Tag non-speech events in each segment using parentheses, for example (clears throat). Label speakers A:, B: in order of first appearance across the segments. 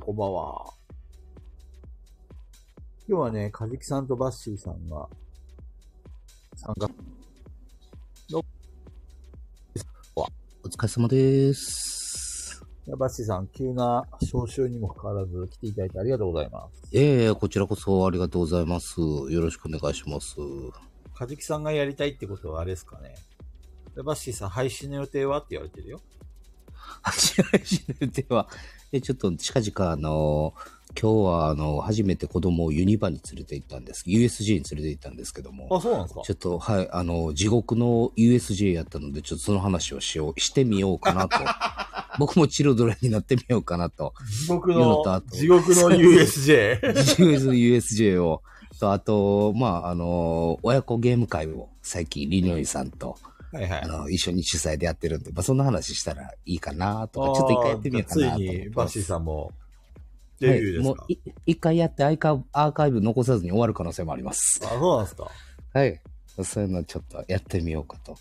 A: こんばんは。今日はね、かじきさんとバッシーさんが、参加。
B: お疲れ様です。
A: バッシーさん、急な招集にもかかわらず来ていただいてありがとうございます。
B: ええこちらこそありがとうございます。よろしくお願いします。
A: かじきさんがやりたいってことはあれですかね。でバッシーさん、配信の予定はって言われてるよ。
B: 8配信では、え、ちょっと近々あの、今日はあの、初めて子供をユニバに連れて行ったんです。USJ に連れて行ったんですけども、
A: あ、そうなんですか
B: ちょっと、はい、あの、地獄の USJ やったので、ちょっとその話をしよう、してみようかなと。 (laughs) 僕もチルドレンになってみようかなと。
A: 地獄
B: 夜
A: の
B: とあ、と
A: 地獄の USJ。
B: USJ を、と、あと、まあ、あの、親子ゲーム会を最近、りのりさんと、
A: (laughs) はいはい
B: あ。の、一緒に主催でやってるんで、まあ、そんな話したらいいかなとか、ちょっと一回やってみようかなと
A: あー
B: 思
A: じゃあついに、バッシー
B: ん、
A: さんも、デビューですか、
B: はいもうい一回やってアイカアーカイブ残さずに終わる可能性もあります。
A: あ、そうなんですか
B: はい。そういうのちょっとやってみようかと。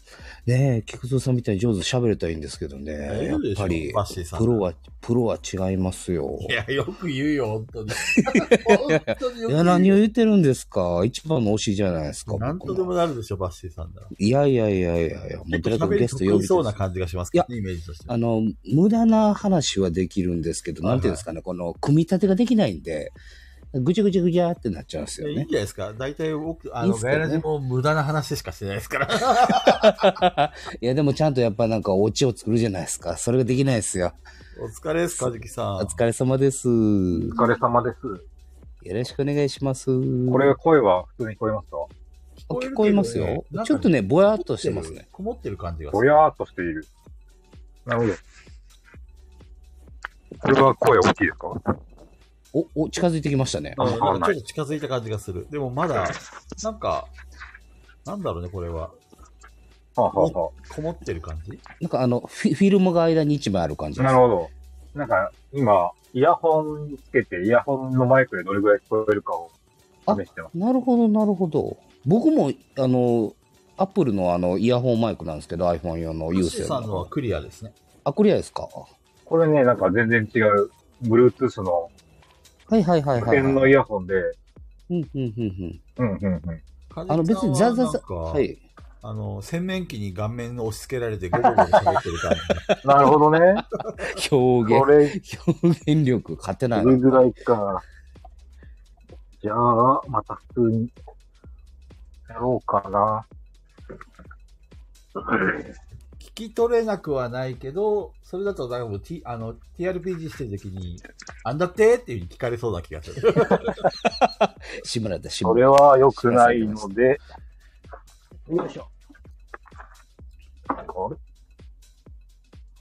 B: ねえ、菊蔵さんみたいに上手に喋れたらいいんですけどね。
A: 大丈
B: やっ
A: 夫でしょ
B: ぱり
A: バッシーさ、ん
B: プロは、プロは違いますよ。
A: いや、よく言うよ、本
B: (laughs)
A: 当に。本当によ
B: い
A: く
B: や、
A: 言う
B: 何を
A: よ。
B: 言ってるんですか一番の推しじゃないですか。
A: なんとでもなるでしょ、バッシーさんなら。
B: いやいやいやいやいや、もうとりあえず
A: 喋
B: ゲ
A: り
B: スト
A: 得
B: 呼
A: 意
B: び
A: そう
B: た
A: ない感じがしますけどね、イメージとしては。
B: あの、無駄な話はできるんですけど、
A: はいはい
B: なんていうんですかね、この、組み立てができないんで、ぐちゃぐちゃぐちゃってなっちゃうんです
A: いや
B: よ
A: いいんじゃな
B: ね。
A: いですか。大体僕、あ
B: いい
A: の、
B: っす
A: ガ
B: かね
A: ヤラジも無駄な話しかしてないです
B: (laughs)
A: から。
B: いや、でもちゃんとやっぱなんか、オチを作るじゃないですか。それができないですよ。
A: お疲れです、かじきさん。
B: お疲れ様です。
C: お疲れ様です。
B: よろしくお願いします。
C: これ、声は普通に聞こえますか
B: あ聞こえますよ。ちょっと
A: ね、
B: ね、ぼや
A: なん
B: っ
A: か
B: としてますね。。
A: こもってる感じがす
C: ぼ
A: る。
C: やーっとしている。なるほど。これは声大きいですか
B: お、お、近づいてきましたね。
C: あ
A: うんな
C: わか
A: ん
C: ん
A: か
C: な
A: ちょ
C: い
A: っと近づいた感じがする。でもまだ、なんか、なんだろうね、これは。
C: はあ、はあは
A: こもってる感じ
B: なんかあの、フィフィルムが間に一枚ある感じ
C: あ、
B: で
C: な
B: す
C: る。ほど。なんか、今、イヤホンつけて、イヤホンのマイクでどれぐらい聞こえるかを試してます。
B: なるほど、なるほど。僕も、あの、アップルのあの、イヤホンマイクなんですけど、iPhone 用の
A: ユ
B: 有
A: ース
B: 線
A: さんのは
B: の。
A: クリアですね。
B: あ、クリアですか
C: これね、なんか全然違う。Bluetooth の
B: はいはいはい
C: 無
B: はい、
C: 線の
B: はい。
C: イヤホンで、
B: うんうんうん
C: うんうんうん。
B: あの別にザーザーザー
A: か
B: うん。はい。
A: あの、洗面器に顔面を押し付けられてゴロゴロ喋ってる感じ。
C: (laughs) なるほ (laughs) どね。
B: 表
C: こ
B: 現、
C: れ、
B: 表現力勝てない
C: どれ
B: な。
C: ぐらいか。じゃあ、また普通にやろうか
B: (clears throat)
C: な。
A: 聞き取れなくはないけど、それだと多分、T、あの、TRPG してる時に、あんだってっていうふうに聞かれそうな気がす
B: (laughs)
A: る。
B: 志村だ、志
C: それ
B: 村。
C: は良くないので。よいしょ。あれ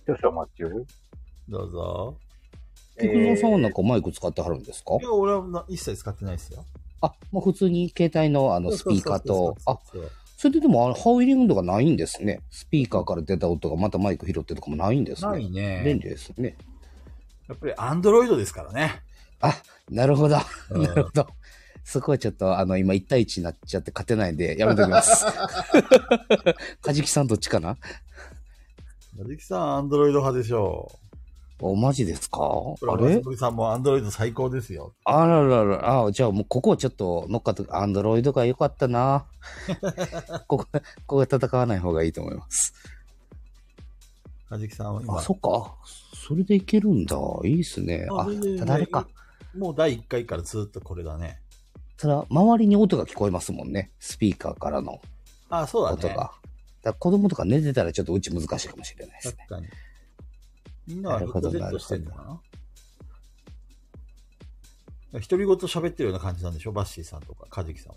C: 少々お待ちを。
A: どうぞ。
B: 菊蔵さんはなんかマイク使ってはるんですか
A: いや、俺はな一切使ってないですよ。
B: あ、もう普通に携帯のあのスピーカーと。あ、
A: そうそうそうそう、
B: それででもあの、ハウリングとかないんですね。スピーカーから出た音がまたマイク拾ってとかもないんです
A: な
B: ね。
A: いね。
B: 便利ですね。
A: やっぱりアンドロイドですからね。
B: なるほど。
A: うん
B: なるほど。そこはちょっと、あの、今1対1になっちゃって勝てないんで、やめときます。 (laughs) カジキさんどっちかな
A: なじきさん、アンドロイド派でしょ
B: お、マジですか
A: う。
B: あ
A: ほら
B: れ
A: 松森さんもアンドロイド最高ですよ。
B: あららら、あじゃあもうここはちょっと乗っかって、アンドロイドが良かった
A: (laughs)
B: な。ここ、ここは戦わない方がいいと思います。
A: なじきさんは今。
B: あ、そっか。それでいけるんだ。いいっすね。
A: ま
B: あ
A: 全然、
B: ただあれか。
A: もう第1回からずっとこれだね。
B: ただ、周りに音が聞こえますもんね。スピーカーからの
A: あ、そうだね。
B: 音が。だから子供とか寝てたらちょっとうち難しいかもしれないですね。
A: 確かに。みんなはヘッドセットしてんのかな独り言喋ってるような感じなんでしょバッシーさんとか、カジキさんは。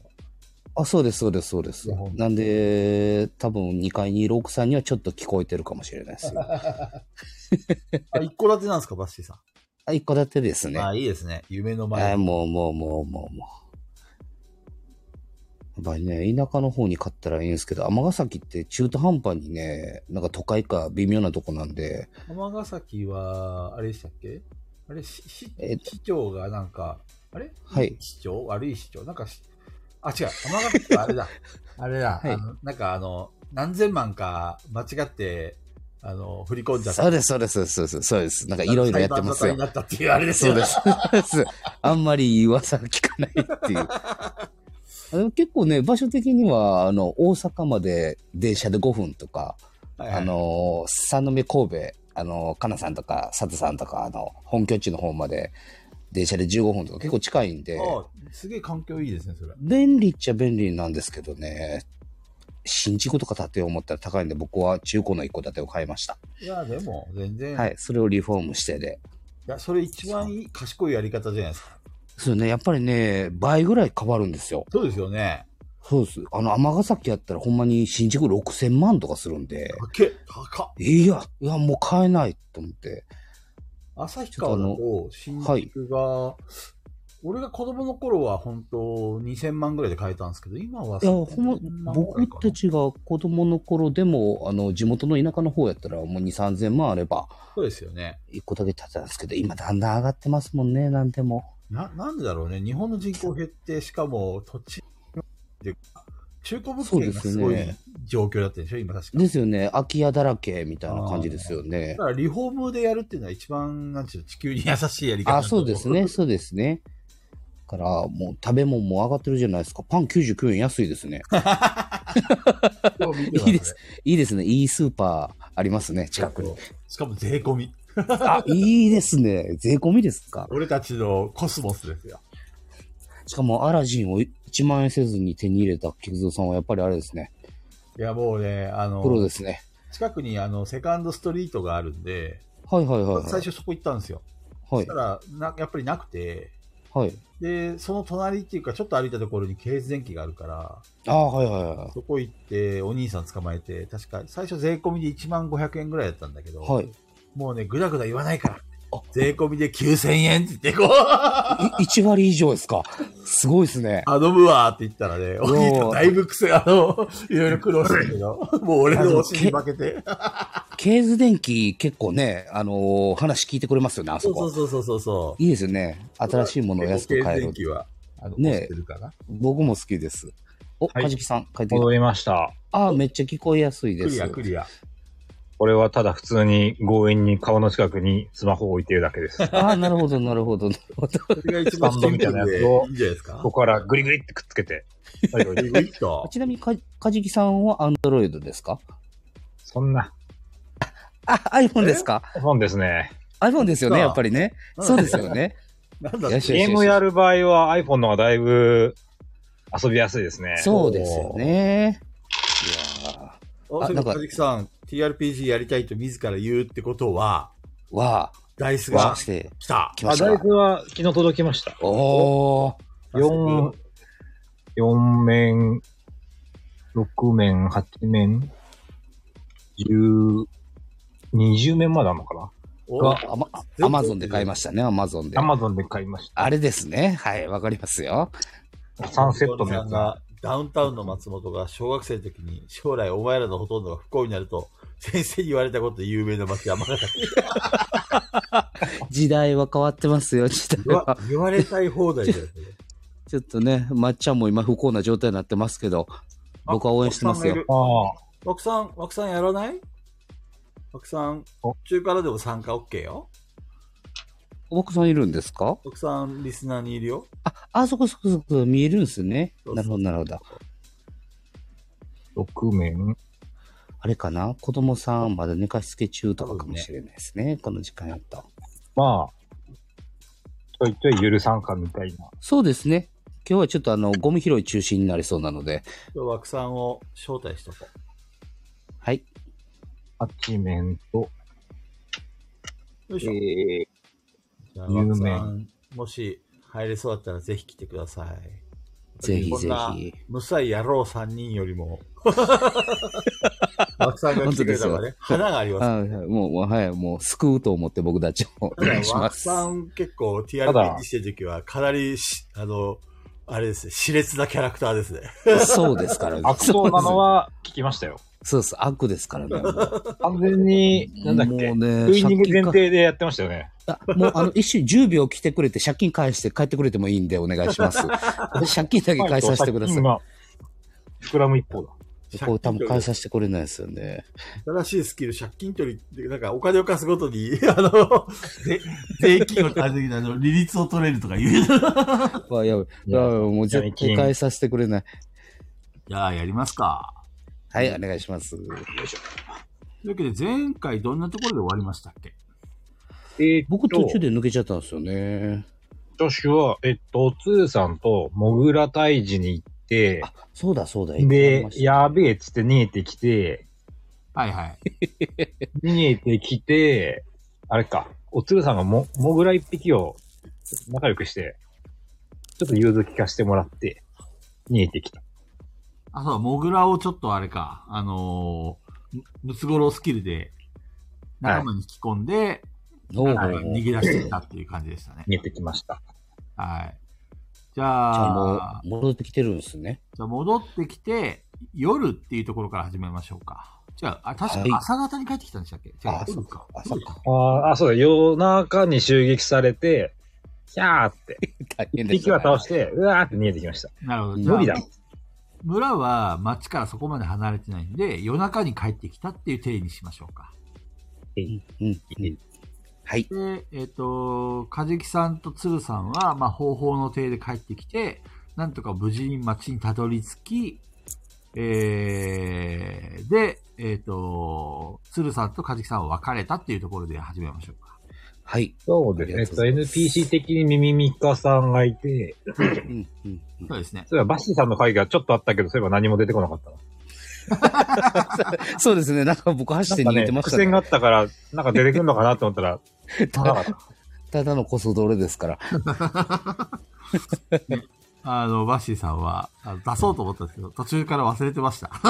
B: あ、そうです、そうです、そうです
A: いやほん。と
B: なんで、多分2階にいる奥さんにはちょっと聞こえてるかもしれないです
A: (laughs)
B: よ。
A: あ、一戸建てなんですか、バッシーさ
B: あ、一戸建てです
A: ん。
B: ね。
A: あ、いいですね。夢の前
B: あ。もう、もう、もう、もう、もう。やっぱりね、田舎の方に買ったらいいんですけど、尼崎って中途半端にね、なんか都会か微妙なとこなんで、
A: 尼崎は、あれでしたっけあれ、しし
B: えっと
A: 市長がなんか、あれ
B: はい
A: 市長悪い市長なんかし、あ、違う。尼
B: (laughs)
A: 崎はあれだ。あれだ。
B: はい
A: あのなんかあの、何千万か間違って、あの、振り込んじゃった。
B: そうです、そうです、そうです、そうです。なんかいろいろやってます
A: 裁判沙汰に
B: よ。
A: なったっていうあれです
B: そう
A: よ
B: で
A: ね。
B: す。そうですあんまり噂は聞かないって
A: (laughs)
B: いう。あの結構ね、場所的には、あの、大阪まで電車で5分とか、
A: はいはい
B: あの、三宮神戸、あの、かなさんとか、佐藤さんとか、あの、本拠地の方まで、電車で15分とか結構近いんで、
A: ああすげえ環境いいですね、それ。
B: 便利っちゃ便利なんですけどね、新築とか建てよう思ったら高いんで、僕は中古の一戸建てを買いました。
A: いや、でも、全然、、
B: はいい、それをリフォームしてで、
A: や、それ一番いい、賢いやり方じゃないですか。
B: そうね、やっぱりね、倍ぐらい変わるんですよ。
A: そうですよね。
B: そうです。あの、尼崎やったらほんまに新築6000万とかするんで、
A: かっけ高っ。
B: いや、いや、もう買えないと思って。
A: 旭川だと、新宿が、俺が子供の頃は本当2000万ぐらいで買えたんですけど、今はい
B: や、ほん
A: 3000
B: ま、
A: 万ぐらいかな
B: 僕たちが子供の頃でも、あの、地元の田舎の方やったらもう2、3000万あれば、
A: そうですよね。
B: 一個だけ建てたんですけど、今だんだん上がってますもんね、なんでも。
A: な、なんでだろうね。日本の人口減って、しかも土地で、中古物件がす
B: そう
A: ごい
B: ですよね
A: 状況だったでしょ、今確か
B: で
A: に。
B: すよね、空き家だらけみたいな感じですよ
A: だ
B: ね。
A: からリフォームでやるっていうのは一番、なんちゅうの、地球に優しいやり方
B: あ、
A: だと
B: そ
A: 思
B: うですね、。そうですね。だから、もう食べ物も上がってるじゃないですか。パン99円安いです (laughs) ね。
A: そう見てます
B: いいです。いいですね。いいスーパーありますね、近 (laughs) くに。
A: しかも税込み。
B: あ、いいですね。税込みですか。
A: 俺たちのコスモスですよ。
B: しかも、アラジンを1万円せずに手に入れた菊蔵さんは、やっぱりあれですね。
A: いや、もうね、あの、
B: プロですね。
A: 近くにあの、セカンドストリートがあるんで、
B: はいはいはい、は
A: 最
B: い。
A: 初そこ行ったんですよ。
B: は
A: そ
B: い
A: した。らな、やっぱりなくて、
B: はい。
A: で、その隣っていうか、ちょっと歩いたところに経電機があるから、
B: ああ、はいはいは
A: そこ行って、お兄さん捕まえて、確か、最初税込みで1万500円ぐらいだったんだけど、
B: い。はい。
A: もうね、ぐだぐだ言わないから
B: あ、
A: 税込みで9000円って言って、こう、
B: い1割以上ですか。すごいですね。
A: 頼むわって言ったらね、お
B: おー
A: 兄さんだいぶ癖、あの、いろいろ苦労してるけど、 (laughs) もう俺の推しに負けて。
B: ケーズ電機結構ね、あのー話聞いてくれますよね、あそこ。
A: そうそうそうそうそ
B: いいですよね。新しいも
A: う。
B: のを安く買える
A: 電。気は、あの、
B: ねえ
A: 押してるかな。
B: 僕も好きです。お、
C: はい
B: はじきさん、書いてみ
C: 戻
B: た。
C: りました。
B: ああ、めっちゃ聞こえやすい
A: ク
B: です。
A: リア、クリア。
C: これはただ普通に強引に顔の近くにスマホを置いているだ
B: (laughs)
C: けです。
B: ああ、なるほど、なる
A: (laughs)
B: ほど、なるほど。
A: それが一番
C: スタンドみたいなやつを
A: いいんじゃないですか
C: こ。こからグリグリってくっつけて。はいはい
A: ビビッと
B: ちなみにか、かじきさんはアンドロイドですか
C: そんな。
B: あ、iPhone ですか
C: 本ですね。
B: ?iPhone ですよ
A: そ
B: ね、
A: う
B: やっぱりね。そうですよね。
A: なんだ
B: よし
C: ゲ
B: よ
C: ー
B: し
C: ム
B: よ
C: やる場合は iPhone の方がだいぶ遊びやすいですね
B: し。。そうですよね。いや
A: あ、それ
B: なんか
A: かじきさん、TRPG やりたいと自ら言うってことは、
B: ーわ
A: ダイス
B: あ、わ
A: が
B: あして。
A: 来た。
B: 来ました
C: あダイスは昨日届きました。
B: おー。
C: 4、4面、6面、8面、10、20面まであるのかな
A: お
B: あアマアマゾンで買いましたね、アマゾンで
C: ア。マゾンで買いました。
B: あれですね。はい、わかりますよ。
C: 3セットのや
A: さ
C: つ
A: ん
C: が。
A: がダウンタウンの松本が小学生の時に将来お前らのほとんどが不幸になると先生に言われたことで有名な町山形
B: (laughs) 時代は変わってますよ、時代
A: 言わ
B: は。
A: 言われたい放題だよね。
B: ちょっとね、まっちゃんも今不幸な状態になってますけど、 (laughs) 僕は応援してますよ。
C: ああ、
A: 枠さん、枠さんやらない枠さん
C: お、
A: 中からでも参加 OK よ。
B: 僕さんいるんですか
A: 枠さん、リスナーにいるよ。
B: あ、あそこそこそこ見えるんですね。
A: そうそう
B: なるほど、なるほど。
C: 6面、
B: あれかな子供さんまだ寝かしつけ中とかかもしれないですね。この時間やと。
C: まあ、ちょいちょいゆる参加みたいな。
B: そうですね。今日はちょっとあの、ゴミ拾い中心になりそうなので。
A: 今日枠さんを招待しとこ
B: はい。
C: 8面と、
A: う。よいしょ。
C: え
A: じゃあ
C: 有名
A: 枠さん、もし入れそうだったらぜひ来てください。
B: ぜひ
A: こん
B: ぜ
A: な
B: ひ。
A: むさい野郎3人より
B: (laughs)
A: も、枠さんが来てくれたらね、花があります。
B: はいはい、もう、もうはい、もう、救うと思って僕たちもお
A: ただ
B: 願いしま
A: 枠
B: (laughs) す。
A: さん結構
C: ただ
A: TRPG してる時はかなりし、あの、あれですね、熾烈なキャラクターですね。
B: そうですからね。
C: ー、悪党なのは聞きましたよ。
B: そうです。悪ですからね。もう
C: 完全に、なんだっけ、
B: もうね、
C: クイーニン
B: 借
C: グ
B: 金
C: 限
B: か
C: 定でやってましたよね。
B: あもうあの、一瞬10秒来てくれて、借金返して帰ってくれても (laughs) いいんでお願いします。借金だけ返させてください。
C: 今、膨らむ一方だ。
A: 借金
B: こう多分
A: 取
B: 換算してこれないですよね。
A: り新しいスキル、借金取りって、なんかお金を貸すごとに、 (laughs) あの、で税金を返すあの、利率を取れるとか言う。い
B: わ、やばい。
C: い
B: や
C: や
B: ばい、もう絶対返させてくれない。
A: やー、やりますか。
B: はい、お願いしま
A: と
B: す。
A: いうわけで、前回どんなところで終わりましたっけ
C: えーっと
B: 僕途中で抜けちゃったんですよね。
C: 私は、えっと、ツーさんとモグラ退治に行って、
B: あ、そうだそうだ。
C: で、や
B: え。
C: べえっつって逃げてきて、
A: はいはい。
C: 逃げてきて、あれか、おつるさんがも、モグラ一匹を仲良くして、ちょっと融通聞かせてもらって、逃げてきた。
A: あ、そうだ、モグラをちょっとあれか、あのーむムツゴロウスキルで、仲間に引き込んで、
B: おうおう
A: なんか
B: おう
A: 逃げ出していったっていう感じでしたね
C: 逃。げてきました。
A: はい。じ
B: じゃあ
A: ゃあ、
B: もう戻ってきてるんですね。
A: じゃあ戻ってきて、夜っていうところから始めましょうか。じゃあ、あ確
B: はい
A: か朝方に帰ってきたんでしたっけ、
B: あ
A: 違
B: そうう
A: か
B: か。あそうか
C: あーあ、そうだ、夜中に襲撃されて、キャー (laughs) って、
B: 大変
C: 一
B: で。
C: 匹は倒してて、うわーって逃げてきました。
A: なるほど。じゃあ
C: 無理だ。
A: 村は町からそこまで離れてないんで、夜中に帰ってきたっていう定義にしましょうか。
B: うん、うん。はい。
A: で、えっ、と、かじきさんと鶴さんは、まあ、方法の邸で帰ってきて、なんとか無事に町にたどり着き、えー、で、えっ、と、鶴さんとかじきさんは別れたっていうところで始めましょうか。
B: はい。
C: そうですね。えっと、
B: ありがとうございます
C: NPC 的にミミミカさんがいて、
B: うん、うん。
A: そうですね。
C: そういえばバッシーさんの会がちょっとあったけど、そういえば何も出てこなかったな。
B: (laughs) そうですね。なんか僕走って
C: な
B: 逃
C: んか
B: げ
C: ね、
B: てま
C: 伏
B: したね。
C: 線があったから、なんか出てくるのかなと思っ
B: (laughs)
C: たら、
B: た
C: な
B: だ
C: かった。
B: ただのこそどれですから。
A: あの、バッシーさんは、あの出そうと思ったんですけど、途中から忘れてました。 (laughs)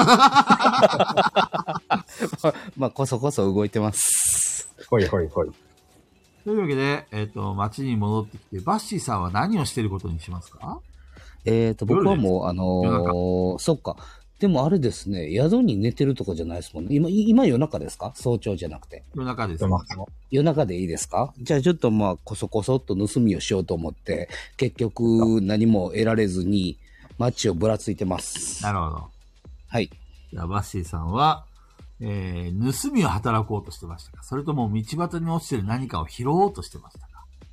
B: まあ、こそこそ動いてます。
C: ほいほいほい。
A: というわけで、えっ、と、町に戻ってきて、バッシーさんは何をしてることにしますか
B: えっ、と、僕はもう、あ
A: 夜
B: のー、そっか。でもあれですね、宿に寝てるとかじゃないですもんね。今、い今夜中ですか早朝じゃなくて。
A: 夜中です、
C: そ
A: ね
C: の。、
B: 夜中でいいですかじゃあちょっとまあ、こそこそっと盗みをしようと思って、結局何も得られずに、街をぶらついてます。
A: なるほど。
B: はい。
A: じゃあ、バッシーさんは、えー、盗みを働こうとしてましたかそれとも道端に落ちてる何かを拾おうとしてましたか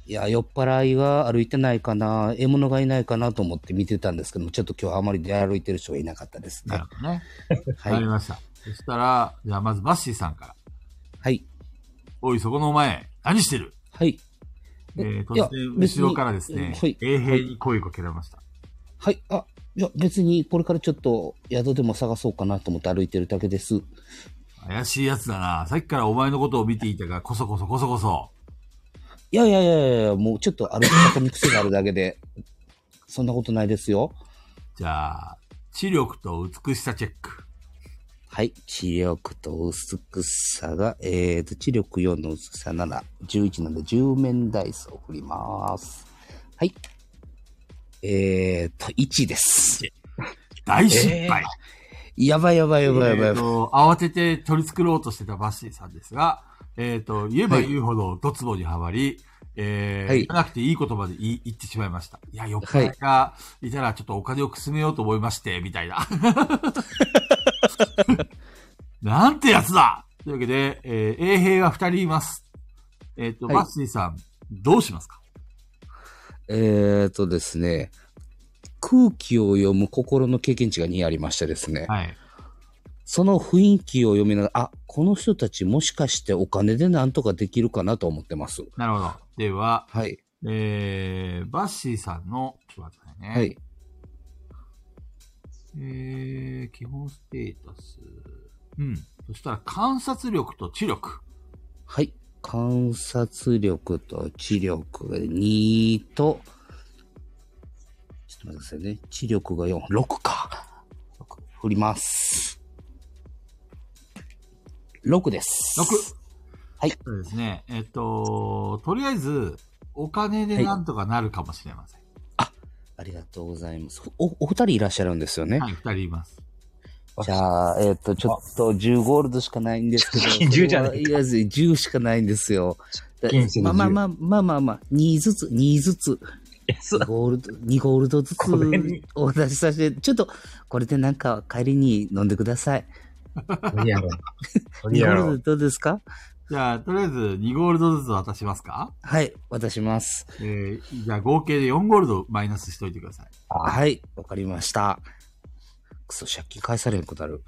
B: いや、酔っ払いが歩いてないかな、獲物がいないかなと思って見てたんですけども、ちょっと今日はあまり出歩いてる人がいなかったです
A: な
B: ね
A: る。ほどね。わ、
B: は
A: かり
B: い。
A: ました。そしたら、じゃあまずバッシーさんから。
B: はい。
A: おい、そこのお前、何してる
B: はい。
A: え
B: え
A: ー、
B: いや
A: 突然、
B: 別に
A: 後ろからですね、
B: はい
A: 衛兵に声をかけられました。
B: はい。あ、いや、別にこれからちょっと宿でも探そうかなと思って歩いてるだけです。
A: 怪しいやつだな。さっきからお前のことを見ていたが、こそこそこそこそ。
B: いやいやいやいやいや、もうちょっと歩き方に癖があるだけで、 (laughs) そんなことないですよ。
A: じゃあ、知力と美しさチェック。
B: はい。知力と薄さが、えーと、知力4の薄さ7、11なんで10面ダイスを振ります。はい。えーと、1です。
A: 大失敗。
B: やばいやばいやばい
A: え
B: やばいや
A: ー
B: ばい。
A: と、慌てて取り繕おうとしてたバッシーさんですが、えっ、と、言えば言うほどドツボにはまり、えー
B: はい
A: 言わなくていい言葉で言い言ってしまいました。いや、酔っ払いがいたらちょっとお金をくすめようと思いまして、みたいな。 (laughs) なんてやつだというわけで、えー衛兵は二人います。えっ、と、
B: はい
A: バッシーさん、どうしますか
B: えーとですね、空気を読む心の経験値が2ありましてですね、
A: はい。
B: その雰囲気を読みながら、あ、この人たちもしかしてお金でなんとかできるかなと思ってます。
A: なるほど。では、
B: はい。
A: えー、バッシーさんの、ちょっと待ってくださいね。
B: はい。
A: えー、基本ステータス。うん。そしたら観察力と知力。
B: はい。観察力と知力が2と、ちょっと待ってくださいね。知力が4、6か。六振ります。6です。
A: 6。
B: はい
A: そうですね。えっと、とりあえず、お金でなんとかなるかもしれません。
B: ありがとうございます。お、お二人いらっしゃるんですよね。
A: はい、二、人います。
B: じゃあ、えっ、と、ちょっと10ゴールドしかないんですけど
C: 10じゃないか (laughs)
B: それはいや10しかないんですよ。だ
C: 金銭の
B: まあまあ
C: 10
B: まあまあまあまあ、2ずつ、2ずつ。
C: S
B: ゴールド、2ゴールドずつ
C: これに
B: お出しさせて、ちょっと、これでなんか帰りに飲んでください。
C: 無理やろ。無理
B: 2
C: や
B: ゴー
C: ろ
B: ル。ドどうですか
A: じゃあ、とりあえず2ゴールドずつ渡しますか
B: はい、渡します。
A: えー、じゃあ合計で4ゴールドマイナスしといてください。
C: あ
B: はい、わかりました。くそ、借金返されんくなる。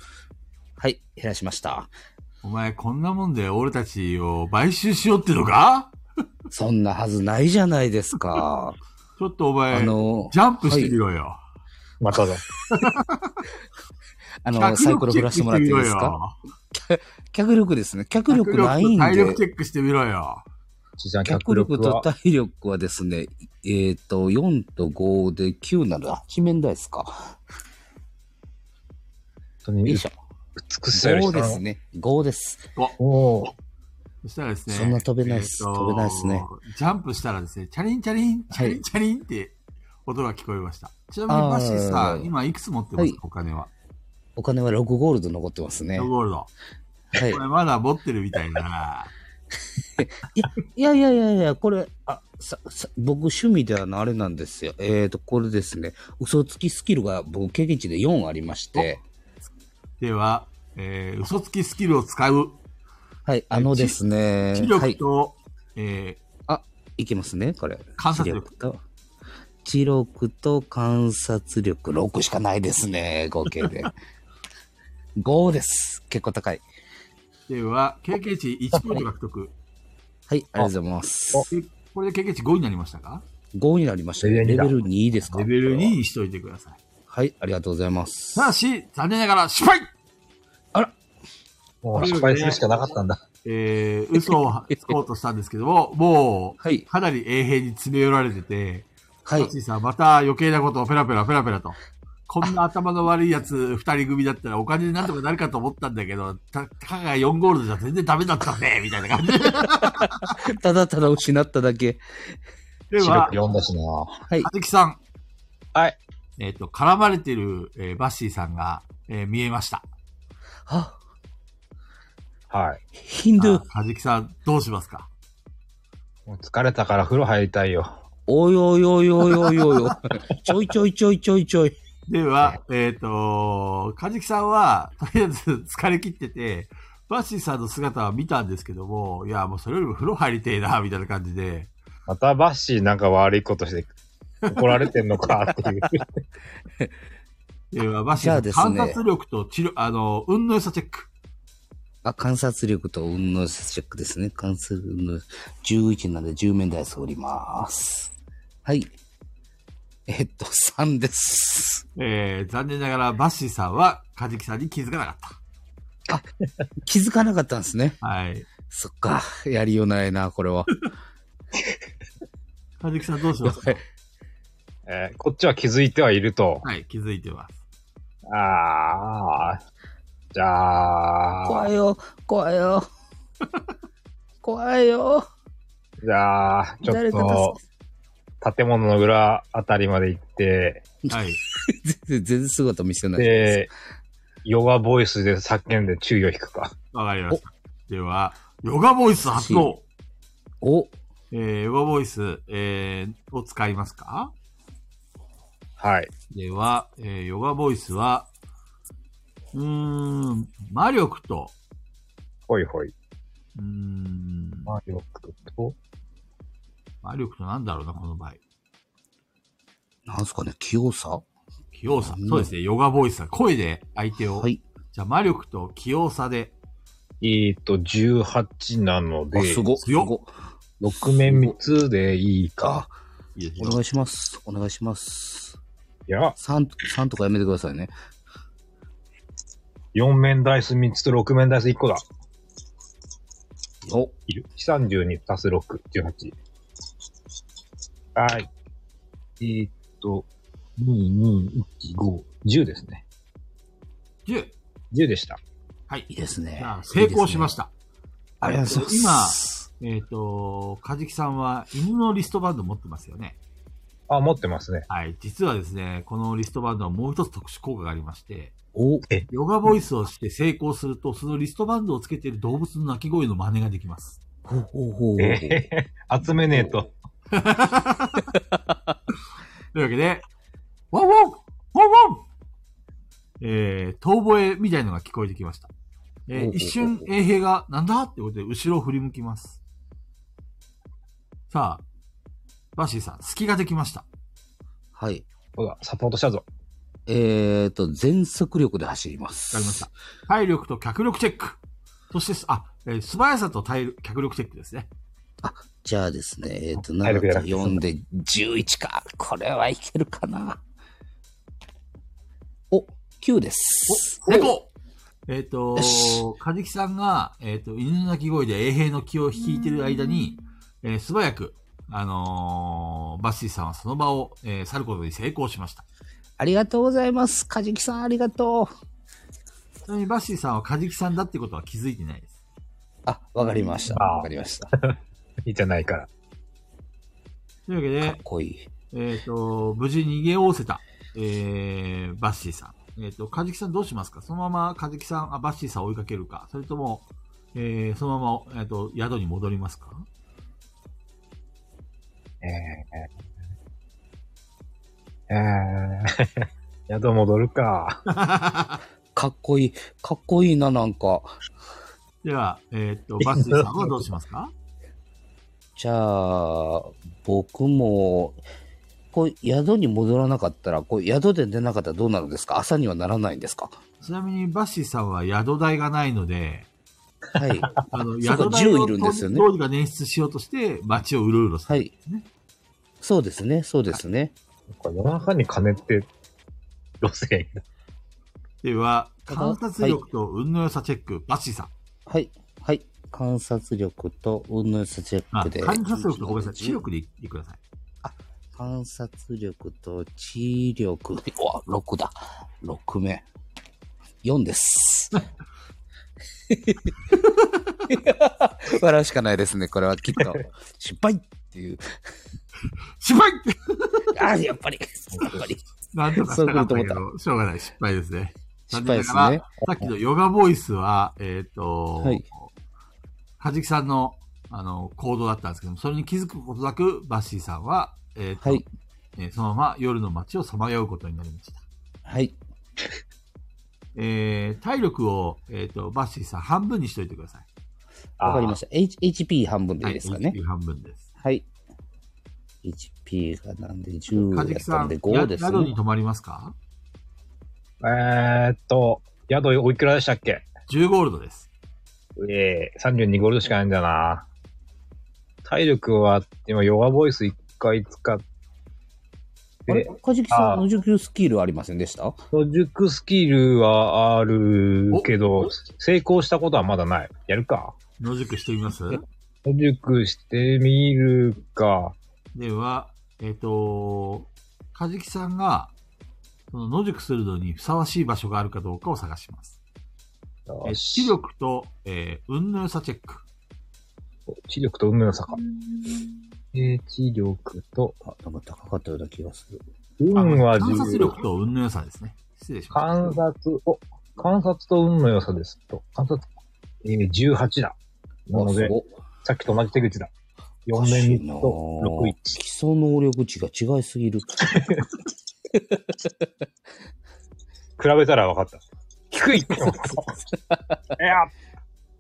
B: はい、減らしました。
A: お前こんなもんで俺たちを買収しようってのか
B: そんなはずないじゃないです
C: (laughs)
B: か。
A: ちょっとお前、
B: あの、
A: ジャンプしてみろよ。
C: まただ。
B: あ
A: 脚
B: の、
A: 力
B: サイコロ振らせてもらっていいです
A: チェッ
B: か脚力ですね。脚力ないん
A: クしてみろよ体力
B: で
A: チ。ェックしてみろよ。
C: ちゃん、脚
B: 脚
C: 力
B: 力と
C: は。
B: 体力はですね、えっ、と、4と5で9なら8面台ですか。
C: 本当に
B: よいしょ。
C: 美しさより
B: 5
C: 下
B: で
C: の
B: すね。5です。
C: おー
A: そしたらですね。
B: そんな飛べないっす
A: えーと
B: 飛べないっすね。
A: ジャンプしたらですね、チャリンチャリン、チャリンチャリンって音が聞こえました。ちなみに
B: あー
A: バッシーさん、今いくつ持ってますか、
B: はい
A: お金は。
B: お金は6ゴールド残ってますね。
A: 4
B: は
A: ゴールド。
B: い
A: こ。れまだ持ってるみたいだな。
B: いやいやいやいや、これ、あ、さ、さ、僕趣味ではのあれなんですよ。えっ、ー、と、これですね。嘘つきスキルが僕経験値で4ありまして。
A: では、えー、嘘つきスキルを使う。
B: はい、あのですね。
A: 知
B: は
A: 力
B: い、
A: と、え
B: いきますね、これ。
A: 観察力
B: 知と。知力と観察力6しかないですね、合計で。5です。結構高い。
A: ー、では、経験値1ポイント獲得。
B: はい、ありがとうございます。
A: えこれで経験値5になりましたか
B: 5になりましたね。レ
C: レベ
B: ベ
C: ル二
B: ル
C: だ
B: 2ですか
A: レベル2。にしといてください。
B: はい、ありがとうございます。
A: ただし、残念ながら失敗
C: もう失敗するしかなかったんだ。
A: えー、嘘をつこうとしたんですけども、もう、
B: はい、
A: かなり永平に詰め寄られてて、
B: はい
A: トッ。シーさん、また余計なことをペラペラペラペラと。こんな頭の悪いやつ二人組だったらお金でなんとかなるかと思ったんだけど、た、たかが4ゴールドじゃ全然ダメだったね、みたいな感
B: (laughs)
A: じで。
B: ただただ失っただけ。
A: で
C: 視
A: は
C: 力、4だしな。
B: はい
A: あ。ずきさん。
C: はい。
A: えっ、と、絡まれてる、えーバッシーさんが、えー見えました。
B: あ、
C: はい。
B: ヒンドゥー。
A: あずきさん、どうしますか
C: もう疲れたから風呂入りたいよ。
B: おいおいおいおいおいおいおい。ちょいちょいちょいちょいちょい。
A: では、えっ、と、かじきさんは、 (laughs) とりあえず疲れ切ってて、バッシーさんの姿は見たんですけども、いや、もうそれよりも風呂入りてえな、みたいな感じで、
C: またバッシーなんか悪いことして怒られてんのかっていう。 (laughs)
A: では、バッシ
B: じゃあ
A: ー
B: です
A: さん、
B: ね
A: 観察力と治療、あの、運の良さチェック。
B: あ、観察力と運のチェックですね。観察の11なんで10面台おります。はい。えっと、3です。
A: えー、残念ながら、バッシーさんは、かじきさんに気づかなかっ
B: 気づかなかったんですね。
A: た。はい。
B: そっか。やりようないな、これは。
A: かじきさんどうしますか
C: えーこっちは気づいてはいると。
A: はい、気づいてます。
B: (laughs)
C: ああ。じゃ
B: (laughs) 怖
C: あ、
B: いよ、怖いよ。 (laughs) 怖いよ。
C: じゃあ、ちょっ
B: 誰か
C: と建物の裏あたりまで行って、
A: はい。
B: 助けて全然姿見せないです。
C: で、ヨガボイスで叫んで注意を引くか。
A: わかりました。では、ヨガボイス発動。
B: お、
A: えー、ヨガボイス、えー、を使いますか
C: はい。
A: では、えーヨガボイスは、うーん、魔力と、
C: ほいほい。
A: うーん、
C: 魔力と、
A: 魔力となんだろうな、この場合。
B: なんすかね、器用さ
A: 器用さ
B: う。ん
A: そうですね、ヨガボイスは声で相手を。
B: はい。
A: じゃあ魔力と器用さで、
C: えっと、18なので
B: あ、、すご、す
A: 強っ
B: ご。
C: 6面3つでいいか。
A: いいです
B: お
A: よ
B: 願いします。お願いします。
C: いや、
B: 3、3とかやめてくださいね。
C: 4面ダイス3つと6面ダイス1個だ。
B: お、
C: いる。32足す6、18。はい。えーっと、2215,10ですね。
A: 10。
C: 10でした。
A: はい
B: いい。ですね
A: じゃあ、。成功しまし
B: いいですね。
A: た。
B: ありがとうございます。
A: えっ、と、かじきさんは犬のリストバンド持ってますよね。
C: あ、持ってますね。
A: はい。実はですね、このリストバンドはもう一つ特殊効果がありまして、
B: お、
A: ヨガボイスをして成功すると、そのリストバンドをつけている動物の鳴き声の真似ができます。
C: (laughs)
B: ほうほうほう。
C: えー集めねえと。
A: というわけで、ワンワンワンワンえー、遠吠えみたいのが聞こえてきました。え
B: おうおうお
A: ー、
B: う
A: 一瞬、衛兵が、なんだってことで、後ろを振り向きます。さあ、バッシーさん、隙ができました。
B: はい。
C: ほら、サポートしたぞ。
B: えーと、全速力で走ります。
A: わかりました。体力と脚力チェック。そして、あ、えー素早さと体力脚力チェックですね。
B: じゃあですね、えっ、と、
C: 体力じ
B: 7
C: ゃな
B: と
C: くて
B: 4で11か。これはいけるかな。お、9です。
A: 猫えっ、と
B: よし、
A: カジキさんが、えっ、と、犬の鳴き声で衛兵の気を引いてる間に、えー素早く、あのーバッシーさんはその場を、えー去ることに成功しました。
B: ありがとうございます。カジキさん、ありがとう。
A: ちなみにバッシーさんはカジキさんだってことは気づいてないです。
B: あ、わかりました。
C: あー
B: わかりました。
C: いいじゃないから。
A: というわ
B: か
A: け
B: っ
A: で、
B: こいい。
A: えっ、と、無事逃げおおせた、えー、バッシーさん。えっ、と、カジキさんどうしますかそのままカジキさん、あ、バッシーさんを追いかけるかそれとも、えー、そのまま、えっ、と、宿に戻りますか
C: えええ (laughs) え宿戻るか。
B: かっこいい。かっこいいな、なんか。
A: では、えっ、と、バッシーさんはどうしますか
B: じゃあ、僕も、こう、宿に戻らなかったら、こう、宿で出なかったらどうなるんですか朝にはならないんですか
A: ちなみにバッシーさんは宿代がないので、 (laughs)
B: はい。
A: あの、
B: そうか
A: 宿代を
B: 10いるんですよね
A: どうにか捻出しようとして、街をうろうろする。
B: はい。そうですね、そうですね。
C: これ夜中に金って、どうせやんだ。
A: では、
B: ただ
A: 観察力と運の良さチェック、バッシーさん。
B: はい。はい。観察力と運の良さチェッ
A: あ、
B: クで。
A: 観察力とごめんなさい。知力でいってください。
B: 観察力と知力。うわ、6だ。6目。4です。 (laughs) 笑うしかないですね。これはきっと。 (laughs) 失敗っていう。
A: 失敗
B: あーやっぱり。やっぱり。
A: なんとかしたかったけど、しょうがない。失敗ですね。
B: (laughs) 失敗です
A: 残念
B: ね
A: なが。らさっきのヨガボイスは、えっ、と、
B: はい
A: はじきさんの、あの、行動だったんですけども、それに気づくことなく、バッシーさんは、えっ、と、
B: はい。
A: えーそのまま夜の街をさまようことになりました。
B: はい。
A: えー、体力を、えっ、と、バッシーさん半分にしといてください。
B: わかりま
C: し
B: した。H HP 半分でいいですかね
A: は。い、半分です。
B: はい。HP がなんで10
A: か
B: だ
A: じき
B: った
A: さん、
B: んで
A: や
B: 5です
A: 宿に
B: ね。
A: 泊まりますか
C: た。えーっと、宿おいくらでしたっけ
A: ?10 ゴールドです。
C: ええ32ゴールドしかないんだよな。体力は、今、ヨガボイス1回使っ
B: あれ
C: て、
B: カジキさ
C: あ
B: ん、
C: ー
B: 野宿スキルありませんでした
C: 野宿スキルはあるけど、成功したことはまだない。やるか。
A: 野宿してみ
B: (laughs)
A: ます
C: 野宿してみるか。
A: では、えっ、と、かじきさんが、その野宿するのにふさわしい場所があるかどうかを探します。え
C: よ
A: ー
C: し
A: 知力と、えー運の良さチェック。
C: 知力と運の良さか。えー知力と、
B: あ、なんか高かったような気がする。
C: 運
A: あ
C: は
A: 観察
C: 重要
A: 力と運の良さですね。失礼しま
C: 観察、お、観察と運の良さですと。観察、えー、18だ。なの
B: わす
C: で、
B: ごっ
C: さっきと同じ手口だ。
B: お
C: 4
B: かしい
C: 面
B: な
C: 3と
B: ぁ
C: 61。
B: 基礎能力値が違いすぎる。
C: 比べたら分かった。低いい (laughs) や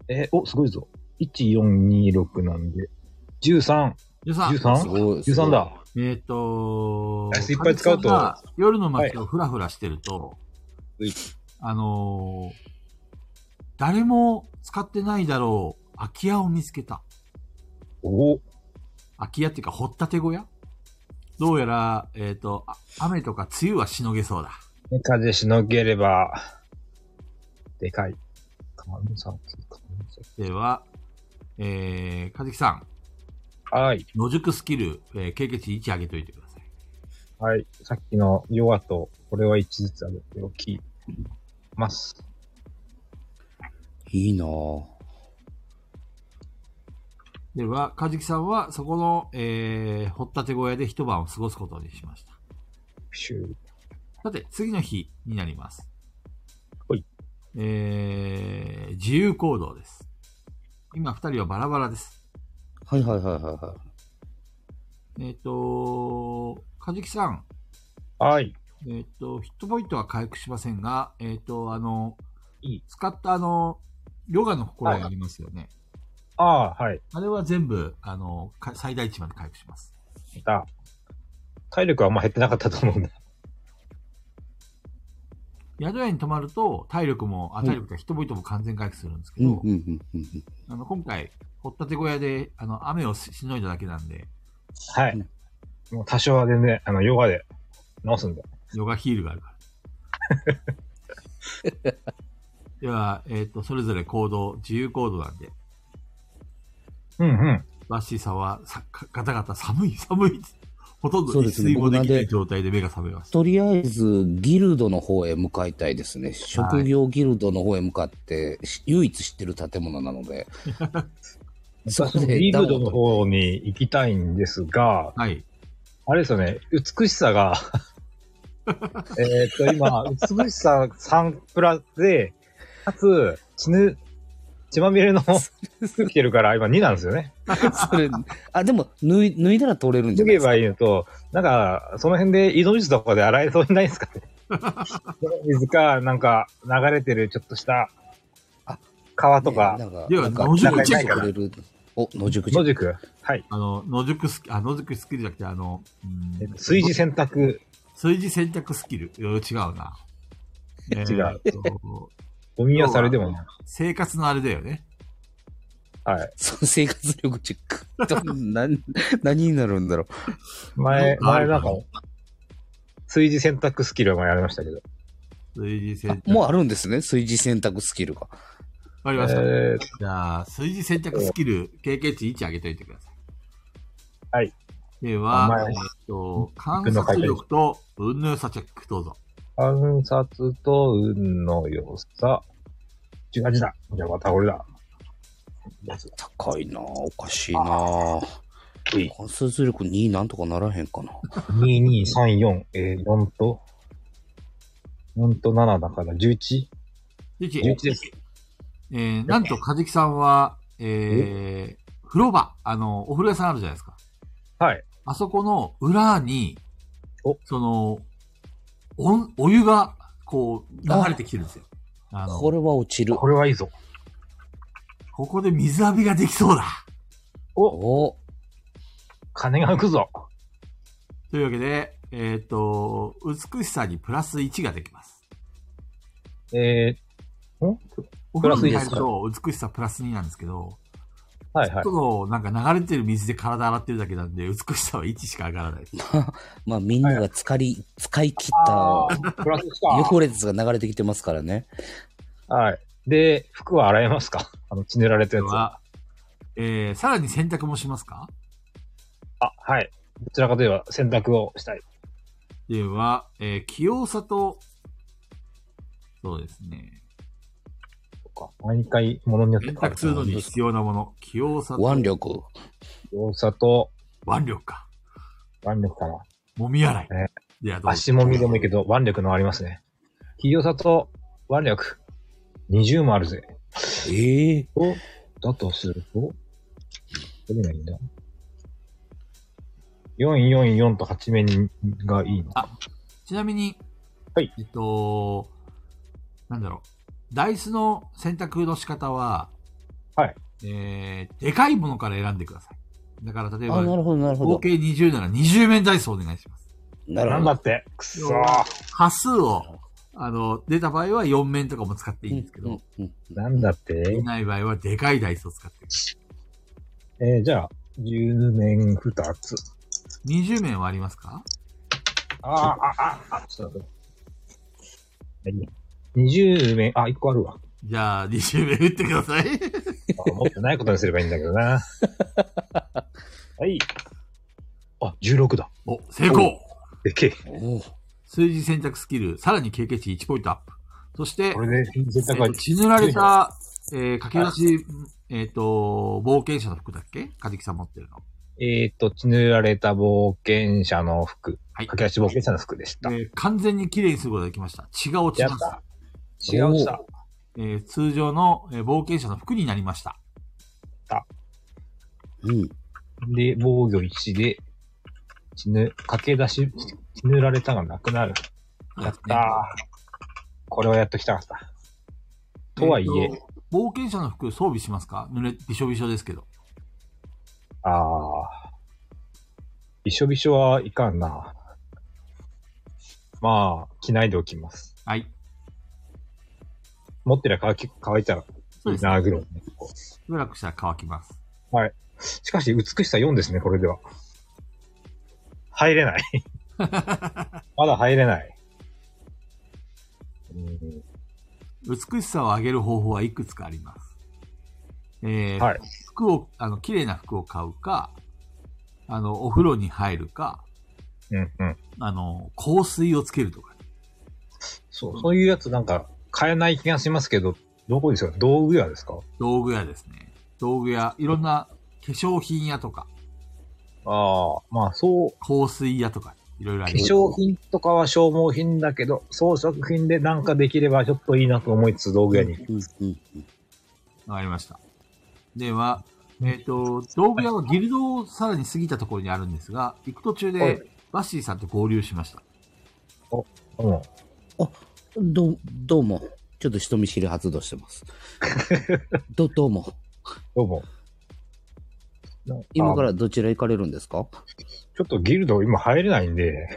C: えーお、すごいぞ。1426なんで、13。
A: す。さん、
B: す
C: 13?13
B: ごい。すごい
C: だ。。
A: えっ、と
C: あいっぱい使うと
A: かじきさんが夜の街をふらふらしてると、
C: はいう
A: あのー誰も使ってないだろう、空き家を見つけた。
C: おお、
A: 空き家っていうか、掘ったて小屋どうやら、えっ、と、あ雨とか梅雨はしのげそうだ。
C: 風しのげれば、でかい。観察、観
A: では、えー、かじきさん、
C: 察。はい。
A: 野宿スキル、えー経験値1上げといてください。
C: はい。さっきのヨガと、これは1ずつ上げておきます。
B: いいなぁ。
A: では、かじきさんは、そこの、えー、掘ったて小屋で一晩を過ごすことにしました。
C: プシュー
A: さて、次の日になります。
C: はい。
A: えー、自由行動です。今、二人はバラバラです。
B: はいはいはいはいは
A: えっ、と、かじきさん、
C: はい。
A: えっと、ヒットポイントは回復しませんが、えっと、あの、
C: いい
A: 使ったあの、ヨガの心がありますよね。
C: ああ、はい。
A: あれは全部、あの、か最大値まで回復します。
C: だ。体力はあんま減ってなかったと思うんだ。
A: 宿屋に泊まると、体力も、あ、
B: うん
A: 体力がヒットポイントも完全回復するんですけ
B: うん、
A: ど
B: う、ん、うん、うんうん。
A: あの、今回、掘ったて小屋で、あの、雨をししのいだだけなんで、
C: はい。もう多少は全然、あの、ヨガで直すんで。
A: ヨガヒールがあるから。
C: (laughs)
A: では、えっ、と、それぞれ行動、自由行動なんで、
C: うんうん。
A: バッシーさんは、さ、かガタガタ寒い、 (laughs) 寒い。ほとんど
B: そう
A: 一
B: です
A: 睡もできな
B: 僕なん
A: い
B: で
A: 状態で目が覚めます。
B: とりあえず、ギルドの方へ向かいたいですね。職業ギルドの方へ向かって、し唯一知ってる建物なの
C: (laughs)
B: で。そうね
C: リーグドの方に行きたいんですが、
A: はい。
C: あれですよね、美し
A: (laughs)
C: さが、えーっと、今、美しさ3プラスで、かつ、血ぬ、血まみれの服着てるから、今2なんですよね。
B: それ、あ、でも、脱い、脱いだら取れるんじ
C: 脱
B: ゃない
C: げ
B: ですか。
C: ばいいのと、なんか、その辺で井戸水とかで洗えそうにないですかね。井戸水か、なんか、流れてるちょっとした、あ川とか、
B: ね。
A: では野
C: 宿
B: チ
C: チ
B: ェ
C: ェ
B: ッ
C: ッ
B: ク
C: ク
B: くれる。お、野宿チェ
C: 野
B: ック。
C: 宿。はい。
A: あの、野宿スキル、あ、野宿スキルじゃなくて、あの、うん
C: えっと炊事洗濯、
A: 炊事選択スキル。いろいろ違う
C: (laughs)
A: な。違う。
C: う (laughs) ゴミ屋されでもない。
A: 生活のあれだよね。
C: はい。
B: そう生活力チェック。どんな何になるんだろ
A: な
C: 前、
A: んかあ
C: 前
A: るか
C: な
A: なん
C: か、炊事洗濯スキルもやりましたけど。
A: 炊事
B: う。あ
A: 選択。
B: もうあるんですね。炊事選択スキルが。
A: わかりました。
C: えー、
A: じゃあ、炊事選択スキル、経験値1上げといてください。
C: はい。
A: で
C: お
A: は、
C: 前
A: えっと、観
C: 僕の書
A: 察
C: いてる
A: 力と運の良さチェック、どうぞ。
C: 観察と運の良さ。18だ。じゃあまた俺だ。
B: 高いなぁおかしいなぁ
C: うい
B: 観察力2なんとかならへんかな。
C: 2234、えー、4と、4と7だから11。
A: 11
C: 11です。
A: えー、なんと、かじきさんは、えー、風呂場、あの、お風呂屋さんあるじゃないですか。
C: はい。
A: あそこの裏に
C: お、
A: その、お、お湯が、こう、流れてきてるんですよ。あの、
B: これは落ちる。
C: これはいいぞ。
A: ここで水浴びができそうだ。
B: お
C: 金が浮くぞ。
A: というわけで、えっ、と、美しさにプラス1ができます。
C: えー、ん
A: お風呂に
C: プ
A: 入
C: ラ
A: る
C: ス1ですか
A: と美しさプラス2なんですけど、
C: はいはい
A: ち。ょっとなんか流れてる水で体洗ってるだけなんで、美しさは1しか上がらない。
B: まあみんなが浸かり、使い切った
C: ープラスし
B: 汚れつが流れてきてますからね。
C: た。はい。で、服は洗えますかあの、血塗られ
A: で
C: たやつ。あ、
A: は、えー、さらに洗濯もしますか
C: はい。どちらかといえば洗濯をしたい。
A: では、えー、器用さと、そうですね。
C: 毎回、ものによって
A: 洗
C: 変わる
A: 濯するのに必要なもの。器用さと
B: 腕力。
C: 良さと、
A: 腕力か。
C: 腕力かな。
A: 揉み洗い
C: ね。
A: ではどうぞ
C: 足もみでもいいけど、腕力のありますね。企業さと腕力。20もあるぜ。
B: ええ
C: おだとすると、どれがいいんだ ?444 と8面がいいの。
A: ちなみに、
C: はい
A: えっと、なんだろう。ダイスの選択の仕方は、
C: はい。
A: えー、でかいものから選んでください。だから、例え
B: あ、な
A: ば、
B: るほど、なるほ
A: 合
B: ど。
A: 計20なら20面ダイスをお願いします。
B: なる
C: な
B: ほ
C: んだ
B: ど。
C: って。くそ
A: よ
C: ー
A: 端数を、あの、出た場合は4面とかも使っていいんですけど、
B: うんうんうん
C: なんだって
A: 出ない場合はでかいダイスを使ってくださ
C: えー、じゃあ、10面2つ。
A: い。20面はありますか
C: あーあ、あ、あ、ちょっと待って。20面、あ、1個あるわ。
A: じゃあ、20面打ってください。 (laughs)
C: あ持ってないことにすればいいんだけど (laughs) な。はい。あ、16だ。
A: お、成功
C: でけえ。
B: おう
A: 数字選択スキル、さらに経験値1ポイントアップ。そして
C: こ、れで、絶
A: えっ
C: 対
A: と血塗られた、えー、駆け出し、えっ、と、冒険者の服だっけかじきさん持ってるの。
C: えっと、血塗られた冒険者の服。
A: はい。
C: 駆け足冒険者の服でした。
A: えー完全に綺麗にすることができました。血が落ち
C: やっ
A: ます。
C: た。違うした。
A: えー通常の、えー冒険者の服になりました。
B: うん。
C: で、防御1で、血ぬ、駆け出し、血塗られたがなくなる。やったー。これはやっときたかった。とはいえ
A: っと冒険者の服装備しますか濡れ、びしょびしょですけど。
C: ああ。びしょびしょはいかんな。まあ、着ないでおきます。
A: はい。
C: 持ってりゃ乾き、乾いたら
A: そうで
C: いい
A: すね。
C: な、ぐらいのね。こう
A: しばらくしたら乾きます。
C: しかし、美しさ4ですね、これでは。入れない。まだ入れない。うん
A: 美しさを上げる方法はいくつかあります。えー
C: はい
A: 服を、あの、綺麗な服を買うか、あの、お風呂に入るか、
C: うんうん。
A: あの、香水をつけるとか。
C: そう、そういうやつなんか、買えない気がしますけど、どこですか道具屋ですか
A: 道具屋ですね。道具屋、いろんな化粧品屋とか、
C: ああ、まあそう、
A: 香水屋とか、いろいろあ
C: 化
A: ります。
C: 粧品とかは消耗品だけど、装飾品でなんかできればちょっといいなと思いつつ道具屋に。
A: わかりました。では、えっ、と、道具屋はギルドをさらに過ぎたところにあるんですが、行く途中
C: は
A: で
C: い
A: バッシーさんと合流しました。
C: うん。
B: どう、どうも。ちょっと人見知り発動し
A: (laughs)
B: てます。ど、どうも。
C: どうも。な
B: 今か
C: あ
B: らどちら行かれるんですか
C: ちょっとギルド今入れないんで、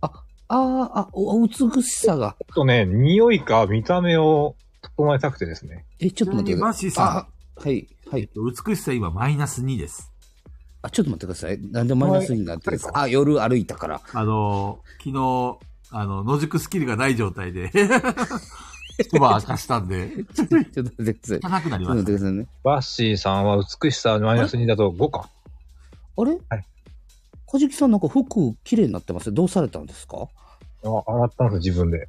B: ああ、あ、おお美しさが。
C: ちょっとね、匂いか見た目を整えたくてですね。
B: え、ちょっと待ってください。
A: ちなみにバ
B: あはい、はい。
A: 美しさ今マイナス2です。
B: あ、ちょっと待ってください。なんでマイナスになってるんですかあ、夜歩いたから。 (laughs)
A: あの、昨日、あの、野宿スキルがない状態で、一晩明かしたんで、
B: ちょっと待ってください。ちょっ
A: 高くなり
B: と
A: ま
B: 待
A: した
B: って。くださいね。
C: バッシーさんは美しさマイナス2だと5か。
B: あれ
C: はい
B: カジキさんなんか服綺麗になってますよどうされたんですか
C: あ洗ったんです自分で。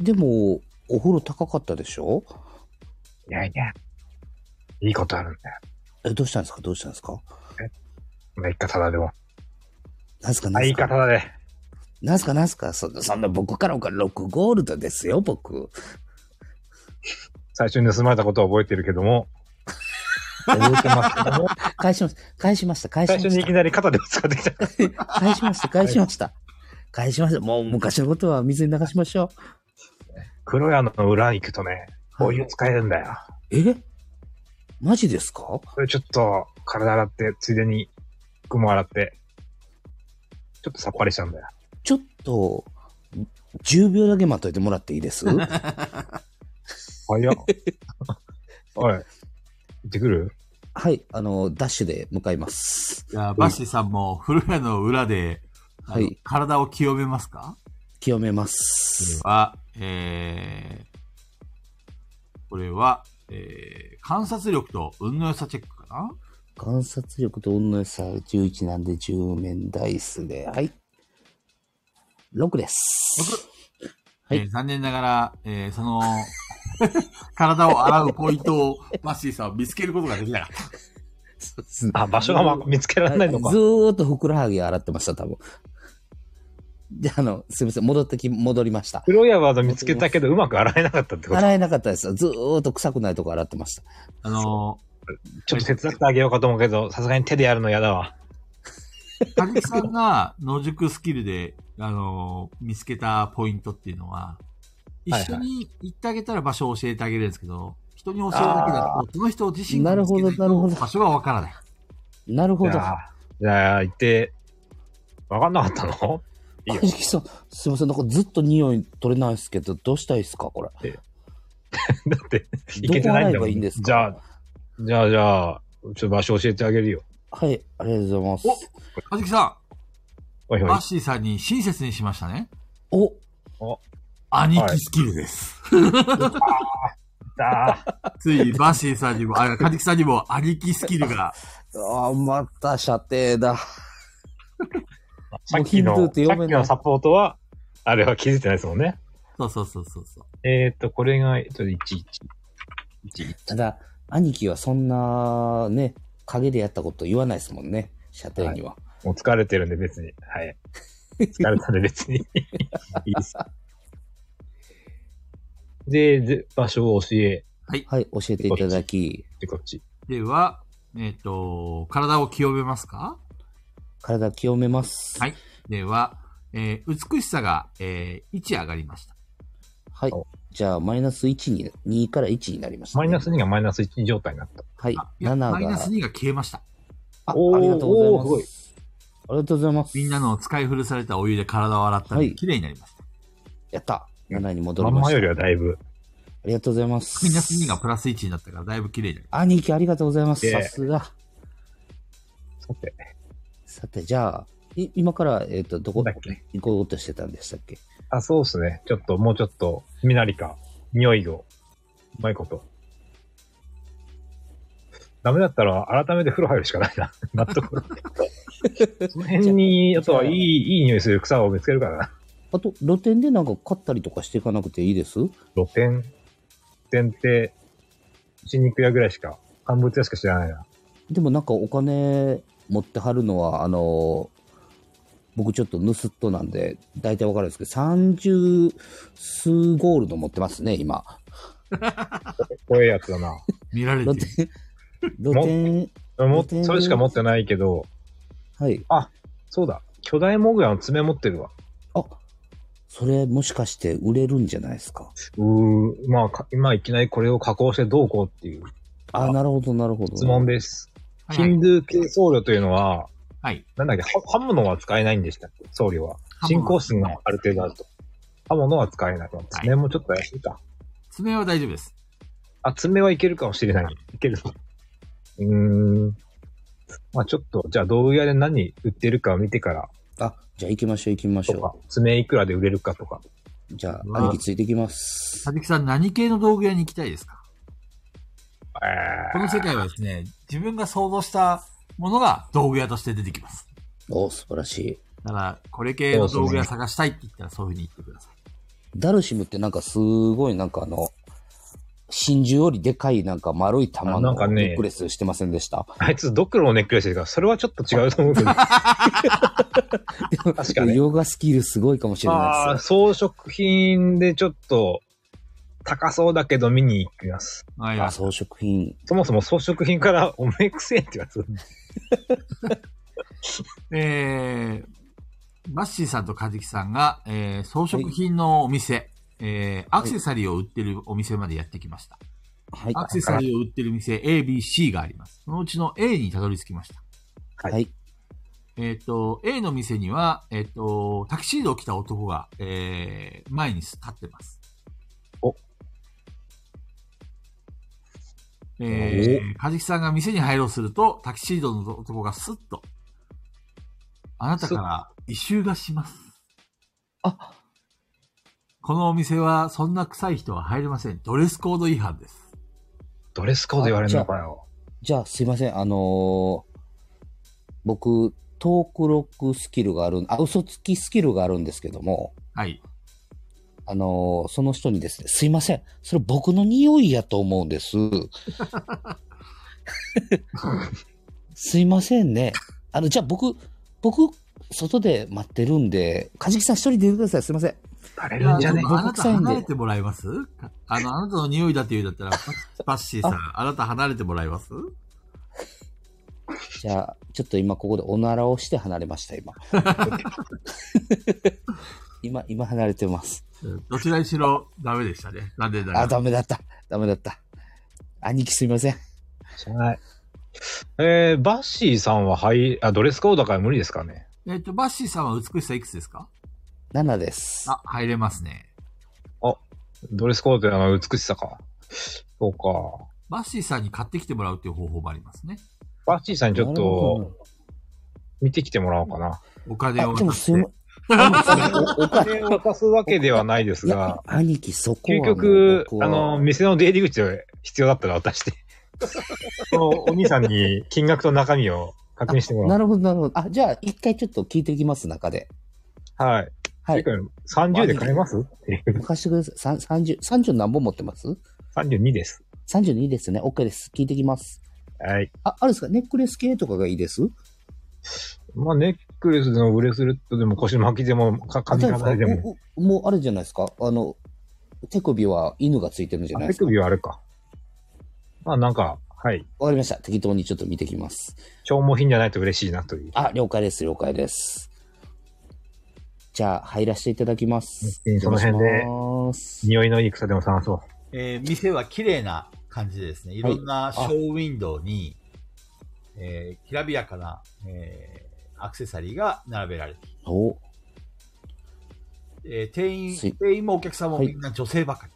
B: でも、お風呂高かったでしょ
C: いやいや。いいことあるんだよ。
B: え、どうしたんですかどうしたんですか
C: まあ、いっか、ただでも。
B: なんすかな
C: あ、
B: ん
C: い
B: す
C: いか、
B: か
C: ただで。
B: なんすかなんすかそんな、そんな僕からおから6ゴールドですよ、僕。
C: 最初に盗まれたことは覚えてるけども。覚えてますけども。
B: (laughs) 返します。返しました。返し
C: 最
B: ま
C: 初
B: し
C: にいき
B: た。
C: なり肩でぶつかってきた。
B: 返しました。返しました。返しました。もう昔のことは水に流しましょ
C: 黒屋の裏行くとね、
B: う。
C: お湯使えるんだよ。
B: えマジですか
C: それちょっと、体洗って、ついでに、服も洗って、ちょっとさっぱりしたんだよ。
B: ちょっと、10秒だけ待っといてもらっていいです
C: (laughs) あ、 (laughs) いや。おい、行ってくる
B: はい、あの、ダッシュで向かいます。
A: じゃあ、バッシーさんも古屋の裏で、あの
B: はい
A: 体を清めますか
B: 清めま
A: これ
B: す。
A: は、えー、これは、えー、観察力と運の良さチェックかな
B: 観察力と運の良さ11なんで10面ダイスで、はい。6です。はい
A: えー残念ながら、えー、その、 (laughs) 体を洗うポイントを、マッシーさんは見つけることができなかった。
B: そうですね
C: あ、場所がま見つけられないのか
B: ず。ーっとふくらはぎ洗ってました、多分。で、あの、すみません、戻ってき、戻りました。
C: 黒屋は見つけたけど、うまく洗えなかったってこと。
B: 洗えなかったです。ずーっと臭くないとこ洗ってました。
A: あの
C: ちょっと手伝ってあげようかと思うけど、さすがに手でやるの嫌だわ。
A: ー、かぎさんが野宿スキルで、あのー見つけたポイントっていうのは、一緒に行ってあげたら場所を教えてあげるんですけど、人に教えるだけだと、その人自身が見つけない
B: なるほどな
A: と
B: るほど
A: 場所がわからない。
B: なるほど
C: じ。ゃあ、じゃあ、行って、わかんなかったの
B: (laughs)
C: いいよ
B: 小木さん、すみません、なんかずっと匂い取れないですけど、どうしたいですか、これ。
C: だって、
B: ど
C: 行
B: こ
C: けてない
B: 洗
C: ん
B: え
C: だも
B: ば
C: ん。
B: いいんですか
C: じゃあ、じゃあ、じゃあ、ちょっと場所教えてあげるよ。
B: はい、ありがとうございます。
A: かじきさ
C: おい
A: ん、
C: おい
A: マッ。シーさんに親切にしましたね。
B: お
A: 兄貴スキルです。
C: だ
A: ついにバッシーさんにも、あ、カジキさんにも兄貴スキルが、
B: ああ、また射程だ。
C: さ
B: もう
C: っきの、さっ
B: ヒ
C: き
B: ンドゥーって読めない
C: のサポートは、あれは気づいてないですもんね。
A: (laughs) そうそうそうそうそう。
C: えーっと、これが、えっと、11。
B: ただ、兄貴はそんな、ね、陰でやったこと言わないですもんね、射程には。
C: もう疲れてるんで別に。はい。疲れたんで別に。いいです。で、で場所を教え
B: (laughs) はい、教えていただき、
C: て、こっち。
A: では、えっ、と、体を清めますか
B: 体清めます。
A: はいでは、えー美しさが、えー1上がりました。
B: はい。
C: お
B: じゃあ、マイナス1に、2から1になりました、
C: マイナス2がマイナス1状態になった。
B: はい。
A: あいや
B: 7が。
A: マイナス2が消えました。
B: あ、あ
C: おー
B: りがとうございます。
C: おー
B: ありがとうございます。
A: みんなの使い古されたお湯で体を洗ったので、
B: はい
A: 綺麗になりました。
B: やった。7に戻
C: ま
B: り
C: ん
B: まし
C: ま
B: た。
C: よりはだいぶ。
B: ありがとうございます。
A: マイナス2がプラス1になったから、だいぶ綺麗になりました。
B: 兄貴、ありがとうございます。
C: え
B: さ
C: え
B: すが。
C: さて、
B: さて、じゃあ、い今から、えっ、と、ど
C: な
B: こ
C: んだっけ。
B: 行こうとしてたんでしたっけ
C: あ、そうっすね。ちょっと、もうちょっと、みなりか、匂いを、うまいこと。ダメだったら、改めて風呂入るしかない
B: (laughs)
C: な。納得。その辺に、あとは、いい、いい匂いする草を見つけるからな。
B: あと、露店でなんか買ったりとかしていかなくていいです
C: 露店、露店って、新肉屋ぐらいしか、乾物屋しか知らないな。
B: でもなんかお金持ってはるのは、あの僕ちょっと盗っ人なんで、大体わかるんですけど、30数ゴールド持ってますね、今。
C: 怖いやつだな。
A: 見られ
B: 露
A: てる。
C: (laughs)
B: 店、露店、
C: も
B: 露店
C: それしか持ってないけど、
B: はい。
C: そうだ。巨大モグラの爪持ってるわ。
B: あ、それもしかして売れるんじゃないですか。
C: うー、まあか、今いきなりこれを加工してどうこうっていう
B: あ、なるほど、なるほど。
C: 質問です。
A: はい
C: ヒンドゥー系僧侶というのは、
A: はい。
C: なんだっけ、は刃物は使えないんでしたっけ僧侶は。
A: 刃物
C: 信仰心がある程度あると。刃物は使えない。爪もちょっと怪しいか。
A: 爪は大丈夫です。
C: あ、爪はいけるかもしれない。いけるぞ。うーん。まあちょっと、じゃあ道具屋で何売ってるかを見てから、
B: あ、じゃあ行きましょう、行きまし
C: とか
B: ょ、
C: 爪いくらで売れるかとか。
B: う。じゃ
A: う
B: あ、
A: わ
B: 兄貴ついてきます
A: さ。びきさん、何系の道具屋に行きたいですか
C: え
A: この世界はですね、自分が想像したものが道具屋として出てきます。
B: お、素晴らしい。
A: だから、これ系の道具屋探したいって言ったらそういうふうに言ってください。
B: ダルシムってなんかすごいなんかあの、真珠よりでかいなんか丸い玉
C: あな
B: の
C: んかね
B: ネックレスしてませんでした。
C: ー、あいつドクロのネックレスですから、それはちょっと違うと思うけど。確かに。
B: ヨガスキルすごいかもしれ
C: (laughs) あ
B: ない
C: あー、
B: です
C: 装飾品でちょっと、高そうだけど見に行きます。
A: わかり
B: よ。あ、
A: ました
B: 装飾品。
C: そもそも装飾品からおめえくせえって言われた。
A: えー、バッシーさんとカジキさんが、えー、装飾品のお店、えー、アクセサリーを売ってるお店までやってきました。
B: はい。
A: アクセサリーを売ってる店 A、B、C があります。そのうちの A にたどり着きました。
B: はい。
A: えっ、と、A の店には、えっ、と、タキシードを着た男が、えー、前に立ってます。
C: お
A: えー、カジキさんが店に入ろうすると、タキシードの男がスッと、あなたから異臭がします。
B: あ、
A: このお店はそんな臭い人は入れません。ドレスコード違反です。
C: ドレスコード言われるのかよ。
B: じゃあすいません。あのー僕、トークロックスキルがある、あ、嘘つきスキルがあるんですけども、
A: はい。
B: あのーその人にですね、すいません。それ僕の匂いやと思うん (laughs) です。すいませんね。あの、じゃあ僕、僕、外で待ってるんで、カジキさん一人でいてください。すいません。
C: バレ
A: いや
C: るん
A: ち
C: じ
A: ょ
C: ゃ
A: っ
C: ね
A: とあなた離れてもらえますあの、あなたの匂いだって言うんだったら、
B: (laughs)
A: パッシーさん、あなた離れてもらえます
B: じゃあ、ちょっと今ここでおならをして離れました、 (laughs) 今。今、今離れてます。
A: どちらにしろダメでしたね。なんでだ
B: あ、ダメだった。ダメだった。兄貴すいません。
C: え。知らない。えー、バッシーさんははい、あ、ドレスコードだから無理ですかね。
A: えっと、バッシーさんは美しさいくつですか
B: 7です。
A: あ、入れますね。
C: ドレスコードってあの美しさか。そうか。
A: バッシーさんに買ってきてもらうっていう方法もありますね。
C: バッシーさんにちょっ
B: なるほど
C: と見てきてもらおうかな。
A: お金を
B: あ、で
A: 渡
B: も
A: し
B: す
A: て
B: い。ま、あでもそれおお
C: お
B: 金
C: 金を貸すわけではないです
B: いや
C: が、、
B: 兄貴、そこは
C: 究
B: もう
C: 極、
B: 僕は
C: あの、店の出入り口で必要だったら渡して、そのお兄さんに金額と中身を確認してもら
B: な
C: う。
B: るほど、なるほど。あ、じゃあ、一回ちょっと聞いていきます、中で。
C: はい。
B: はい
C: て。か30で買えますっていう。
B: 貸してください。さん30、30何本持ってます
C: 32です。
B: ?32 ですね。OK です。聞いてきます。
C: はい。
B: あ、あるんですかネックレス系とかがいいです
C: まあ、ネックレスでもブレスレットでも腰巻きでも、か
B: あ
C: 髪
B: 大丈夫
C: 飾りで
B: です
C: も。
B: かううもうあれじゃないですかあの、手首は犬がついてるんじゃ
C: あ
B: ない
C: 手
B: ですか
C: 首はあれか。まあ、なんか、はい。
B: わかりました。適当にちょっと見てきます。
C: 消耗品じゃないと嬉しいなという。
B: あ、了解です、了解です。じゃあ、入らせていただきます。
C: うんその辺で
B: お邪魔します
C: 匂いのいい草でも探そう。
A: えー店は綺麗な感じでですね、いろんなショーウィンドウに、えーきらびやかな、えーアクセサリーが並べられている、
B: お、
A: えー店員
B: すい、
A: 店員もお客さんも
B: はい
A: みんな女性ばかり。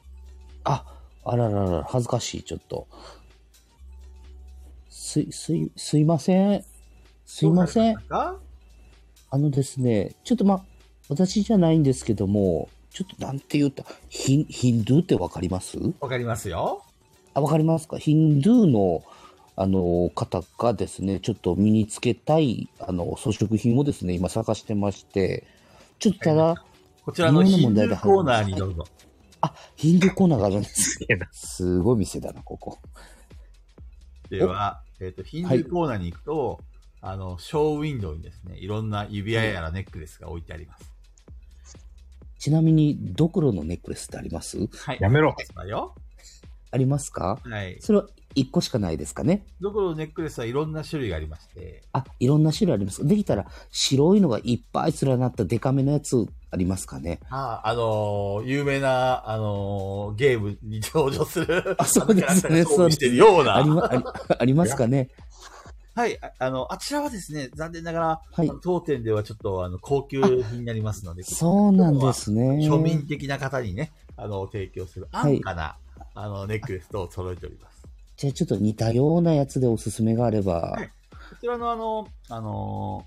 B: あ、あらららら、恥ずかしい、ちょっと。すい、すい、すいません。すいません
A: どう。なりまし
B: あのですね、ちょっとま、私じゃないんですけども、ちょっとなんて言った、ヒン、ヒンドゥーってわかります
A: たかわかりますよ。
B: あ、わかりますかヒンドゥーの、あの、方がですね、ちょっと身につけたい、あの、装飾品をですね、今探してまして、ちょっとただ、
A: こちらの
B: いろんな
A: ヒンド
B: 問題
A: ゥ
B: で
A: ーコーナーにどうぞ。
B: あ、ヒンドゥーコーナーがあるんです
C: (laughs) げえな。
B: すごい店だな、ここ。
A: では、えっ、と、ヒンドゥーコーナーに行くと、あの、ショーウィンドウにですね、いろんな指輪やらネックレスが置いてあります。
B: ちなみに、ドクロのネックレスってあります
A: はい。
C: やめろ
A: ネックレスだよ。
B: ありますか
A: はい。
B: それは1個しかないですかね
A: どこのネックレスはいろんな種類がありまして、
B: あ、いろんな種類あります。できたら、白いのがいっぱい連なったデカめのやつありますかね
A: ああ、あのー有名な、あのーゲームに登場する、
B: あそうですね
A: あのキャラクターが装備してるよう
B: あり,、
A: な。
B: ま、ありありますかね
A: はい、ああの、あちらはですね、残念ながら、
B: はい
A: あの。当店ではちょっと、あの、高級品になりますので、
B: そうなんですね。
A: 庶民的な方にね、あの、提供する
B: はい
A: 安価な、あの、ネックレスと揃えております。
B: じゃあちょっと似たようなやつでおすすめがあれば
A: は。いこちらのあの、あの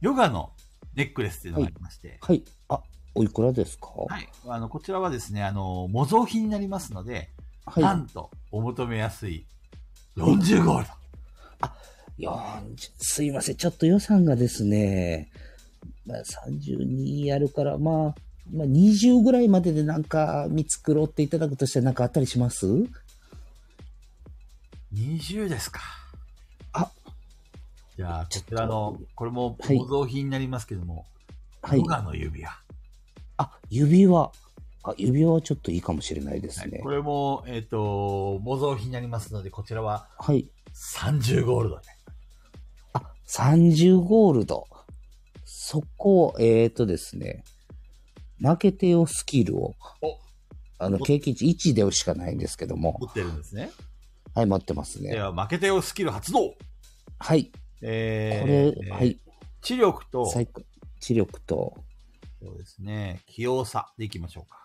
A: ーヨガのネックレスっていうのがありまして、
B: はい。あ、おいくらですかは
A: はい、あの、こちらはですね、あの模造品になりますので、
B: い。
A: なんと、お求めやすい40ゴールド。
B: 40すいません。ちょっと予算がですね、まあ、32あるから、まあ、まあ、20ぐらいまででなんか見繕っていただくとしてなんかあったりします
A: 20ですか。
B: あ
A: じゃあ、こ
B: ちょ
A: ち
B: っと
A: らの、これも
B: はい
A: 模造品になりますけども、
B: はい
A: ヨ。ガの指輪。
B: あ、指輪。あ、指輪はちょっといいかもしれないです
A: はい
B: ね
A: こ。れも、えっ、と、模造品になりますので、こちらは
B: はい。
A: 30ゴールドね。
B: あ、30ゴールド。そこ、えーとですね、負けてよスキルを
A: お、
B: あの、経験値1でしかないんですけども
A: 持、ってるんですね。
B: はい、待ってます
A: で
B: ね。
A: は、負けてよスキル発動
B: はい、
A: え
B: こ
A: ー
B: れ、はい、
A: 知力と、そ
B: 最高、知力と、
A: うですね、器用さでいきましょうか。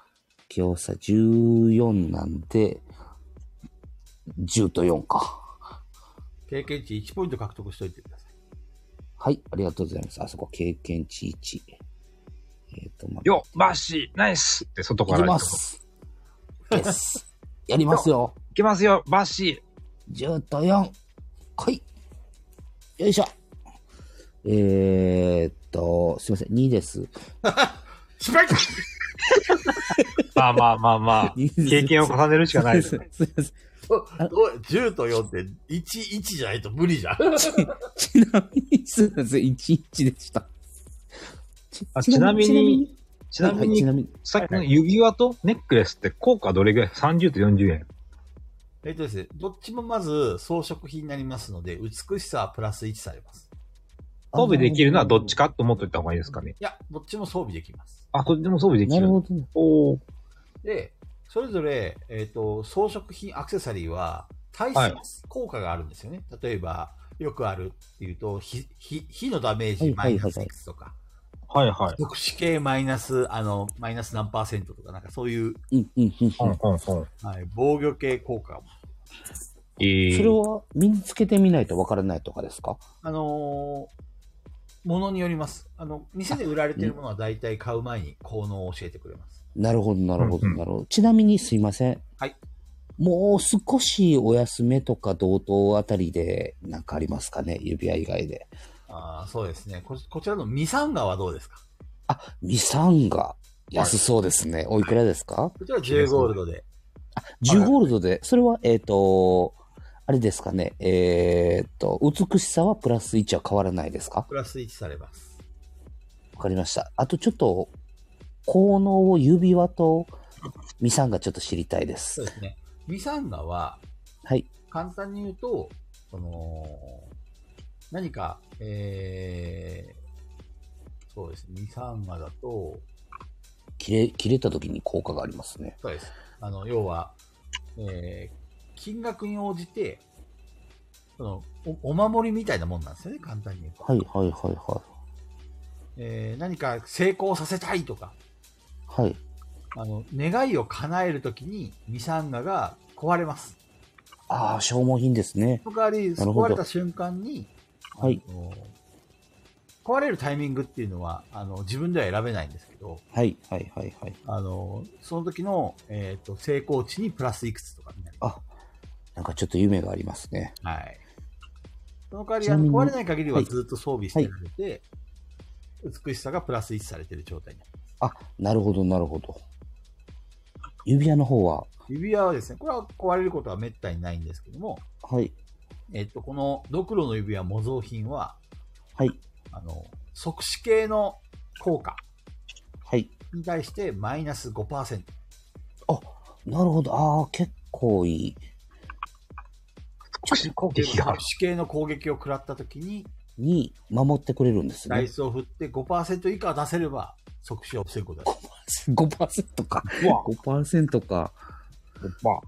B: 強さ14なんで、10と4か。
A: 経験値1ポイント獲得しておいてください。
B: はい、ありがとうございます。あそこ、経験値1。えーと、ま
C: よっ、バッシー、ナイスって外か
B: い
C: ら
B: きます。です。やりますよ。
C: いきますよ、バッシ
B: 10と4。来い。よいしょ。えー、っと、すいません。2です。。
A: 失敗
C: ー。まあまあまあまあ
B: (laughs) 経
C: 経験を重ねるしかないです
B: すい
C: ね。
B: ません。すいませんあ
A: 10と4って11じゃないと無理じゃん。 (laughs)
B: ちなみに、すいません。11でした。
C: あちなみに、ち
B: ちな
C: な
B: み
C: み
B: に、はいち
C: に、
B: なみに、
C: さっきの指輪とネックレスって効果どれぐらい ?30 と40円。
A: えっとですね、どっちもまず装飾品になりますので、美しさはプラス1されます。
B: あ
C: 装備できるのはどっちかと思っといた方がいいですかね。
A: いや、どっちも装備できます。
C: あ、こっちも装備でき
B: なる
C: る。
B: ほど。
C: おお。
A: で、それぞれ、えっ、と、装飾品、アクセサリーは、対
C: はい
A: 戦効果があるんですよね。例えば、よくあるっていうと、火、火火のダメージマイナスいくつとか、
C: はいはい。
A: 特殊系マイナス、あの、マイナス何パーセントとか、なんかそういう、
B: うん、うん、うん。
C: うん
B: そ
C: うんうん。
A: はい、防御系効果も。
C: えー、
B: れは身につけてみないとわからないとかですか
A: あのーものによります。あの、店で売られているものは大体買う前に効能を教えてくれます。
B: なるほど、なるほど、
C: うんうん
B: なるほど。ちなみにすいません。
A: はい。
B: もう少しお休めとか同等あたりで何かありますかね指輪以外で。
A: ああ、そうですね。ここちらのミサンガはどうですか
B: あ、ミサンガ。安そうですね。おいくらですか
A: こちらは10ゴールドで。
B: ?10 ゴールドで。それは、えっ、と、あれですかね。えっ、と、美しさはプラス1は変わらないですか
A: プラス1されます。
B: わかりました。あとちょっと、効能を指輪とミサンガちょっと知りたいで
A: そ
B: す
A: う。ですね。ミサンガは、
B: はい。
A: 簡単に言うと、その、何か、えー、そうですね、2、3話だと、
B: 切れ、切れた時に効果がありますね。
A: そうです。あの、要は、えー、金額に応じて、そのお、お守りみたいなもんなんですよね、簡単に言うと。
B: はいはいはいは
A: えー何か成功させたいとか、
B: い。はい。
A: あの、願いを叶えるときに、ミサンガが壊れます。
B: ああ、消耗品ですね。
A: その代わり、
B: なるほど
A: 壊れた瞬間に、
B: はい。
A: あの壊れるタイミングっていうのは、あの、自分では選べないんですけど、
B: はいはいはいはい。
A: あの、その時の、えっ、と、成功値にプラスいくつとかになる。
B: あ、なんかちょっと夢がありますね。
A: はい。その代わり、
B: ち
A: あ
B: なみ
A: の壊
B: に
A: れない限り
B: は
A: はいずっと装備してられて、美しさがプラス1されてる状態になる。
B: あ、なるほどなるほど。指輪の方は、
A: 指輪はですね、これは壊れることは滅多にないんですけども、
B: はい。
A: えっと、このドクロの指輪模造品は、
B: はい。
A: あの、即死系の効果
B: はい。
A: に対してマイナス5%。
B: なるほど。ああ、結構いい。
C: し攻撃が
A: 即。死系の攻撃を食らった時に、
B: に守ってくれるんです
A: ダイ
B: (laughs) ね。
A: スを振って5%以下出せれば、即死を防ぐことがで
B: 5%か。
C: うわ、
B: 5%か。
C: まあ、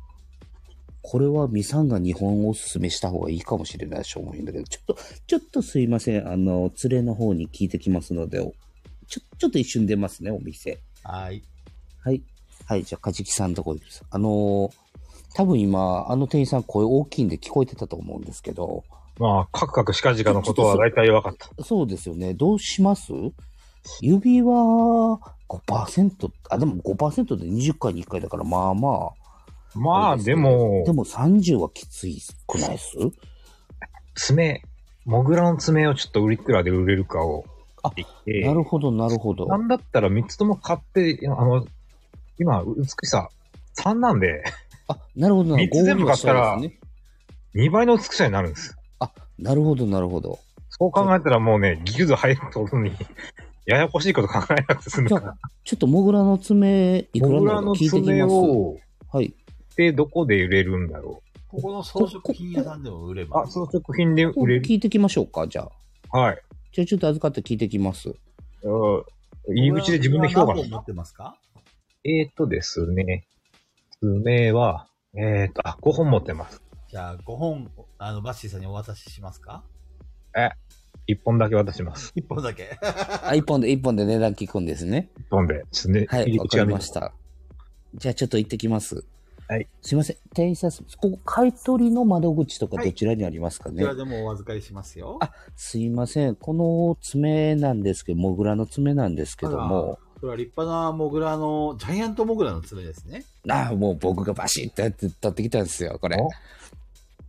B: これはミサンが日本をおすすめした方がいいかもしれない消耗品だけど、ちょっと、ちょっとすいません。あの、連れの方に聞いてきますので、おちょ、ちょっと一瞬出ますね、お店。
A: す。はい。
B: はい。はい、じゃあ、カジキさんのとこ行きます。あのー多分今、あの店員さん声大きいんで聞こえてたと思うんですけど、
C: まあ、カクカクしかじかのことは大体分かった。
B: そうですよね。どうします指は5%、あ、でも5%で20回に1回だから、まあまあ。
C: まあ、で
B: で
C: も、
B: も30はきついくないっす
C: 爪、モグラの爪をちょっと売りいくらで売れるかを
B: あ
C: 言って、
B: なるほど、なるほど。
C: なんだったら3つとも買って、あの、今、美しさ3なんで、
B: あ、なるほどな。
C: 三つ全部買ったら
B: ゴールドの下ですね
C: 2倍の美しさになるんです。
B: なるほど、なるほど。
C: そう考えたらもうね、ギルド入るととに、 (laughs) ややこしいこと考えなくて済む
B: じゃ
C: から
B: あ。、ちょっとモグラの爪、いくら
C: モグ
B: な
C: ラ
B: の
C: の
B: か聞いてき
C: 爪
B: ます。
C: を、
B: はい。
C: で、どこで売れるんだろ
A: ここの装飾品屋さんでも売れ
C: う。
A: ば
C: あ、、その食品で売れる。
B: 聞いてきましょうか、じゃあ。
C: はい。
B: じゃあちょっと預かって聞いてきます。
C: うん入り口で自分で評価
A: 何本持ってますか
C: えー、とですね、爪は、えー、と、あ、5本持ってます。
A: じゃあ、5本、あの、バッシーさんにお渡ししますか
C: 1本だけ渡します。
A: ?1 本だけ。
B: あ、1本で、1本で値段聞くんですね。
C: 1本で。ちょっとね
B: は
C: 入
B: い、
C: り
B: わ
C: 口
B: か
C: が
B: り
C: ね
B: ました。じゃあちょっと行ってきます。
C: はい。
B: すいません。店員さん、ここ買い取りの窓口とか
A: はい
B: どちらにありますか
A: こ
B: ね、
A: ちらでもお預かりしますよ。
B: あすいません。この爪なんですけど、モグラの爪なんですけども、
A: これは立派なモグラの、ジャイアントモグラの爪ですね。
B: ああ、もう僕がバシッとやって取ってきたんですよ、これ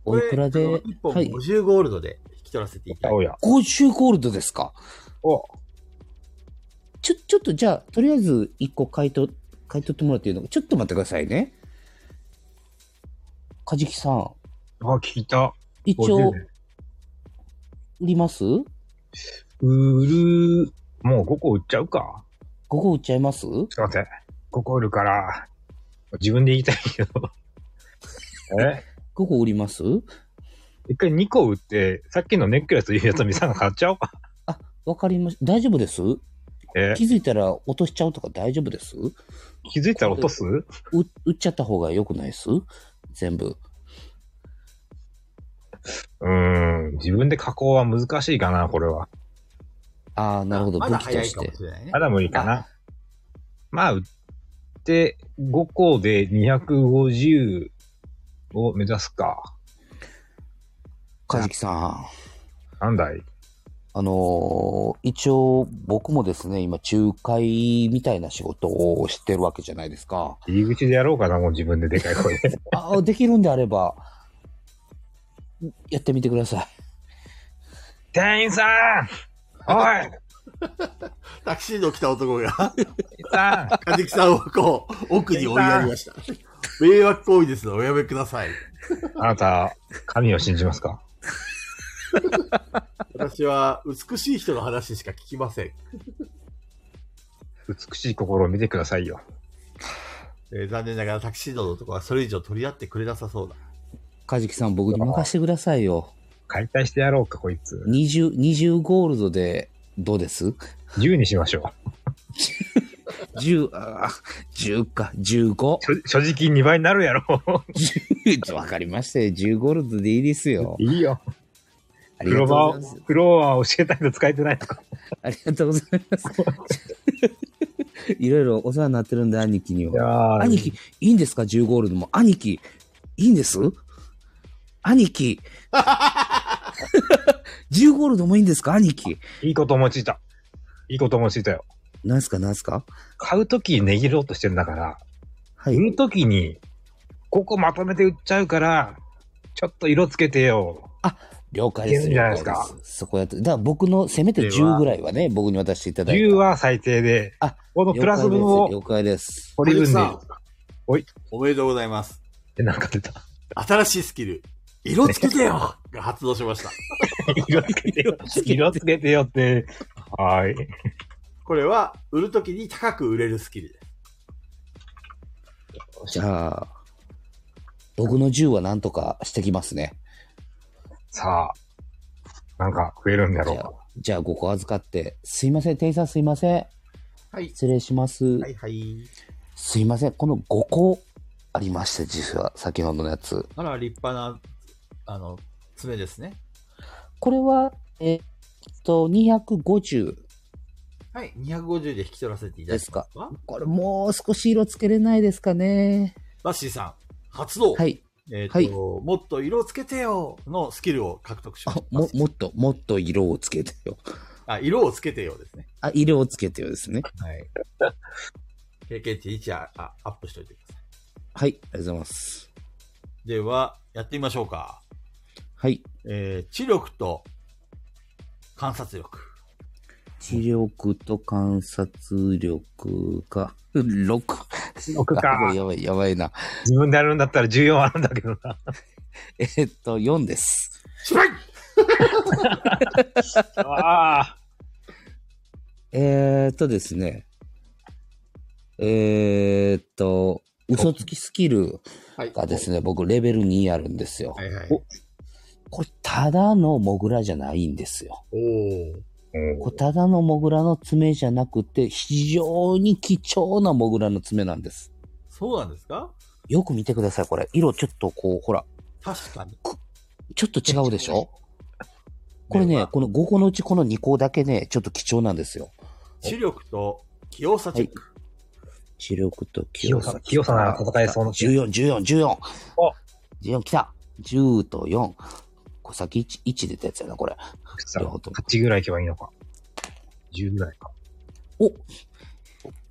C: お。
B: おいくらで、
A: これあの一本
B: はい
A: 50ゴールドで引き取らせていただい
C: お
A: て。
C: や。
B: 50ゴールドですか
C: お、
B: ちょ、ちょっとじゃあ、とりあえず1個買い取、買い取ってもらっていいのか、ちょっと待ってくださいね。カジキさん、
C: あ、聞いた。
B: 一
C: 50
B: 応
C: ね
B: 売ります ?5
C: 売る、もう5個売っちゃうか。
B: 個売っちゃいます
C: すいません。5個売るから、自分で言いたいけど。え
B: ?5 個売ります
C: 一回2個売って、さっきのネックレスというやつをみさんが買っちゃおうか。
B: わかりました。大丈夫です
C: え
B: 気づいたら落としちゃうとか大丈夫です
C: 気づいたら落とす
B: う売っちゃった方が良くないです全部。
C: うーん、自分で加工は難しいかな、これは。
B: ああ、なるほど。
A: ま
B: 武
A: だ
B: 器と
A: 早い
B: し
A: かも
B: て。
A: しれないね
C: ま。だ無理かな。まあ、売って、5個で250を目指すか。
B: カジキさん。
C: なんだい
B: あのー一応僕もですね、今仲介みたいな仕事をしてるわけじゃないですか。
C: 入り口でやろうかな、もう自分ででかい声 (laughs) で。
B: (laughs) あーできるんであれば、やってみてください。
C: 店員さんおい
A: タキシードを着た男が、
B: (laughs)
C: 店員さん
A: カジキさんをこう、奥に追いやりました。迷惑行為ですのでおやめください。
C: あなた、神を信じますか
A: 私は美しい人の話しか聞きません。
C: 美しい心を見てくださいよ。
A: えー残念ながらタキシードの男はそれ以上取り合ってくれなさそうだ。
B: カジキさん、僕に任せてくださいよ。
C: 解体してやろうか、こいつ。
B: 20、20ゴールドで、どうです
C: 10にしましょ
B: ?10、あ10か、15
C: う。。所所持金2倍になるやろ。
B: (laughs) わかりましたよ。10ゴールドでいいですよ。
C: いいよ。
B: あり
C: ク
B: が
C: ロ
B: とうござ
C: ーバ
B: います
C: ー、。クローバー教えたけど使えてないとか。
B: ありがとうございます。 (laughs) いろいろお世話になってるんで、兄貴に
C: いや
B: は。
C: ー
B: 兄貴、いいんですか ?10 ゴールドも。兄貴、いいんです兄 (laughs) 貴。10ゴールドもいいんですか兄貴。
C: いいこと思いついた。いいこと思いついたよ。
B: なんすかなんすか
C: 買うとき値切ろうとしてるんだから、
B: はい
C: 売。るときに、ここまとめて売っちゃうから、ちょっと色つけてよ。
B: 了解です。
C: いいんじゃないですか
B: 了解ですそこやって。だから僕の、せめて10ぐらいはね、僕に渡していただいて。
C: 10は最低で、
B: あ
C: このプラス分を
B: 了解です。
C: 取り分で
A: 小、雪さおめでとうございます。
C: えなんか出た。
A: 新しいスキル、色つけてよが発動しました。
C: 色つけてよ。色つけて
B: (laughs)
C: よって。はーい。
A: これは、売るときに高く売れるスキルです。
B: じゃあ、僕の10はなんとかしてきますね。
C: さあ、なんか増えるんだろ
B: じ
C: う
B: ゃあ。、じゃあ5個預かって、すいません、店員さんすいません。
A: はい。
B: 失礼します。
A: はいはい。
B: すいません、この5個ありまして、実は、先ほどのやつ。
A: あら、立派な、あの、爪ですね。
B: これは、えっと、250。
A: はい。250で引き取らせていただきますか。
B: これもう少し色つけれないですかね。
A: バッシーさん、発動。
B: はい。
A: えっ、と、
B: はい
A: もっと色をつけてよのスキルを獲得しま
B: あ
A: す。
B: も、もっと、もっと色をつけてよ。
A: あ、色をつけてよですね。
B: あ、色をつけてよですね。
A: はい。経験値1ああアップしておいてくださ
B: はい、ありがとうございます。
A: い。では、やってみましょうか。
B: はい。
A: えー、知力と観察力。
B: 知力と観察力が6。
C: 六
B: あこ
C: か
B: れ。やばい、やばいな。
C: 自分でやるんだったら14あるんだけど
B: (laughs)
C: な。
B: えっと、4です。
A: しまい
C: ああ。
B: えー、っとですね。えー、っと、嘘つきスキル
A: はい。
B: がですね、僕レベル2あるんですよ。
A: はいはい。
B: おこれ、ただのモグラじゃないんですよ。
A: おー
B: これ、ただのモグラの爪じゃなくて、非常に貴重なモグラの爪なんです。
A: そうなんですか
B: よく見てください、これ。色ちょっとこう、ほら、
A: 確かに。
B: ちょっと違うでし
C: (laughs)
B: ょこれね、この5個のうちこの2個だけね、ちょっと貴重なんですよ。
A: 知力と器用さチェック。
B: 知力と
C: 清さ、清さなら戦えそうな。
B: 14、14、14。
C: お
B: 14来た。10と4。これさっき 1, 1出たやつやな、これ。
C: さ8ぐらいいけばいいのか。10ぐらいか。
B: お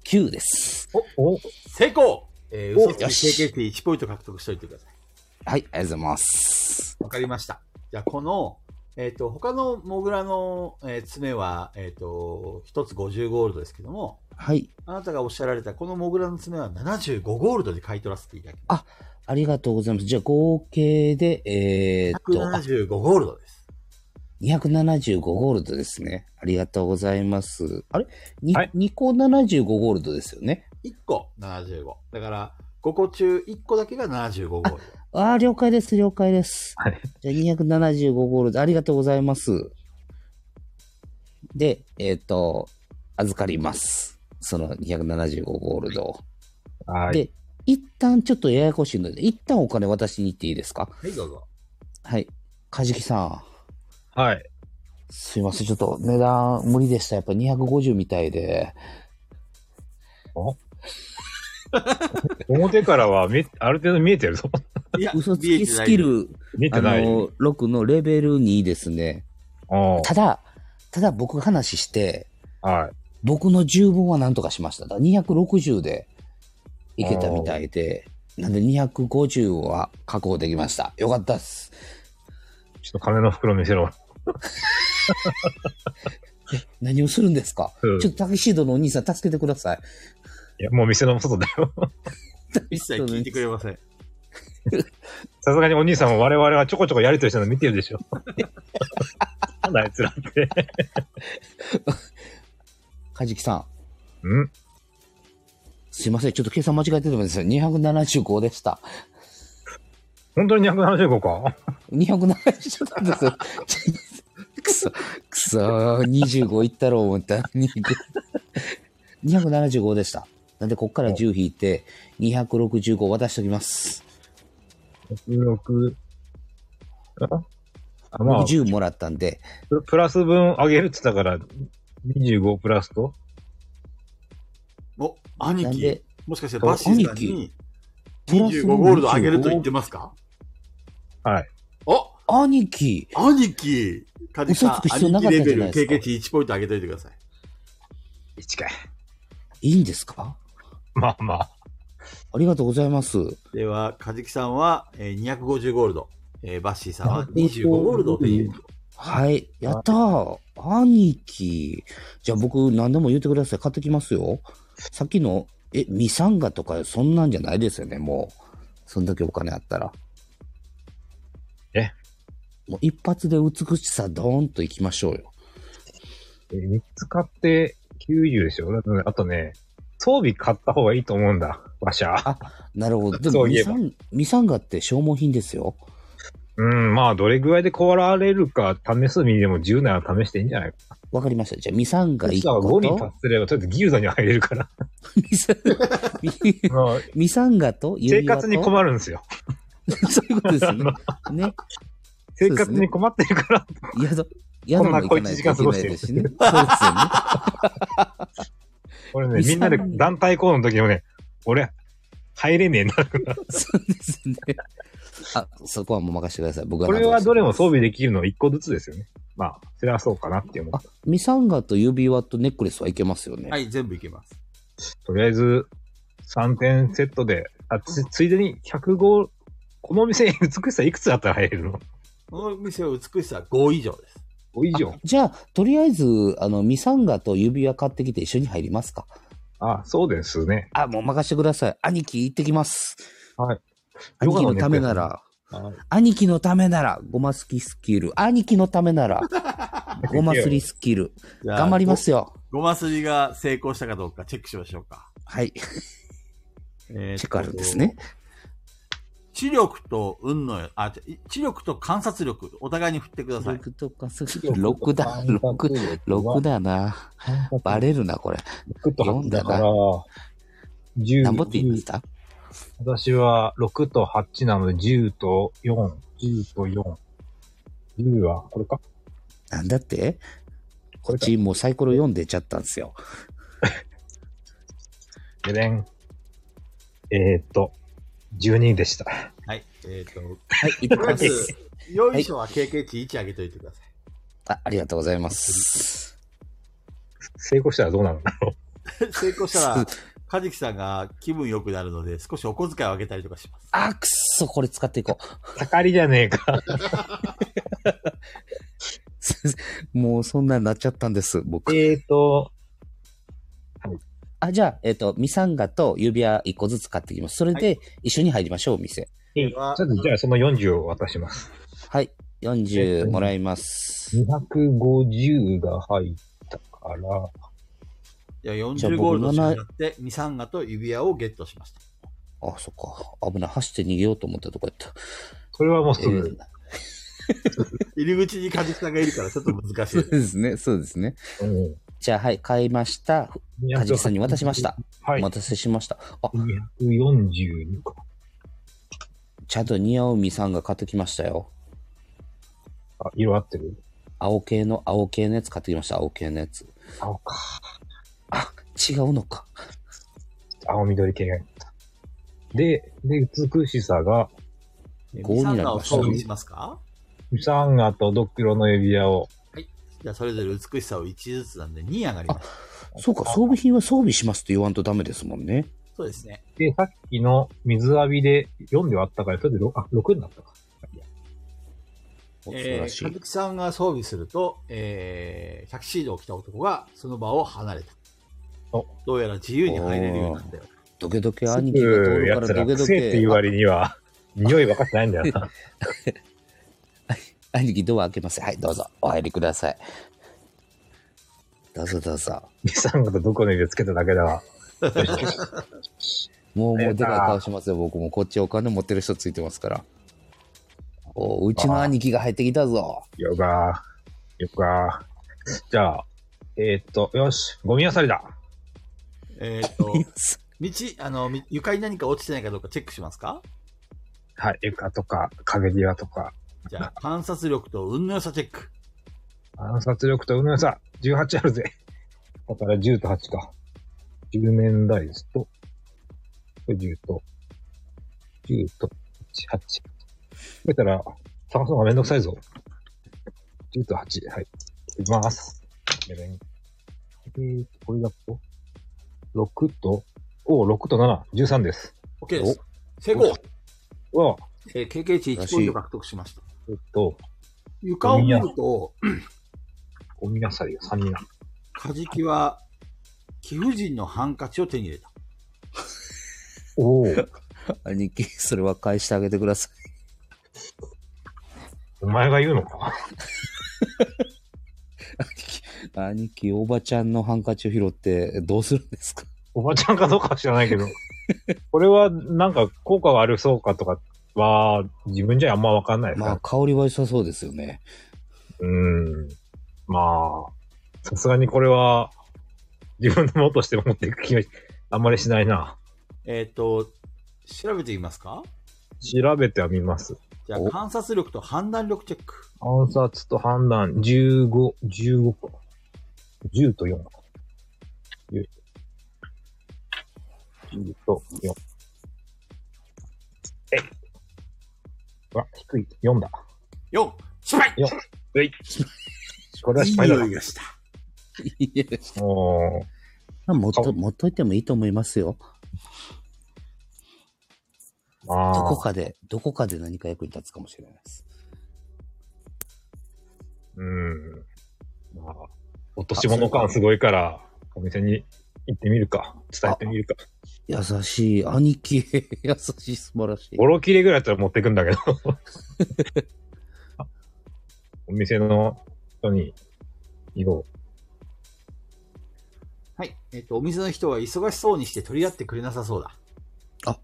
B: !9 です。
C: お、お、
A: 成功えー、
B: お
A: 嘘つ
B: よ
A: き
B: し
A: 経験値1ポイント獲得しておいてください。
B: はい、ありがとうございます。
A: わかりました。じゃあ、この、えっ、と、他のモグラの、えー爪は、えっ、と、1つ50ゴールドですけども、
B: はい、
A: あなたがおっしゃられたこのモグラの爪は75ゴールドで買い取らせていただきま
B: ありがとうございます。じゃあ合計で、えー、っと、あ
A: す。175ゴールドです。
B: 275ゴールドですね。ありがとうございます。あれに
C: はい
B: ?2 個75ゴールドですよね。
A: 1個75。だから、5個中1個だけが75ゴールド。
B: ああ、了解です、了解です。
C: はい
B: じゃあ275ゴールド、ありがとうございます。で、えっ、と、預かります。その275ゴールドを。
C: はい。
B: で、一旦ちょっとややこしいので、一旦お金渡しに行っていいですか
A: はい、どうぞ。
B: はい。カジキさん、
C: はい。
B: すいません、ちょっと値段無理でした。やっぱ250みたいで。
C: 表からはめ、ある程度見えて
B: (laughs)
C: るぞ。
A: いや
B: 嘘つきスキ。ル、
C: 見え
B: あ
C: てない。
B: の、6のレベル2ですね。
C: うん
B: ただ、ただ僕が話して、
C: はい。
B: 僕の10分は何とかしました。だから260でいけたみたいで、なんで250は確保できました。よかったっす。
C: ちょっと金の袋見せろ。
B: 何をするんですか、
C: うん
B: ちょっとタキシードのお兄さん助けてください。
C: いや、もう店の外だよ。 (laughs)
A: 一切聞いてくれません。
C: さすがにお兄さんも我々はちょこちょこやりとりしてるの見てるでしょ。 (laughs) なんだあいつらって。
B: カジキさん、
C: うん
B: すいません。ちょっと計算間違えてたんですよ。275でした。
C: 本当に275か。
B: 270なん (laughs) ですよ。くそ、くそ、25いったろう思ったのに。275でした。なんで、こっから10引いて、265渡しときます。
C: 16、ああまあ、
B: 10もらったんで、
C: ププラス分上げるって言ったから、25プラスと
A: お、
B: な
A: 兄
B: ん
A: 貴
B: で、、
A: もしかして
B: あ
A: バッシーさん
B: 兄
A: に
B: プラス
A: 25ゴールドあげると言ってますか
C: はい。
A: お、
B: 兄貴、
A: 兄貴、カジキさん
B: 嘘つく、必要な
A: 兄
B: か
A: 貴
B: ったん
A: レ
B: じ
A: ベル
B: ゃないですか
A: 経験値1ポイント上げといてください。
C: 1か。
B: いいんですか
C: まあまあ。
B: ありがとうございます。
A: では、カジキさんは、えー250ゴールド、えーバッシーさんは25ゴールドという。
B: はい。やったー。兄貴。じゃあ僕何でも言ってください。買ってきますよ。さっきの、え、ミサンガとかそんなんじゃないですよね、もう。そんだけお金あったら。
C: え
B: もう一発で美しさドーンといきましょうよ。
C: え3つ買って90でしょだってねあとね、装備買った方がいいと思うんだ。馬車。
B: なるほど。で
C: そ
B: も
C: うい
B: ミ
C: え
B: サ
C: ば
B: ン、ミサンガって消耗品ですよ。
C: うん、まあ、どれぐらいで壊られるか試す身でも10なら試していいんじゃないか。
B: わかりました。じゃあミサンガ
C: そし
B: 1
C: たら
B: 個
C: 5に
B: と
C: 達、すれば、とりあえずギルドに入れるから。
B: ミサンガ
C: ま (laughs) あ
B: ミサンガと
C: 生
B: 指輪と
C: 活に困るんですよ。
B: (laughs) そういうことです
C: (laughs)
B: ね。ね。
C: 生活に困ってるから。
B: 宿、宿も行かないといけないですしね。そうですよね。
C: これね、みんなで団体行動の時もね、俺、入れねえな。
B: そうですね。あ、そこはもう任せてください。僕は。
C: これはどれも装。備できるの1個ずつですよね。まあ、それはそうかなって思
B: あ
C: う。、
B: ミサンガと指輪とネックレスはいけますよね。
A: はい、全部いけます。
C: とりあえず、3点セットで、あ、つついでに105、このお店、 (laughs) 美しさいくつあったら入れるの
A: この店は美しさ5以上です。
C: ?5 以上。
B: じゃあ、とりあえず、あの、ミサンガと指輪買ってきて一緒に入りますか。
C: あ、そうですね。
B: あ、もう任せてください。兄貴行ってきます。
C: はい。
B: 兄貴のためなら、兄貴のためなら、ゴマすきスキル。兄貴のためなら、ゴマすりスキル。
A: じゃあ
B: 頑張りますよ。
A: ごますりが成功したかどうかチェックしましょうか。
B: はい。チ
A: えー
B: ェックあるんですね。。
A: 知力と運の、あ、じゃい知力と観察力、お互いに振ってください。
B: 6とか、6だ、6、6だな。バレるな、これ。
C: 6と8だから、10
B: なんぼって言いました
C: 私は6と8なので、10と4、10と4。10は、これか
B: なんだって
C: こ
B: こ
C: れ
B: っ
C: か
B: ちもうサイコロ読んでちゃったんですよ。
C: ででん。えー、っと、12でした。
A: はい。えっ、と、
B: はい、いってきま
A: ますず。、よいしょは経験値1上げといてください。
B: あありがとうございます。
C: 成功したらどう (laughs) なるんだろ
A: 成功した
B: (laughs)
A: ら、カジキさんが気分良くなるので、少しお小遣いをあげたりとかします。
B: あ、くっそ、これ使っていこう。
C: う。たかりじゃねえか。
B: もう (laughs) そんなになっちゃったんです、僕。
C: えーっと、
B: あ、じゃあ、えっ、と、ミサンガと指輪1個ずつ買ってきます。それで一緒に入りましょう、お店。
C: えちょっとじゃあその40を渡します。
B: はい、
C: えっ
B: 40
C: と
B: もらいます。
C: 250が入ったから、
A: じゃあ
B: じゃあ
A: 40
B: 僕
A: ゴールドに
B: の
A: な
B: な
A: って、ミサンガと指輪をゲットしました。
B: あ、そっか。危ない。走って逃げようと思ったとこやった。
C: それはもうす
B: え
C: ぐ
B: ー、
A: 入り口にカジキさんがいるから、ちょっと難しいで
B: そう
A: す。
B: (laughs) ですね、そうですね。
C: うん。
B: じゃあ、はい、買いました。カジキさんに渡しました。
C: はい
B: お。待たせしました。あ、
C: 242か。
B: ちゃんと似合うみさんが買ってきましたよ。
C: あ、色合ってる
B: 青系の、青系のやつ買ってきました。青系のやつ。
C: 青か。
B: あ、違うのか。
C: 青緑系が。で、で、美しさが、
A: (laughs)
B: 5
A: ミサ
B: にな
A: ン
B: り
A: ガを
B: ました
A: 装備しますか
C: サンガとドクロの指輪を。
A: じゃあ、それぞれ美しさを1ずつなんで2上がります。
B: そうか、装備品は装備しますって言わんとダメですもんね。
A: そうですね。
C: で、さっきの水浴びで4で割ったから、それで 6, あ6になったか。
B: お素晴
A: え
B: ら
A: ー、
B: し
A: か
B: い
A: ず。きさんが装備すると、えー、100シードを着た男がその場を離れた
C: お。
A: どうやら自由に入れるようになったよ。
B: ドケドケ
C: す
B: 兄貴が道
C: ぐ
B: 路
C: や
B: から
C: つら
B: ドケ
C: く
B: ド
C: せえって言う
B: ケ。
C: 割には、匂い分かってないんだよな。 (laughs)
B: あ兄貴ドア開けます。はい、どうぞ。お入りください。どうぞどうぞ。
C: ミサンガとドクロの指輪つけただけだ (laughs) わ。
B: もう、もう
C: やっ
B: で
C: た
B: かい顔しますよ、僕も。こっちお金持ってる人ついてますから。おううちの兄貴が入ってきたぞ。
C: よか。よか。じゃあ、えーっと、よし、ゴミ漁りだ。
A: えーっと、 (laughs) 道、あの、み床に何か落ちてないかどうかチェックしますか
C: はい、床とか、影際とか、
A: じゃあ、観察力と運の良さチェック。
C: 暗殺力と運の良さ、18あるぜ。だから10と8か。10面ダイスと、10と、10と8、8。だから、探すのがめんどくさいぞ。10と8、はい。いきます。レベルえーと、これだと、6と、おう、6と7、13です。
A: OK です。成功、
C: うわ、
A: えー経験値1ポイント獲得しました。
C: えっと、
A: 床を見ると、
C: ゴミ漁りが3人な。
A: カジキは、貴婦人のハンカチを手に入れた。
C: おお、
B: (laughs) 兄貴、それは返してあげてください。
C: お前が言うのか。
B: (laughs) 兄貴、おばちゃんのハンカチを拾ってどうするんですか
C: おばちゃんかどうかは知らないけど、 (laughs) これはなんか効果があるそうかとかは、自分じゃあんまわかんないで
B: (laughs)
C: す
B: まあ、
C: か
B: 香りは良さそうですよね。
C: ら。うん。まあ、さすがにこれは、自分のものとして持っていく気があんまりしないな。
A: えーっと、調べてみますか
C: 調べてはみます。
A: じゃあ、
B: お
A: 観察力と判断力チェック。
C: 暗殺と判断、15、15か。10と4か。10と4。えい。うわ、低い。4だ。
A: 4、失敗
C: これは失敗だ
A: いい
C: な。
A: 匂いがした。
B: いえ
C: おー
B: 持っと、持っといてもいいと思いますよ。
C: あ
B: どこ
C: あ。
B: かで、どこかで何か役に立つかもしれないです。
C: うん。まあ、落とし物感すごいから、お店に行ってみるか。伝えてみるか。
B: 優しい、兄貴、 (laughs) 優しい、素晴らしい
C: ボ。ロ切れぐらいだったら持ってくんだ
A: (laughs)
C: けど。お店の人に、よ
A: はい。えーっと、お店の人は忙しそうにして取り合ってくれなさそうだ。
C: う。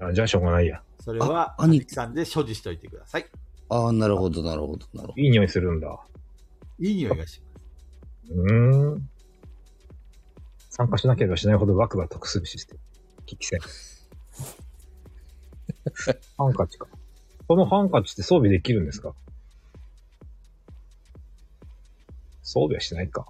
C: あじゃあしょうがないや。
A: それは、
B: あ
A: カ
B: 兄
A: ジ
B: 貴
A: キさんで所持しておいてください。
B: ああ、なるほど、なるほど、なるほど。
C: いい匂いするんだ。
A: いい匂いがします。
C: うーん。参加しなければしないほどワクワクするシステム。危機戦。 (laughs) ハンカチか。このハンカチって装備できるんですか装備はしてないか。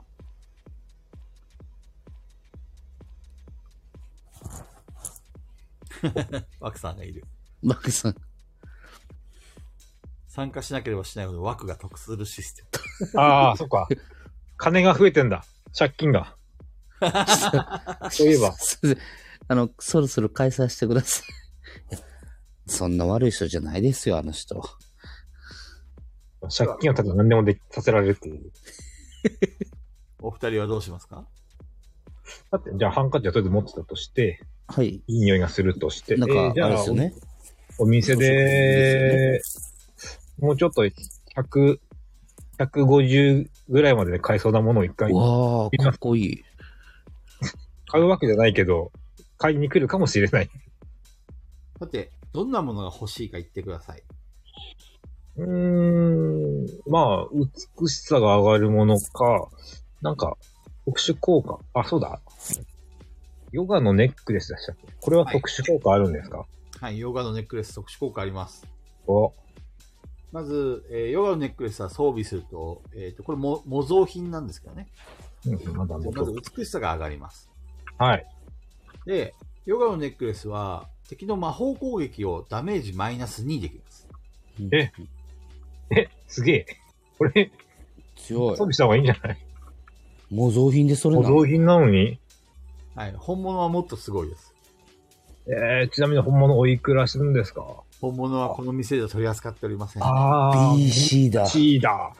A: 枠さんがいる。
B: マックさん、
A: 参加しなければしないほど枠が得するシステム。
C: ああ、そっか。金が増えてんだ。借金が。 (laughs) そういえ
B: (laughs)
C: ば。
B: すいませんあの、そろそろ解散してください。 (laughs) いやそんな悪い人じゃないですよ、あの人。
C: 借金を立てば何でもできさせられるっていう。
A: お二人はどうしますか
C: だって、じゃあハンカチはとりあえず持ってたとして、
B: はい。
C: いい匂いがするとして。
B: なん
C: え
B: か、あ
C: ー
B: れですよね。
C: お店で、もうちょっと100、150ぐらいまでで買えそうなものを一回
B: うわあ、かっこいい。
C: 買うわけじゃないけど、買いに来るかもしれない。
A: さて、どんなものが欲しいか言ってください。
C: うーん、まあ、美しさが上がるものか、なんか、特殊効果。あ、そうだ。ヨガのネックレスでしたっけこれは特殊効果あるんですか、
A: はい、ヨガのネックレス特殊効果あります。
C: お、
A: まず、えーヨガのネックレスは装備すると、えっ、と、これも模造品なんですけどね。
C: うん、まだ
A: で
C: もっ
A: まず
C: と。
A: 美しさが上がります。
C: はい。
A: で、ヨガのネックレスは敵の魔法攻撃をダメージマイナス2できます。
C: ええ、すげえ。これ、
B: 強
C: 装
B: い。
C: 備した方がいいんじゃない
B: 模造品でそれ
C: お
B: なの
C: 造品なのに
A: はい、本物はもっとすごいです。
C: えー、ちなみに本物おいくらするんですか
A: 本物はこの店では取り扱っておりません。こ
C: あ
B: BC だ。
C: 1位だ。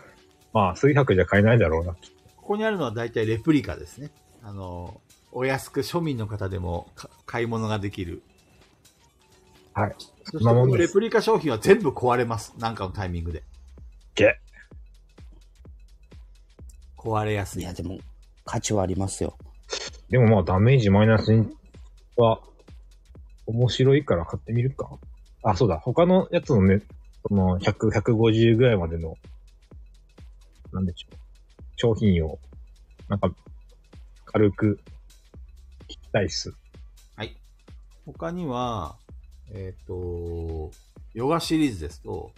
C: まあ、数百じゃ買えないだろうな。
A: こにあるのは大体レプリカですね。あの、お安く庶民の方でもか買い物ができる。
C: はい。
A: そして
C: んなも
A: こ
C: ん
A: の
C: で
A: レ
C: す
A: プリカ商品は全部壊れます。なんかのタイミングで。
C: げ。
A: 壊れやす
B: い
A: い
B: や、。でも、価値はありますよ。
C: でもまあ、ダメージマイナスには、面白いから買ってみるか。あ、そうだ。他のやつのね、その、100、150ぐらいまでの、なんでしょう。商品を、なんか、軽く、聞きたいっす。
A: はい。他には、えっ、と、ヨガシリーズですと、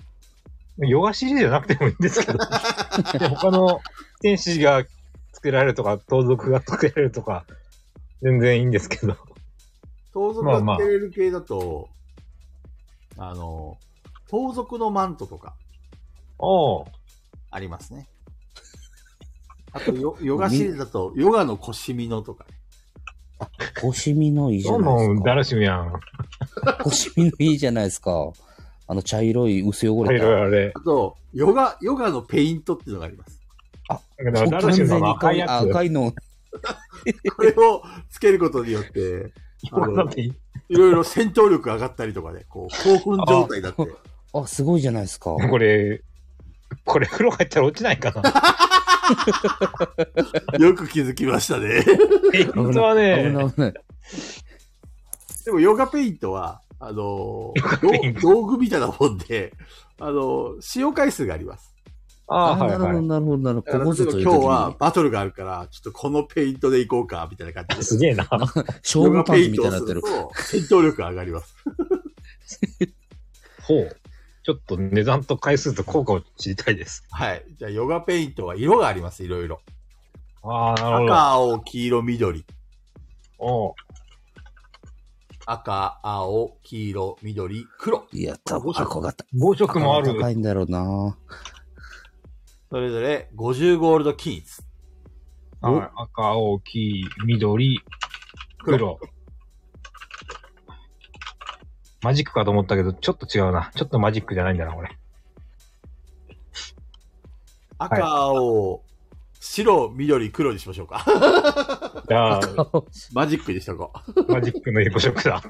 C: ヨガシリーズじゃなくてもいいんですけど、他の天使が作られるとか、盗賊が作られるとか、全然いいんですけど。
A: 盗賊
C: まあま
A: が
C: あ
A: 着てれる系だと、あの、盗賊のマントとか
C: お
A: ありますね。あとヨ、ヨガシリーズだと、ヨガの腰身のとかね。
B: 腰身のいいじ
C: ど
B: ゃ
C: ん
B: ない
C: ど
B: です
C: ん
B: か。
C: 楽しみやん。
B: 腰身のいいじゃないですか。あの、茶色い薄汚
C: あれ
B: れた。
C: あれ。
A: あと、ヨガ、ヨガのペイントっていうのがあります。
C: だからダル
B: 完
C: シム
B: 全
C: の
B: に
C: 赤
B: 赤
C: い
B: い
C: やつ。
B: 赤いの。
A: (laughs) これをつけることによって、あ
C: これだっ
A: の
C: ていい
A: いろいろ戦闘力上がったりとかね、こう、興奮状態になって。
B: あ、すごいじゃないですか。
C: (laughs) これ、これ風呂入ったら落ちないかな。
A: よく気づきました (laughs) ね。
C: 本当は
B: 危
C: ね、
B: ない危ない。
A: でも、ヨガペイントは、あの
C: ペイン
A: ー、道道具みたいなもんで、あのー、使用回数があります。
C: あ
B: あ
C: あ、は
B: ないるほど、
C: は
B: なるほど、なるほ
A: だか
B: ど。
A: ら
B: ここぞ
A: 例え
B: と
A: ば
B: い
A: 今
B: う時
A: 日は
B: に、
A: バトルがあるから、ちょっとこのペイントでいこうか、みたいな感じ
C: い。
A: で。
C: すげえな。
B: 勝負パンツみたいになっ
A: ヨ。ガペイントをす
B: てる
A: ると、戦闘力が上がります。
C: ほう。ちょっと値段と回数と効果を知りたいです。
A: はい。じゃあ、ヨガペイントは色があります、いろいろ。
C: ああ、なるほど
A: 赤、青、黄色、緑。。
C: おう
A: 赤、青、黄色、緑、黒。
B: いや、た
A: こ
B: ぶ
A: れ
B: ん、赤がた。
C: 5色もある。
B: 高いんだろう
C: (laughs)
B: な。
A: それぞれ50ゴールド均一。
C: はい赤、青、黄、緑、黒。マジックかと思ったけど、ちょっと違うな。ちょっとマジックじゃないんだな、これ。
A: 赤、
C: はい
A: 青、白、緑、黒にしましょうか。
C: じゃあ、
A: (laughs) マジックにしとこう。
C: マジックの5色だ。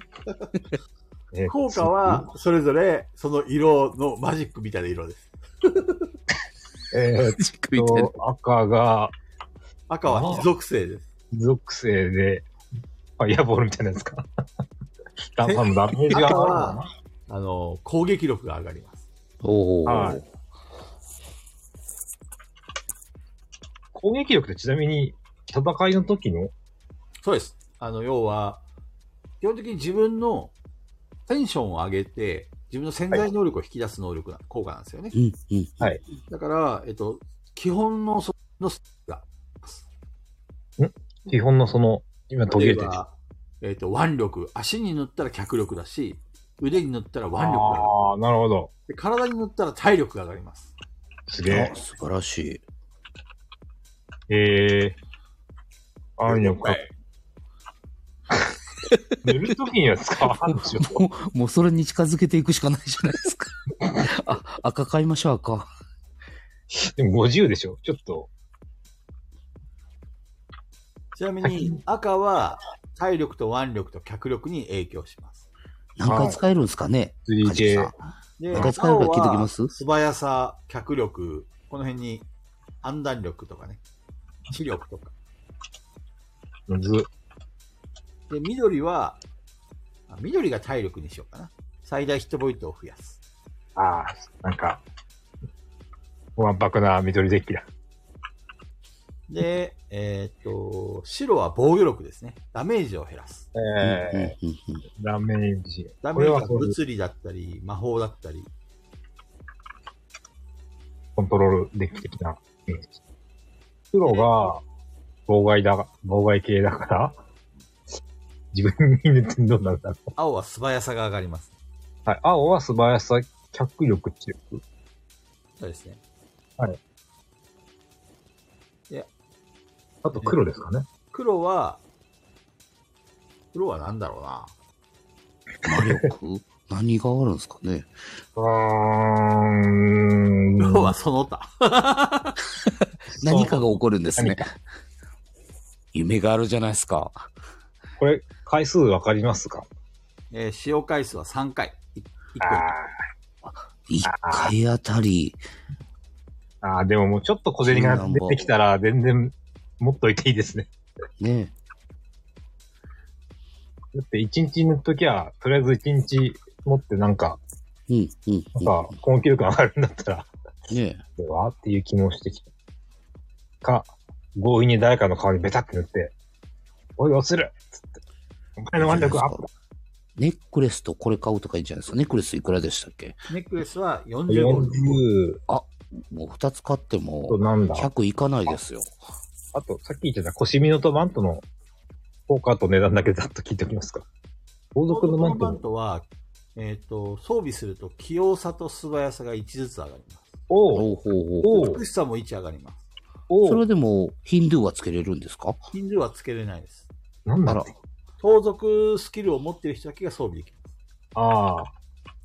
C: え
A: (laughs)
C: ー
A: 効果は、それぞれ、その色のマジックみたいな色です。
C: えーっ
B: じっくり見てる
C: と、赤が
A: 赤は非属性です。
C: 属性で、ファイアボールみたいなやつ
A: (laughs)
C: か。ダンサーのダメージが
A: 赤
C: あるの
A: は、あの、攻撃力が上がります。
B: お
C: は
B: ー
C: い。攻撃力ってちなみに、戦いの時の
A: そうです。あの、要は、基本的に自分のテンションを上げて、自分の潜在能力を引き出す能力な、効果なんですよね。
B: うん、うん。
A: だから、えっと、基本の、その、が、
C: 基本のその、今途切
A: 例え
C: れてる。
A: ば、えっと、腕力。足に塗ったら脚力だし、腕に塗ったら腕力が上がる
C: ああ、なるほど。
A: で体に塗ったら体力が上がります。
C: すげえ
B: あ、。素晴らしい。
C: えー。あんよ、か。塗るときには使わんでしょ。
B: もう、もうそれに近づけていくしかないじゃないです (laughs) か。あ、赤買いましょう、赤。
C: でも50でしょ。ちょっと。
A: ちなみに、赤は体力と腕力と脚力に影響します。
B: 何回使えるんですかね
C: 3K
B: 梶木さん
A: で、
B: 赤使えるから聞いてきます
A: 青は素早さ、脚力、この辺に判断力とかね、視力とか。
C: むず。
A: で、緑は、あ緑が体力にしようかな。最大ヒットポイントを増やす。
C: ああ、なんか、わんぱくな緑デッキだ。
A: で、えーっと、白は防御力ですね。ダメージを減らす。
B: うんうんうんうん
C: ダメージ。
A: ダ
C: こ
A: メージ
C: れは
A: は
C: そういう
A: 物理だったり、魔法だったり。
C: コントロールデッキ的なイメージ。黒が妨害だ、妨害系だから、自分に塗ってどうなるんだろう。
A: 青は素早さが上がります。
C: はい。青は素早さ、脚力、知力。
A: そうですね。
C: あと黒ですかね。
A: 黒は、黒は何だろうな。
B: 魔力何があるんですかね
C: うーん。
A: 黒はその他。
C: そう
B: 何かが起こるんですね
C: 何。
B: 夢があるじゃないですか。
C: これ、回数わかりますか
A: えー使用回数は3回。い一個
B: 一回あたり、
C: あーあー、でももうちょっと小銭が出てきたら、全然、持っといていいですね。
B: ね。
C: だって一日塗っときゃ、とりあえず一日持ってなんか、
B: うん、うん。
C: なんか、根気力上がるんだったら、
B: うんね
C: ではっていう気もしてきた。か、強引に誰かの顔にベタって塗って、おい、落ちるつって。お前の腕力アップだ
B: ネックレスとこれ買うとかいいんじゃないですか。ネックレスいくらでしたっけ
A: ネックレスは40ゴールド。
C: 40
B: もう2つ買って
C: と
B: も
C: なんだ
B: 100いかないですよ。
C: あと、さっき言ってた腰身のとマントの効果と値段だけざっと聞いておきますか。王
A: こ
C: 族の
A: の
C: マ
A: マ
C: ント
A: ントは、えっ、と、装備すると器用さと素早さが1ずつ上がります。
C: を、
B: ほうほうほう。
C: おう
A: 美しさも1上がります。
C: お
B: それ
C: う
B: はでも、ヒンドゥーはつけれるんですか
A: ヒンドゥーはつけれないです。
C: なんだ
B: あ
C: ろう
B: ら。
A: 盗賊スキルを持っている人だけが装備できる。
C: ああ、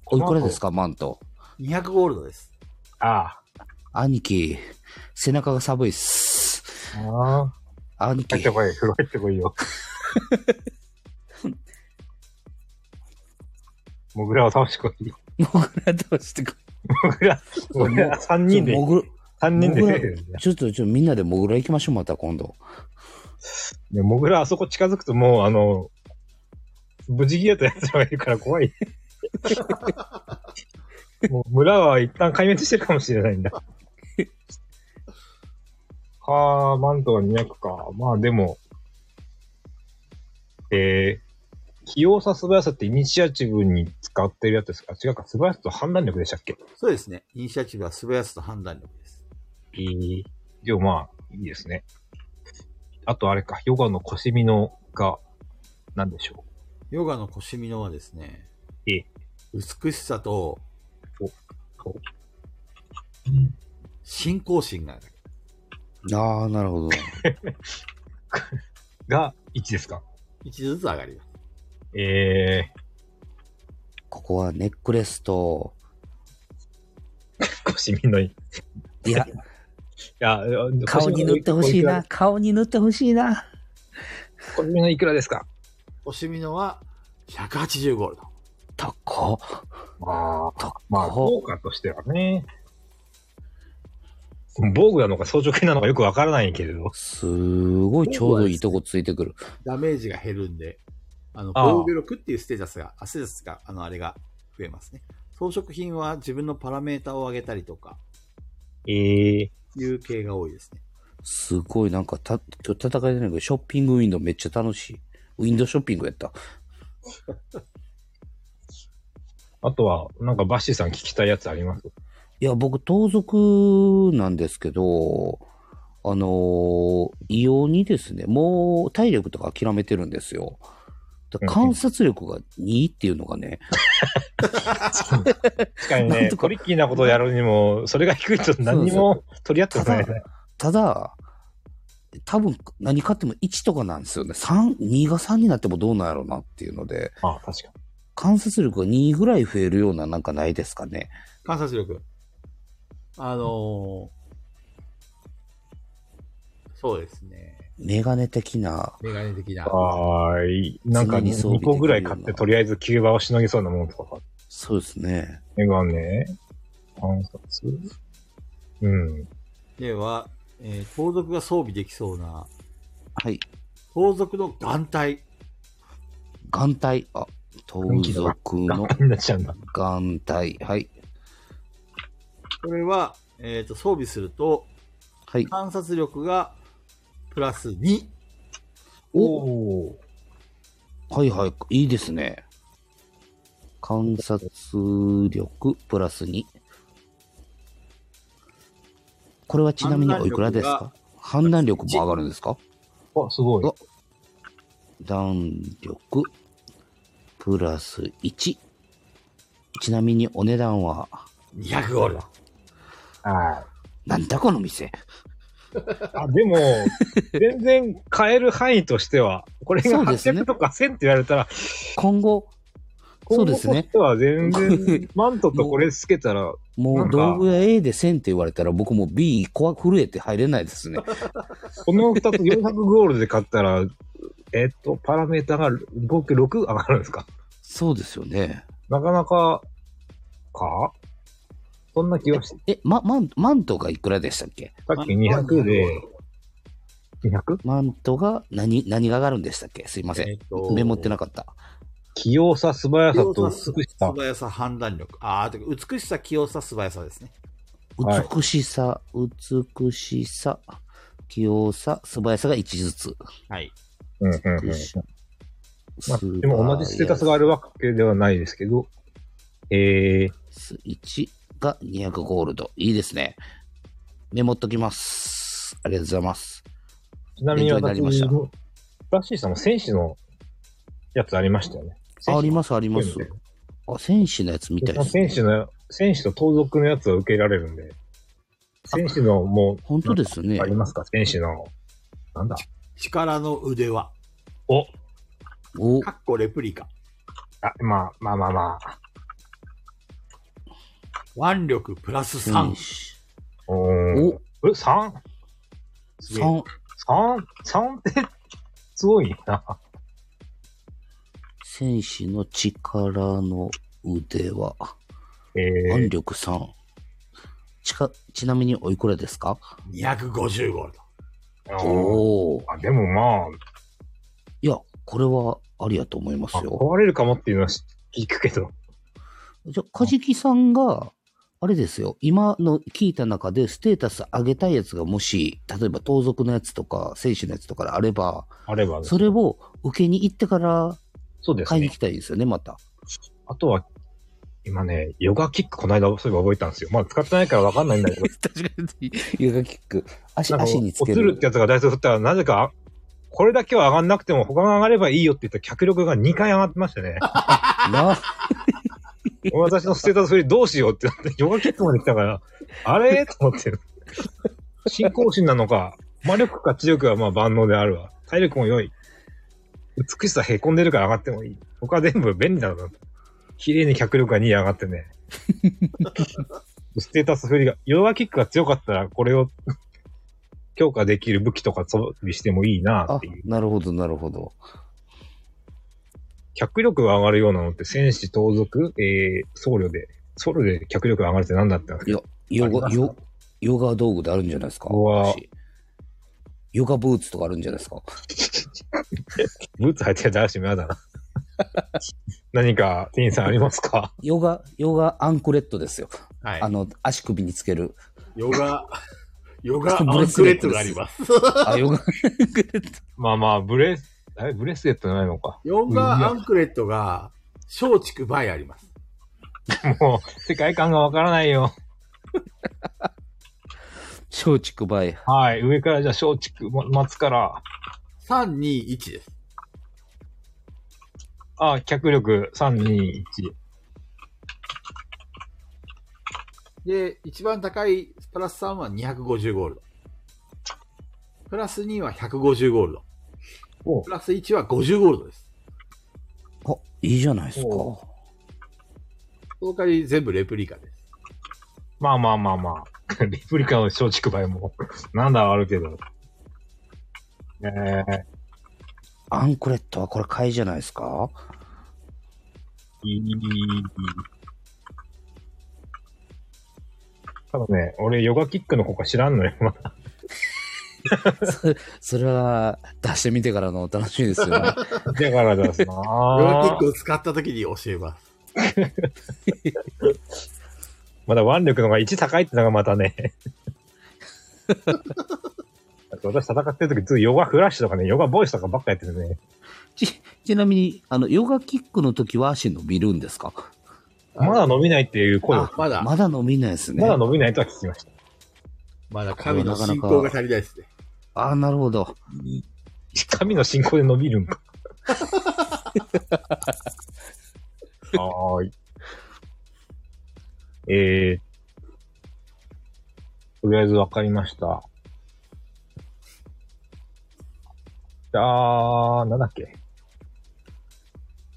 B: おいくらですか、マント。
A: 200ゴールドです。
C: あ
B: 兄貴、背中が寒いっす。
C: あ、ああ。
B: 兄貴
C: 入っ、てこい、風呂入ってこいよ。モグラを倒してこい。
B: モグラどうしてく
C: モグラ、モグラ3人で
B: ちょ、モグ
C: 三人で
B: モグラ
C: 出てるね。
B: ちょっと、ちょっとみんなでモグラ行きましょう、また今度。
C: いや、モグラあそこ近づくともう、あの、無事ギアとやつらがいるから怖い。もう村は一旦壊滅してるかもしれないんだ。はあ、マントが200か。まあでも、えー、器用さ素早さってイニシアチブに使ってるやつですかあ違うか、素早さと判断力でしたっけ
A: そうですね。イニシアチブは素早さと判断力です。
C: えー、でもまあ、いいですね。あとあれか、ヨガの腰身のが、なんでしょう。
A: ヨガの腰身のはですね、
C: ええ
A: 美しさと
C: こう
A: 信仰心が上がる。
B: ああ、なるほど。 (laughs)
C: が1ですか。
A: 1ずつ上がります。
C: え
B: ここはネックレスと、
C: ー、腰身のいい。い
B: いや、
C: や、
B: 顔に塗ってほしいな。。顔に塗ってほしいな。
C: 腰身のいくらですか
A: 腰身のは180ゴールド。
B: とこ、
C: まあ
B: と、
C: まあ、
B: こ。
C: 効果としてはね。防具なのか装飾品なのかよくわからないけれど。
B: すごいちょうどいいとこついてくる。
A: ダメージが減るんで、あの、
C: ああ
A: 防御力っていうステータスが、あ、ステータスが、あの、あれが増えますね。装飾品は自分のパラメータを上げたりとか、
C: え
A: い
C: ー、
A: う系が多いですね。
B: すごい、なんかた、今日戦いじゃないけど、ショッピングウィンドウめっちゃ楽しい。ウィンドウショッピングやった。
C: あとは、なんかバッシーさん聞きたいやつあります
B: いや、僕、盗賊なんですけど、あのー異様にですね、もう体力とか諦めてるんですよ。だから
C: うんうん
B: 観察力が2っていうのがね、
C: 確かに
B: なん
C: ね、
B: とか
C: トリッキーなことをやるにも、それが低いと何にも取り合ってくれない。
B: ただ、多分何買っても1とかなんですよね。3、2が3になってもどうなんやろうなっていうので、
C: あ、確かに。
B: 観察力が2ぐらい増えるようななんかないですかね。
A: 観察力。あのーそうですね。
B: メガネ的な、
A: メガネ的な。
C: はーい。なんか
B: 常に装備
C: 2個ぐらい買っ
B: できるよ
C: て、
B: うな
C: とりあえずキューバをしのぎそうなものとか買って
B: そうですね。
C: メガネ観察うん。
A: では、えー盗賊が装備できそうな、
B: はい。
A: 盗賊の眼帯。
B: 眼帯。あ、盗賊の
C: になっちゃうんだ。
B: 眼帯。はい。
A: これは、えっ、と、装備すると、
B: はい。
A: 観察力がプラス2。
B: お
C: お
B: はいはい。いいですね。観察力プラス2。これはちなみにおいくらですか判断力も上がるんですか
C: お。あ、すごい。
B: お弾力プラス1。ちなみにお値段は、
A: 200ゴールド。
C: は
B: なんだこの店。
C: い。あ、でも、全然買える範囲としては、これ
B: そ
C: が
B: うですね
C: 800とか1000って言われたら、
B: 今後、そうですね。
C: 今後としては全然、マントとこれつけたら、
B: も
C: なん
B: う
C: か
B: 道具屋 A で1000って言われたら僕もう B 怖く震えて入れないですね。 (laughs)
C: この2つ400ゴールで買ったら、 (laughs) えっと、パラメータが合計6上がるんですか
B: そうですよね。
C: なかなか、かそんな気はして、
B: え、ま、マンマントがいくらでしたっけ
C: さっき200で、200?
B: マントが何、何が上がるんでしたっけすいません。
A: えっと
B: メモってなかった。
C: 器用さ、素早さと美し
A: 素
C: さ。
A: 早さ、判断力。ああ、てか美しさ、器用さ、素早さですね。
C: はい
B: 美しさ、美しさ、器用さ、素早さが1ずつ。
A: はい。
C: うんうんうん
B: 美し
C: まあ、でも同じステータスがあ
B: る。
C: るわけではないですけど、えー、
B: 1が200ゴールド。いいですね。メモっときます。ありがとうございます。
C: ちなみに
B: 勉強になりまし
C: 私
B: た
C: も、らしいさんも戦士のやつありましたよね。。
B: あありますす、あります。あ、戦士のやつみたいですね。
C: 戦士の、戦士と盗賊のやつを受けられるんで、戦士のも
B: 本当ですね
C: う、あ。りますか戦士の、なんだ
A: 力の腕は、
C: お
B: お、
A: かっこレプリカ。
C: あ、まあまあまあまあ。
A: 腕力プラス
B: 戦
A: 3。
B: 士。
C: うーん。え、3?3?3
A: すげえ
B: 3、
C: って、すごいな。
B: 戦士の力の腕は、
C: え
B: 腕
C: ー、
B: 力3。ちか、ちなみにおいくらですか
A: 250ゴールド。
C: あー
B: おお。
C: あでもまあ、
B: いや、これはありやと思います
C: あ
B: よ。
C: 壊れるかもっていうのはし聞くけど。
B: じゃあ、カジキさんが、あれですよ、今の聞いた中でステータス上げたいやつがもし、例えば盗賊のやつとか、戦士のやつとかであれば、
C: あれば、
B: それを受けに行ってから
C: そうです
B: 買いに
C: ね
B: 行。きたいですよね、また。。
C: あとは、今ね、ヨガキックこの間そういえば覚えたんですよ。まだ使ってないからわかんないんだけど
B: 確かに、ヨガキック。足、
C: なんか
B: (laughs) 足につけ
C: おつる
B: る
C: って。やつがダイス振ったら、なぜか、これだけは上がんなくても他が上がればいいよって言った脚力が2回上がってましたね。
B: な、
C: 私のステータス振りどうしようってなって、ヨガキックまで来たから、あれと思って。信仰心なのか、魔力か知力はまあ万能であるわ。体力も良い。美しさへこんでるから上がってもいい。他は全部便利だな。綺麗に脚力が2位上がってね。ステータス振りが、ヨガキックが強かったら、これを強化できる武器とか装備してもいいな
B: あ
C: っていう。、
B: なるほど、なるほど。
C: 脚力が上がるようなのって、戦士、盗賊、えー、僧侶で、僧侶で脚力が上がるって何だったんですか
B: いや、ヨ
C: あ
B: ガ、
C: ります
B: ヨ、ヨガ道具であるんじゃないですか。
C: うわ
B: 足ヨガブーツとかあるんじゃないですか。
C: ブーツ履いてる誰しも嫌だな。何か、店員さんありますか
B: ヨガ、ヨガアンクレットですよ。
A: はい
B: あ。の、足首につける。
A: ヨガ、ヨガ
B: ブ
A: ア
B: レ
A: ン
B: ス
A: クレ
B: レッ
A: ッ
B: ト
A: トが
B: です
A: あります。
C: (laughs)
B: あ、ヨガアンクレット。
C: まあまあ、ブレス、あれブレスレットじゃないのか。
A: ヨガアンクレットが、松竹梅あります。
C: もう、世界観がわからないよ。
B: 松竹梅。
C: はい、上からじゃあ松竹、ま松から、
A: 3、2、1です。
C: あ、脚力321。
A: で、一番高いプラス3は250ゴールド。プラス2は150ゴールド。
C: お
A: プラス1は50ゴールドです。
B: あ、いいじゃないですか。
C: お
A: その代わり全部レプリカです。
C: まあまあまあまあ。レプリカの松竹梅も、なんだあるけど。えー、
B: アンクレットはこれ買いじゃないですか。
C: いい。ただね、俺、ヨガキックの子か知らんのよ。 (laughs)
B: そそれは出してみてからのお楽しみですよね。
C: (laughs) だからだすな
A: ヨガキッ
C: ぁ
A: クを使った時に教えます。
C: まだ腕力の方が1高いってのがまたね。
B: (laughs)
C: だって私戦ってる時、ずっとヨガフラッシュとかね、ヨガボイスとかばっかやってるね。
B: ち、ちなみに、あの、ヨガキックの時は足伸びるんですか
C: まだ伸びないっていう声を
A: あ、、まだ、
B: まだ伸びないですね。
C: まだ伸びないとは聞きました。
A: まだ神の信仰が足りないですね。
B: あーなるほど。
C: 神の信仰で伸び
B: (laughs)
C: るんか。はーい。えー、とりあえずわかりました。じゃあ、なんだっけ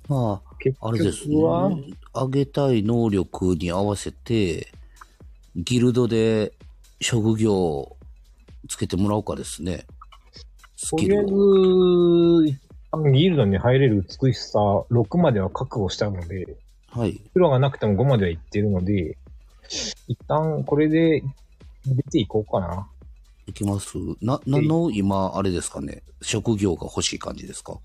B: ま
C: 結
B: あ、あれですね
C: 局は。
B: 上げたい能力に合わせて、ギルドで職業をつけてもらおうかですね。ス
C: と
B: キ
C: りあえ
B: ル
C: ず
B: を。、
C: あのギルドに入れる美しさ6までは確保したので、
B: はい。
C: 黒がなくても5までは行ってるので、一旦これで出ていこうかな。
B: いきます。な、何の今、あれですかね。職業が欲しい感じですか
C: こ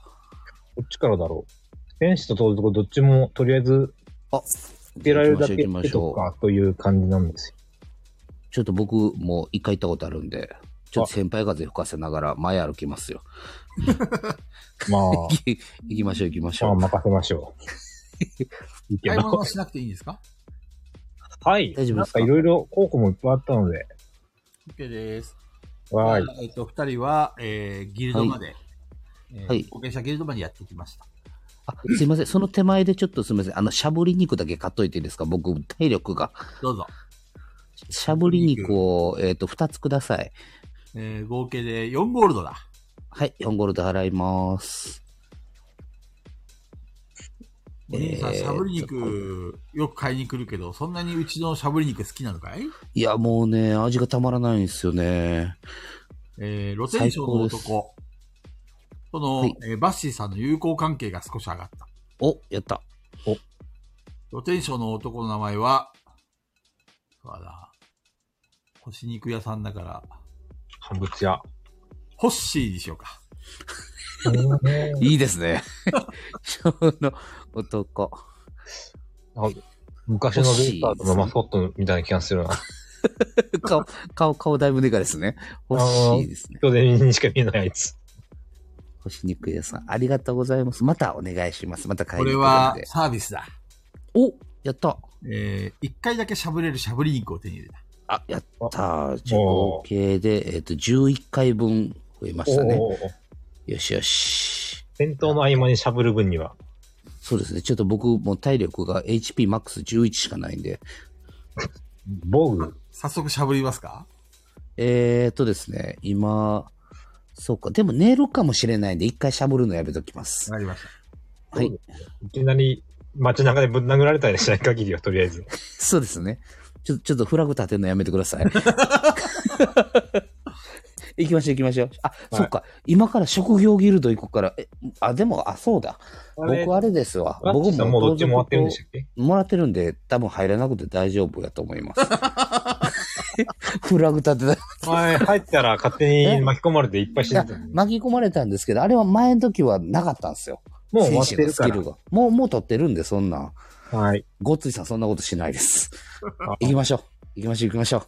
C: っちからだろう。天使と盗賊どっちもとりあえず
B: あ、
C: つけられるだけ
B: 行きま
C: つけ
B: しょ
C: と
B: う
C: くかという感じなんですよ。
B: ちょっと僕もう一回行ったことあるんで、ちょっと先輩風吹かせながら前歩きますよ。
C: まあ、
B: (laughs) 行き行きましょう行きまし
C: ま
B: ょ
C: あ
B: う。
C: 任せましょう。いいけ
A: 買い物
C: ど。
A: はしなくていいんですか
C: はい。
B: 大丈夫
C: な
B: で
C: ん
B: すか
C: かいろいろ候補もいっぱいあったので。
A: ?OK です。
C: わーい。
A: えっと、二人は、えー、ギルドまで、えー
B: はい
A: 後継者ギルドまでやってきました。
B: あすいません。その手前でちょっとすいません。あの、しゃぶり肉だけ買っといていいですか僕、体力が。
A: どうぞ。
B: しゃぶり肉を、えっ、と、2つください。
A: えー、合計で4ゴールドだ。
B: はい、4ゴールド払います。
A: お兄さん、
B: えー
A: しゃぶり肉、よく買いに来るけど、そんなにうちのしゃぶり肉好きなのかい
B: いや、もうね、味がたまらないんですよね。
A: えー、露天商の
B: 最
A: 男との、
B: はい
A: えーバッシーさんの友好関係が少し上がった。
B: お、やった。
A: 露天商の男の名前は、そうだな、干し肉屋さんだから、
C: 乾
B: (laughs)
C: 物屋。
A: ホッシーにしようか。
B: いいです (laughs) ね。その男。
C: 昔のベイスターズのマスコットみたいな気がするな。
B: 顔、顔、顔だいぶでかいですね。欲しいですね。
C: 人手にしか見えないやつ。
B: 欲しにくい屋さん。ありがとうございます。またお願いします。また買い
A: これ
B: に来るん
A: は
B: で。
A: サービスだ。
B: お、やった。
A: えー、1回だけしゃぶれるしゃぶり肉を手に入れた。
B: あ、やった。じゃあ
C: お
B: 合
C: ー
B: 計で、えっ、と、11回分増えましたね。
C: おーおーおー
B: よしよし。
C: 戦闘の合間にしゃぶる分には。
B: そうですね。ちょっと僕もう体力が HPMAX11 しかないんで。
C: 防具。
A: 早速しゃぶりますか
B: えーっとですね、今、そうか。でも寝るかもしれないんで、一回しゃぶるのやめときます。
A: わかりました。
B: はい。
C: いきなり街中でぶん殴られたりしない限りはとりあえず。
B: そうですね。ちょっと、ちょっとフラグ立てるのやめてくだ
C: (laughs)
B: さい。行きましょう行きましょう。あ、そっか。今から職業ギルド行くから。え、あ、でも、あ、そうだ。僕あれですわ。
C: 僕
B: 僕
C: も。もうどっちも終わってるんでしたっけ
B: もらってるんで、多分入らなくて大丈夫やと思い
C: (laughs)
B: ます。フラグ立てた。
C: はい、入ったら
B: (laughs)
C: 勝手に巻き込まれていっぱい死
B: い
C: ん
B: や
C: でたのに
B: 巻き込まれたんですけど、あれは前の時はなかったんですよ。
C: もう終わっ
B: 選
C: て
B: 手の
C: る
B: ス
C: か
B: キルが。もう、もう取ってるんで、そんなん。
C: ら。はい。
B: ごっついさん、そんなことしないです。行きましょう。行きましょう、行きましょ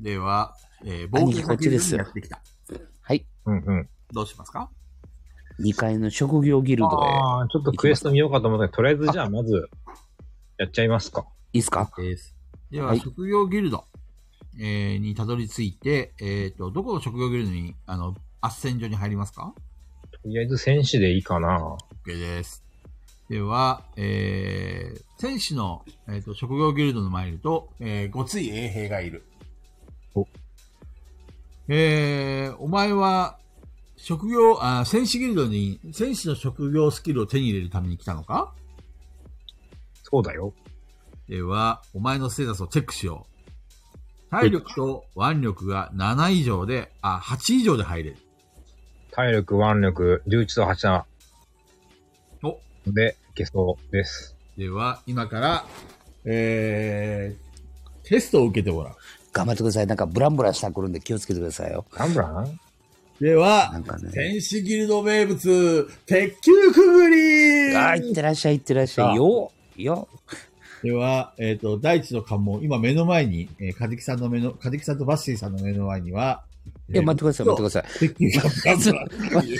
A: では、えー、冒険
B: 兄貴こっちですよ
A: やってきた。
B: う。はい。
C: うんうん。
A: どうしますか
B: 2階の職業ギルドへ。
C: ああ、ちょっとクエスト見ようかと思ったけど、とりあえずじゃあまず、やっちゃいますか。
B: いいっすか
A: です。では、
B: はい
A: 職業ギルド、えーにたどり着いて、えっ、と、どこの職業ギルドに、あの、斡旋所に入りますか
C: とりあえず戦士でいいかな。
A: ?OK です。では、えー、戦士の、えっと職業ギルドの前にいると、えー、ごつい衛兵がいる。
C: お
A: えー、お前は、職業、あ、戦士ギルドに、戦士の職業スキルを手に入れるために来たのか
C: そうだよ。
A: では、お前のステータスをチェックしよう。体力と腕力が7以上で、あ、8以上で入れる。
C: 体力、腕力、11と8な
A: お、
C: ので、いけそうです。
A: では、今から、えー、テストを受けてもらう。
B: 頑張ってください。なんかブランブランしたくるんで気をつけてくださいよ。
C: ガンブラン
A: で
B: な
A: は、
B: んかね。
A: 天使ギルド名物、鉄球くぐり
B: あー、いってらっしゃい、いってらっしゃい。よよ
A: では、えっ、と、第一の関門、今目の前に、えー、カジキさんの目の、カジキさんとバッシーさんの目の前には、
B: いや、待ってください、待っ
A: て
B: てください。
C: (laughs)
A: 鉄球がブランブラン
B: 待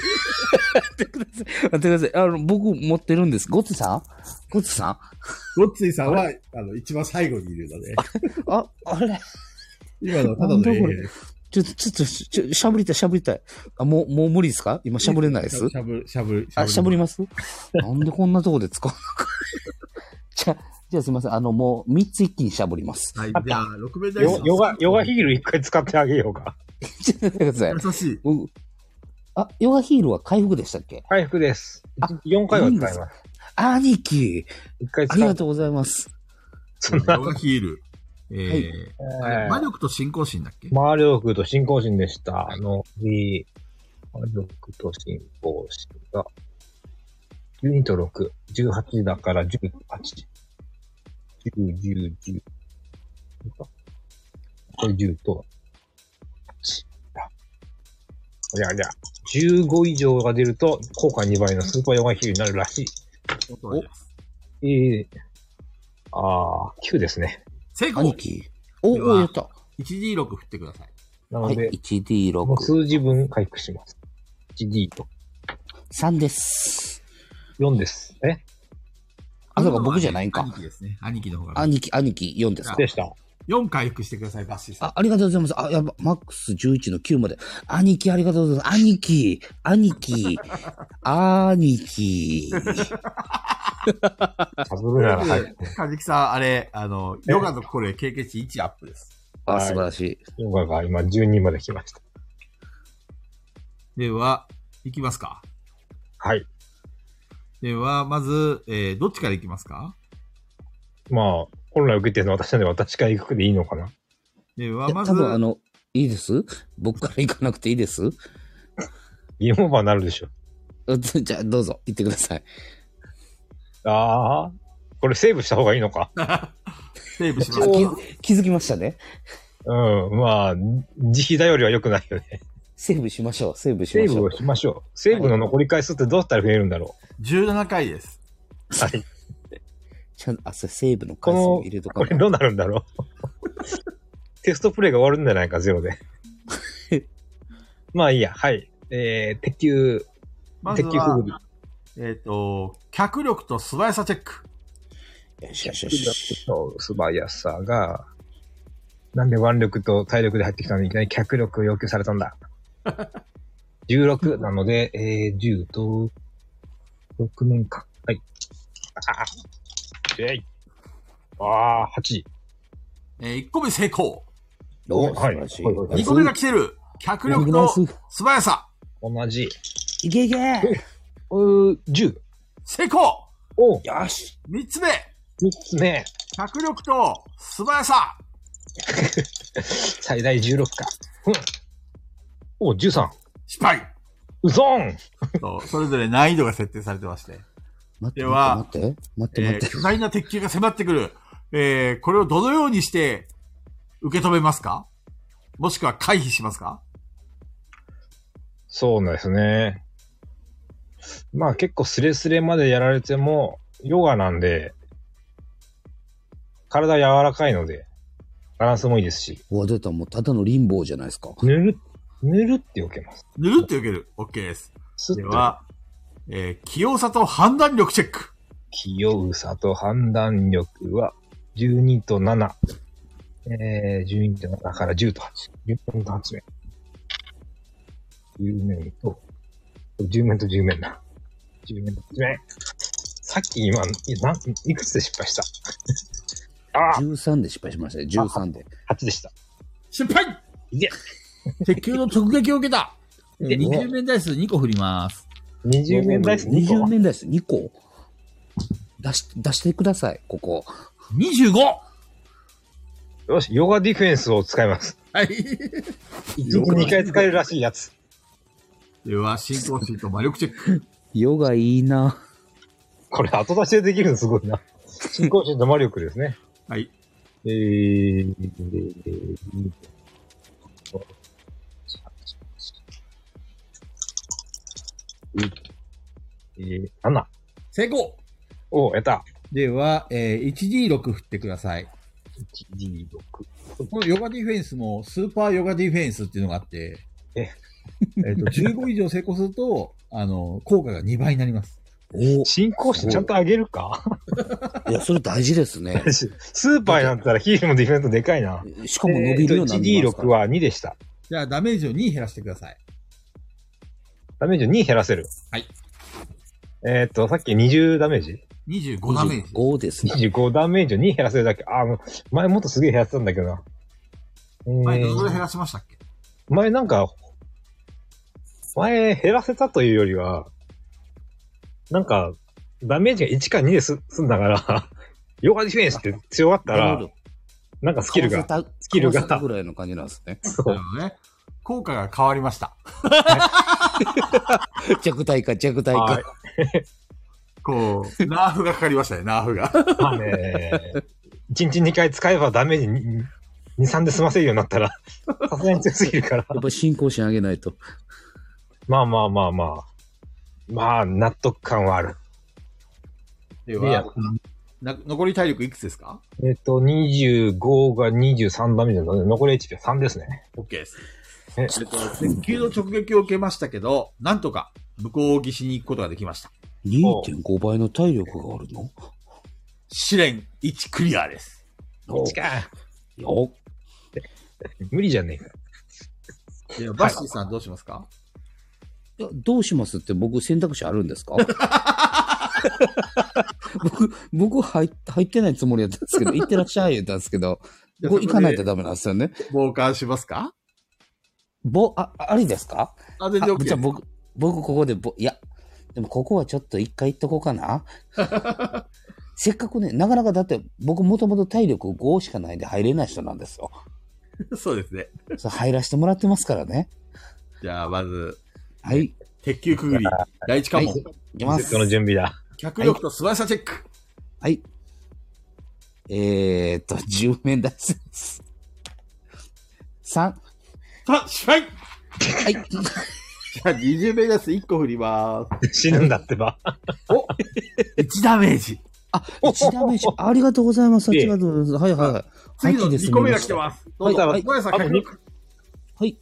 B: ってください。あの、僕持ってるんです。ゴツさんゴツさん
A: ごっついさんは、あの、一番最後にいるので、
B: あ、あれ
A: 今のはただの
B: なんだ
A: 衛
B: こ
A: 兵
B: れ
A: です。
B: ちょ、ちょっと、ちょ、しゃぶりたい、しゃぶりたい。あ、もう、もう無理ですか今しゃぶれないです
A: しゃぶ、しゃぶ、
B: あ、しゃぶり
A: ま
B: ますなんでこんなとこで使うのか。じゃ、 (laughs) じゃあすいません。あの、もう3つ一気にしゃぶります。 (laughs)
A: す。はい、じゃあ、6面台
C: ヨヨガ、ヨガヒール一回使ってあげようか。
B: ちょっと待ってください。
A: 優しい。
B: うあ、ヨガヒールは回復でしたっけ
C: 回復です。
B: あ
C: 4回は使い
B: い
C: ま
B: いん
C: す。
B: 兄貴
C: 一回
B: あり
C: 使
B: が
C: う。
B: とうございます。
C: そんな
A: ヨガヒール。えー、あれ魔力と信仰心だっけ
C: マーリョクと信仰心でした。あの、B、マーリョクと信仰心が、12と6、18だから18、10、10、10。これ10と、8だ。ありゃありゃ、15以上が出ると、効果2倍のスーパーヨガヒールになるらしい。
A: 音が出ます。
C: ええああ、9ですね。
A: 成功
B: 兄貴。お
A: で
B: お、
A: は
B: やった。
A: !1D6 振ってください。
C: な
B: は
C: の
B: い、
C: で、この
B: 1D6。
C: 数字分回復します。1D と
B: 3です。
C: 4です。え
B: あ、そうか、僕じゃないん
A: 兄
B: か。
A: 貴ですね。兄貴の方が。
B: 兄貴、兄貴4ですか。
C: でした。
A: 4回復してください、バッシーさん
B: あ、。ありがとうございます。あ、やば、マックス11の9まで。兄貴、ありがとうございます。兄貴、兄貴、兄貴。
C: サブルなら、はい。
A: カジキさん、あれ、あの、ヨガのこれ、経験値1アップです。
B: あ、素晴らしい。
C: ヨガが今12まで来ました。
A: では、いきますか。
C: はい。
A: では、まず、えー、どっちからいきますか
C: まあ、本来受けてるのは私なんで私から行くでいいのかな。
A: で
B: い
A: は、
B: や
A: まず、
B: 多分あの、いいです僕から行かなくていいです (laughs)
C: ゲームオーバーになるでしょ。
B: じゃあ、どうぞ、行ってください。
C: ああ、これセーブした方がいいのか。
A: セーブしま
B: あ
A: す。
B: 気気づきましたね。
C: うん、まあ、慈悲だよりは良くないよね。
B: セーブしましょう、セーブし
C: セ
B: ま
C: ー
B: し
C: ブ
B: ょ
C: を
B: う。
C: しましょう。セーブの残り回数ってどうしたら増えるんだろ
A: 17回です。
C: う。はい。
B: ちゃんあ、そうセーブの
C: こ
B: 回数
C: の
B: を入れと、か
C: (laughs) これどうなるんだろう。 (laughs) テストプレイが終わるんじゃないか、ゼロで。 (laughs) まあいいや、はい。えー、鉄球、
A: まず
C: 鉄球フグ
A: は
C: リ。、
A: えっ、と、脚力と素早さチェック。
B: よしよしよ
C: 腕
B: し
C: 力。と素早さが、なんで腕力と体力で入ってきたのにいきなり脚力を要求されたん (laughs) だ。16なので、えー、10と、6面か。はい。ああ。えい。ああ、8。
A: えー、1個目成功。
B: お
C: はい
B: 素晴らしい。
C: はいはい
A: 2個目が来てる。脚力と素早さ。
C: 同じ。
B: いけいけ
C: うー、10。
A: 成功
C: おう、
B: よし
A: !3 つ目、
C: 3つ目。
A: 脚力と素早さ。
C: 最大16か。うん。おう、13。
A: 失敗。
C: うぞん
A: そうそれぞれ難易度が設定されてまして。
B: 待って
A: では
B: 待って待って待
A: え
B: っ
A: ー
B: て
A: 巨大な鉄球が迫ってくる。えー、これをどのようにして受け止めますかもしくは回避しますか
C: そうですね。まあ結構スレスレまでやられても、ヨガなんで、体柔らかいので、バランスもいいですし、
B: うわ出たもうただのリンボーじゃないですか
C: ぬる、ぬるって避けます。
A: ぬるって受ける。OK です。
C: すっ
A: で
C: と、
A: は、えー、器用さと判断力チェック。
C: 器用さと判断力は、12と7。えー、12と7から10と8。14と8面。10面と、10面と10面だ。10面と10面。さっき今、いなんいくつで失敗したあ
B: 13で失敗しましたね13で
C: あ !8 でした。
A: 失敗
C: いけ
A: 鉄球の直撃を受けた。
C: いけ
A: 20面台数2個振ります。
C: 20面ダイス2
B: 20
C: 個。
B: 面ダイス2個出し出してくださいここ
A: 25!
C: よし、ヨガディフェンスを使います。
A: はい。
C: 1日2回使えるらしいやつ。
A: では、進行すると魔力チェック。
B: ヨガいいな
C: これ後出しでできるのすごいな。進行心と魔力ですね。
A: はい。
C: えー、えー、7。
A: 成功
C: おう、やった。
A: では、えー、1D6 振ってください。
C: 1、2、6。
A: このヨガディフェンスも、スーパーヨガディフェンスっていうのがあって、
C: え
A: えっと、15以上成功すると、あの、効果が2倍になります。
B: お
C: 進行してちゃんと上げるか
B: いやそれ大事ですね
C: (laughs) スーパーになったらヒールもディフェンスでかいな。
B: (laughs) しかも伸びるようになりますか
C: 1D6
B: ら、
C: は2でした。
A: じゃあ、ダメージを2減らしてください。
C: ダメージを2減らせる。
A: はい。
C: えっと、さっき20ダメージ
A: 25ダメージ。
B: 5ですね
C: ?25 ダメージを2減らせるだけ。あ、もう前もっとすげえ減らせたんだけどな。えー
A: 前、どれ減らしましたっけ
C: 前なんか、前減らせたというよりは、なんか、ダメージが1か2です済んだから、 (laughs) ヨガディフェンスって強かった
B: な
C: ら
B: るほ、ど
C: なんかスキルが、
B: かわせた
C: スキル
B: か
C: が
B: わせたぐらいの感じなんですね
C: そ
A: な
C: う
A: るほどね。効果が変わりました。
B: 弱体化弱体
C: は
B: 化
C: い
A: こう、ナーフがかかりましたね、ナーフが。
C: まあね、1日2回使えばダメージ2、3で済ませるようになった (laughs) ら、さすがに強すぎるから。
B: やっぱ進行し上げないと
C: まあまあまあまあ、まあ納得感はある。
A: で
C: でやっ
A: は、な残り体力いくつですか
C: えっと、25が23番目なので、残り HP は3ですね。
A: ?OK です。
C: え
A: えっと、鉄球の直撃を受けましたけど、なんとか向こう岸に行くことができました。
B: 2.5倍の体力があるの
A: 試練1クリアです。
B: お
C: か。
B: よっ
C: 無理じゃねえか。
A: ではバッシーさんどうしますか、
B: いやどうしますって僕選択肢ある
A: (laughs)
B: んですか僕、僕入っ入ってないつもりやったんですけど、行ってらっしゃい言ったんですけど、
A: じゃあ
B: ここ行かないと
A: そこ
B: ダメなんですよね。
A: で傍観しますか
B: ぼ、あ、あありですか
A: あ、全然
B: あ
A: OK で
B: じゃあ
A: す。
B: 僕、僕ここでぼ、いや、でもここはちょっと一回行っとこう
A: (laughs)
B: かな。せっかくね、なかなかだって僕もともと体力5しかないんで入れない人なんですよ。
A: (laughs) そうですね。
B: そう入らせてもらってますからね。
A: じゃあ、まず、
B: はい、行
A: 鉄球くぐり、第一関門、
B: はいきま
C: リセッ
B: す
C: ト。の準備だ。
A: 脚力と素晴らしさチェック。
B: はい。えー、っと、10面ダイスです。3。
A: さあ、失敗
B: はい。
A: じゃあ、20名出す1個振ります。
C: (laughs) 死ぬんだってば。
A: お !1 ダメージ。
B: あ、1ダメージ。ありがとうございます。あ
C: いえ
B: りがとうございます。はいはい。
A: 次の
B: 八です
A: 2個目が来てます。どうぞ。
C: はい
A: 小林さん、脚力。
B: はい。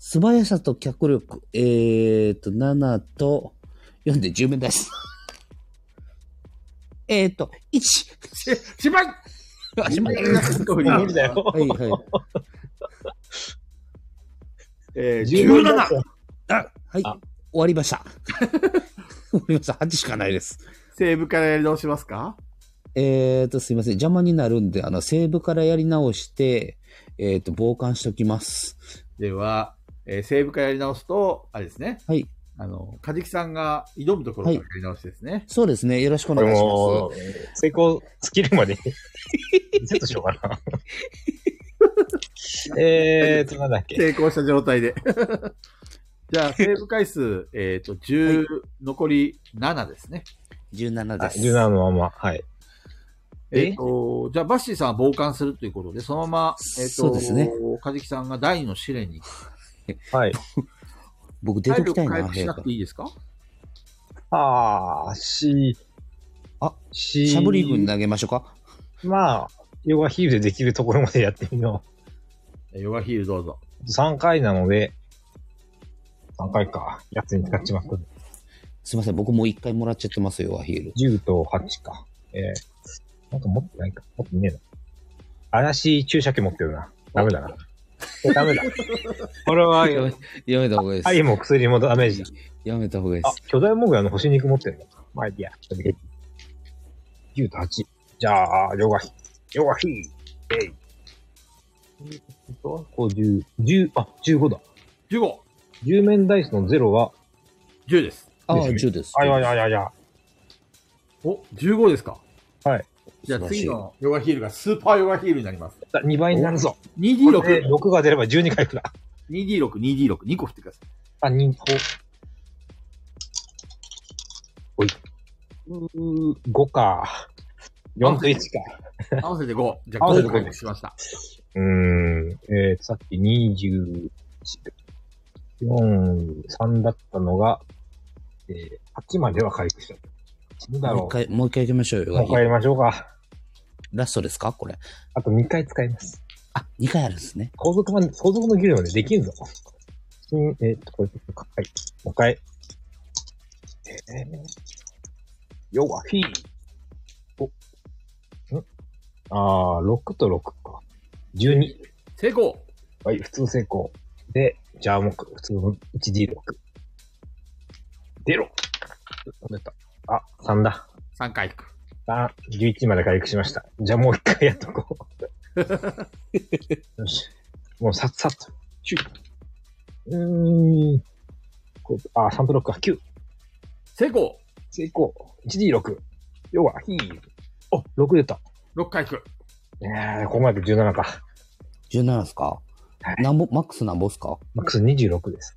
B: 素早さと脚力。えーと、7と、4で10面ダイス。 (laughs) えーと、1。
A: し失敗
B: あしまい
A: 1個振りま
C: 無理だよ。
B: はいはい。
A: えー、17!
B: あ、はい。終
C: あ
B: わりました。 (laughs) 終わりました。8しかないです。
A: セーブからやり直しますか
B: えーと、すいません。邪魔になるんで、あの、セーブからやり直して、えーと、傍観しておきます。
A: では、えーセーブからやり直すと、あれですね。
B: はい。
A: あの、カジキさんが挑むところからやり直しですね。
B: そうですね。よろしくお
C: これ
B: 願いし
C: も
B: ま
C: う、成功尽きるまでリセットしよう (laughs) かな。えーと、なんだっけ。
A: 成功した状態 (laughs) で。じゃあ、セーブ回数、えっ、と、10、残り7ですね。
B: す。17
C: あ
B: です。
C: 17のまま。はい。
A: えっと、じゃあ、バッシーさんは傍観するということで、そのまま、えっ、
B: そうですね
A: と、カジキさんが第二の試練に行く。
C: はい。
B: 僕出
A: 体
B: てきた
A: 力回
B: いな、
A: 復しな
B: 部屋
A: く
B: か
A: ていいですから
C: あー、し、
B: あ、
C: し
B: ら。しゃぶり軍投げましょうか。
C: まあ、ヨガヒールでできるところまでやってみよ
A: えヨガヒールどうぞ。
C: う。3回なので、3回か。やつに使っちまった。
B: すいません。僕もう1回もらっちゃってますよ、アヒール。
C: 10と8か。えー、なんか持ってないか。持ってねえな。嵐注射器持ってるな。ダメだな。えダメだ。こ
B: (laughs)
C: れは、
B: やめやめた方がいいです。
C: 愛も薬もダメージだ。
B: やめた方がいいで
C: あ
B: す。、
C: 巨大モグラの星肉持ってんのまあ、いいや、ちょっと待って10と8。じゃあ、ヨガヒ。ヨガヒ。えい。こう10、10、あ、15だ。
A: 15、
C: 10面ダイスの0は、
A: 10です。
B: ああ、10です。
C: あいやいやいやいや。
A: お、15ですか
C: はい。
A: じゃあ
B: 素晴らしい
A: 次のヨガヒールがスーパーヨガヒールになります。
C: だ2倍になるぞ。これで
A: 2D6、
C: 6が出れば12回くらい。
A: 2D6、2D6、2個振ってください。
C: あ、2個。おい。うー、5か。4と1か。
A: 合わせて5。じゃ
C: 合
A: あ
C: わせて
A: 5
C: 5
A: 回復しました。
C: うーん。えー、さっき24、3だったのが、えー、8までは回復した。死ぬ
B: も
C: だ
B: う
C: ろ
B: 一回、もう一回行きましょう
C: う。
B: よ、
C: もう一回やりましょうか。
B: ラストですかこれ。
C: あと2回使います。
B: あ、2回あるんですね。
C: 後続まで、後続の技量までできんぞ。新えーっと、これ、はい。もう一回。えー、ヨガフィー。お。んあー、6と6か。12。
A: 成功
C: はい、普通成功。で、じゃあもう、普通の 1D6。出ろ止めた。あ、3だ。
A: !3 回復。
C: 3、11まで回復しました。じゃあもう一回やっとこ (laughs) う。よし。もうさっさっと。シュッうーん。こうあ、3と6か。9。
A: 成功
C: 成功。1D6。要は、ヒー。お、6出た。
A: !6 回復。
C: えー、ここまで17か。
B: 17ですか
C: はい
B: なんぼ、マックスなんぼっすか
C: マックス26です。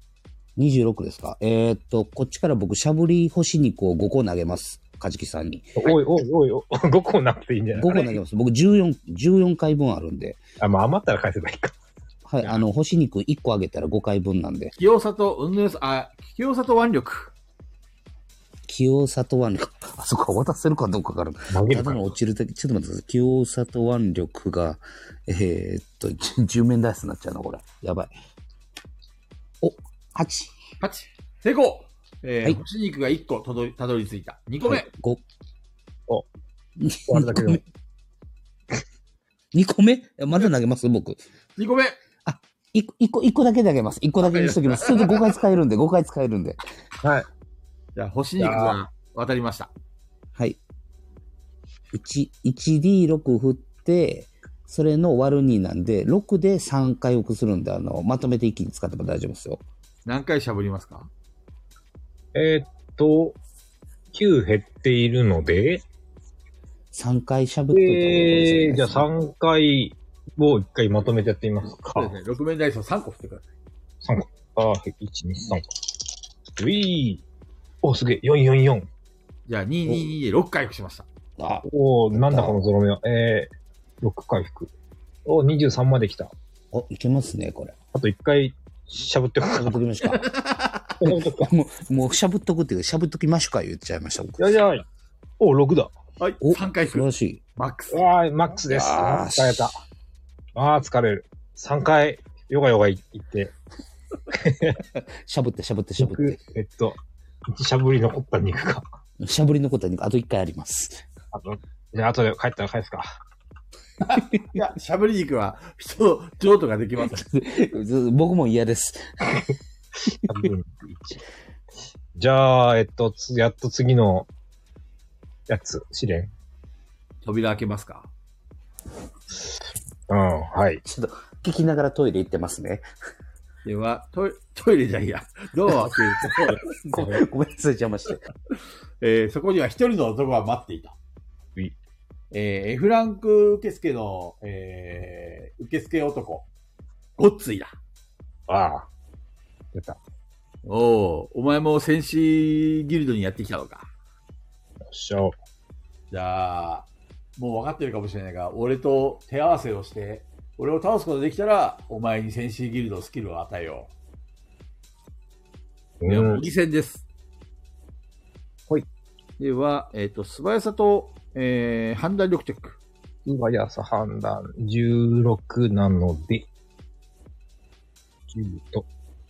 B: 26ですかえー、っと、こっちから僕、しゃぶり干し肉を5個投げます。カジキさんに。
C: おいおいおいおい、5個 (laughs) なくていいんじゃ
B: 5
C: ない
B: 個投げます。僕、14、14回分あるんで。
C: あ、まあ余ったら返せばいいか。
B: はい、あの、干し肉1個あげたら5回分なんで。
A: 清里、うんぬよさ、あ、清里腕力。
B: 清里腕力。あそこは渡せるかどうかから。
C: 投げ
B: ただ
C: るから
B: の。落ちるだけ。ちょっと待ってください。清里腕力が、えーっと、10面ダイスになっちゃうな、これ。やばい。お、8。
A: 8。成功えー
B: はい
A: 星肉が1個たどりたどり着いた。2個目、
B: 5。
C: お。
B: 2
C: あれだけ
B: 個
C: ど
B: 目。2個目まだ投げます僕。
A: 二 !2 個目
B: 一個、一個、一個だけであげます。一個だけにしときます。 (laughs) それで5回使えるんで、5回使えるんで。
C: はい。
A: じゃあ、星肉が渡りました。
B: はい。1、1D6 振って、それの割る2なんで、6で3回復するんで、あの、まとめて一気に使っても大丈夫ですよ。
A: 何回しゃぶりますか
C: えーっと、9減っているので、
B: 3回しゃぶっといた方がいいです
C: え
B: ね
C: ー、じゃあ3回を1回まとめてやってみます
A: そう
C: か
A: で。すね。6面ダイスを3個振ってください。
C: 3個。あー、1、2、3個。ういー。お、すげえ。4、4、4。
A: じゃあ、2、2、2で6回復しました。
B: あ、
C: おー、なんだこのゾロ目は。えー、6回復。お、23まで来た。
B: お、いけますね、これ。
C: あと1回、しゃぶって
B: (laughs)
C: こ
B: しゃぶっときましょ
C: (laughs)
B: う
C: う
B: か。もう、もう、しゃぶっとくっていうか、しゃぶっときましょうか言っちゃいました、僕。
C: よいしょい。お、6だ。
A: はい。
B: お、
A: 3回
B: 素晴
A: 復。
B: らしい。
A: マックス。
C: わーい、マックスです。
B: あー
C: 疲れた。あー、疲れる。3回、ヨガヨガ行って、
B: しゃぶって、しゃぶって、しゃぶっ
C: 肉、えっと、1しゃぶり残った肉が。
B: て。しゃぶりのことはあと1回あります。 (laughs)
C: あと、じゃあ後で帰ったら返すか。
A: いや、しゃぶり肉は、人、譲渡ができます。
B: 僕も嫌です。
C: じゃあ、えっと、つやっと次の、やつ、試練。
A: 扉開けますか
C: うん、はい。
B: ちょっと、聞きながらトイレ行ってますね。
A: では、トイトイレじゃいや、ドアを開ける (laughs)
B: ごめんごめんなさい、邪魔して。
A: と、えーそこには一人の男が待っていた
C: うい。
A: えー、フランク受付の、えー、受付男、ごっついだ。
C: ああ。やった。
A: おお、お前も戦士ギルドにやってきたのか。
C: よっしゃ。
A: じゃあ、もう分かってるかもしれないが、俺と手合わせをして、俺を倒すことができたら、お前に戦士ギルドのスキルを与えよう。では、
C: うん
A: 模擬戦です。
C: ほい。
A: では、えっ、と、素早さと、えー、判断力チェック。
C: うわ、やさ判断、16なので、10と、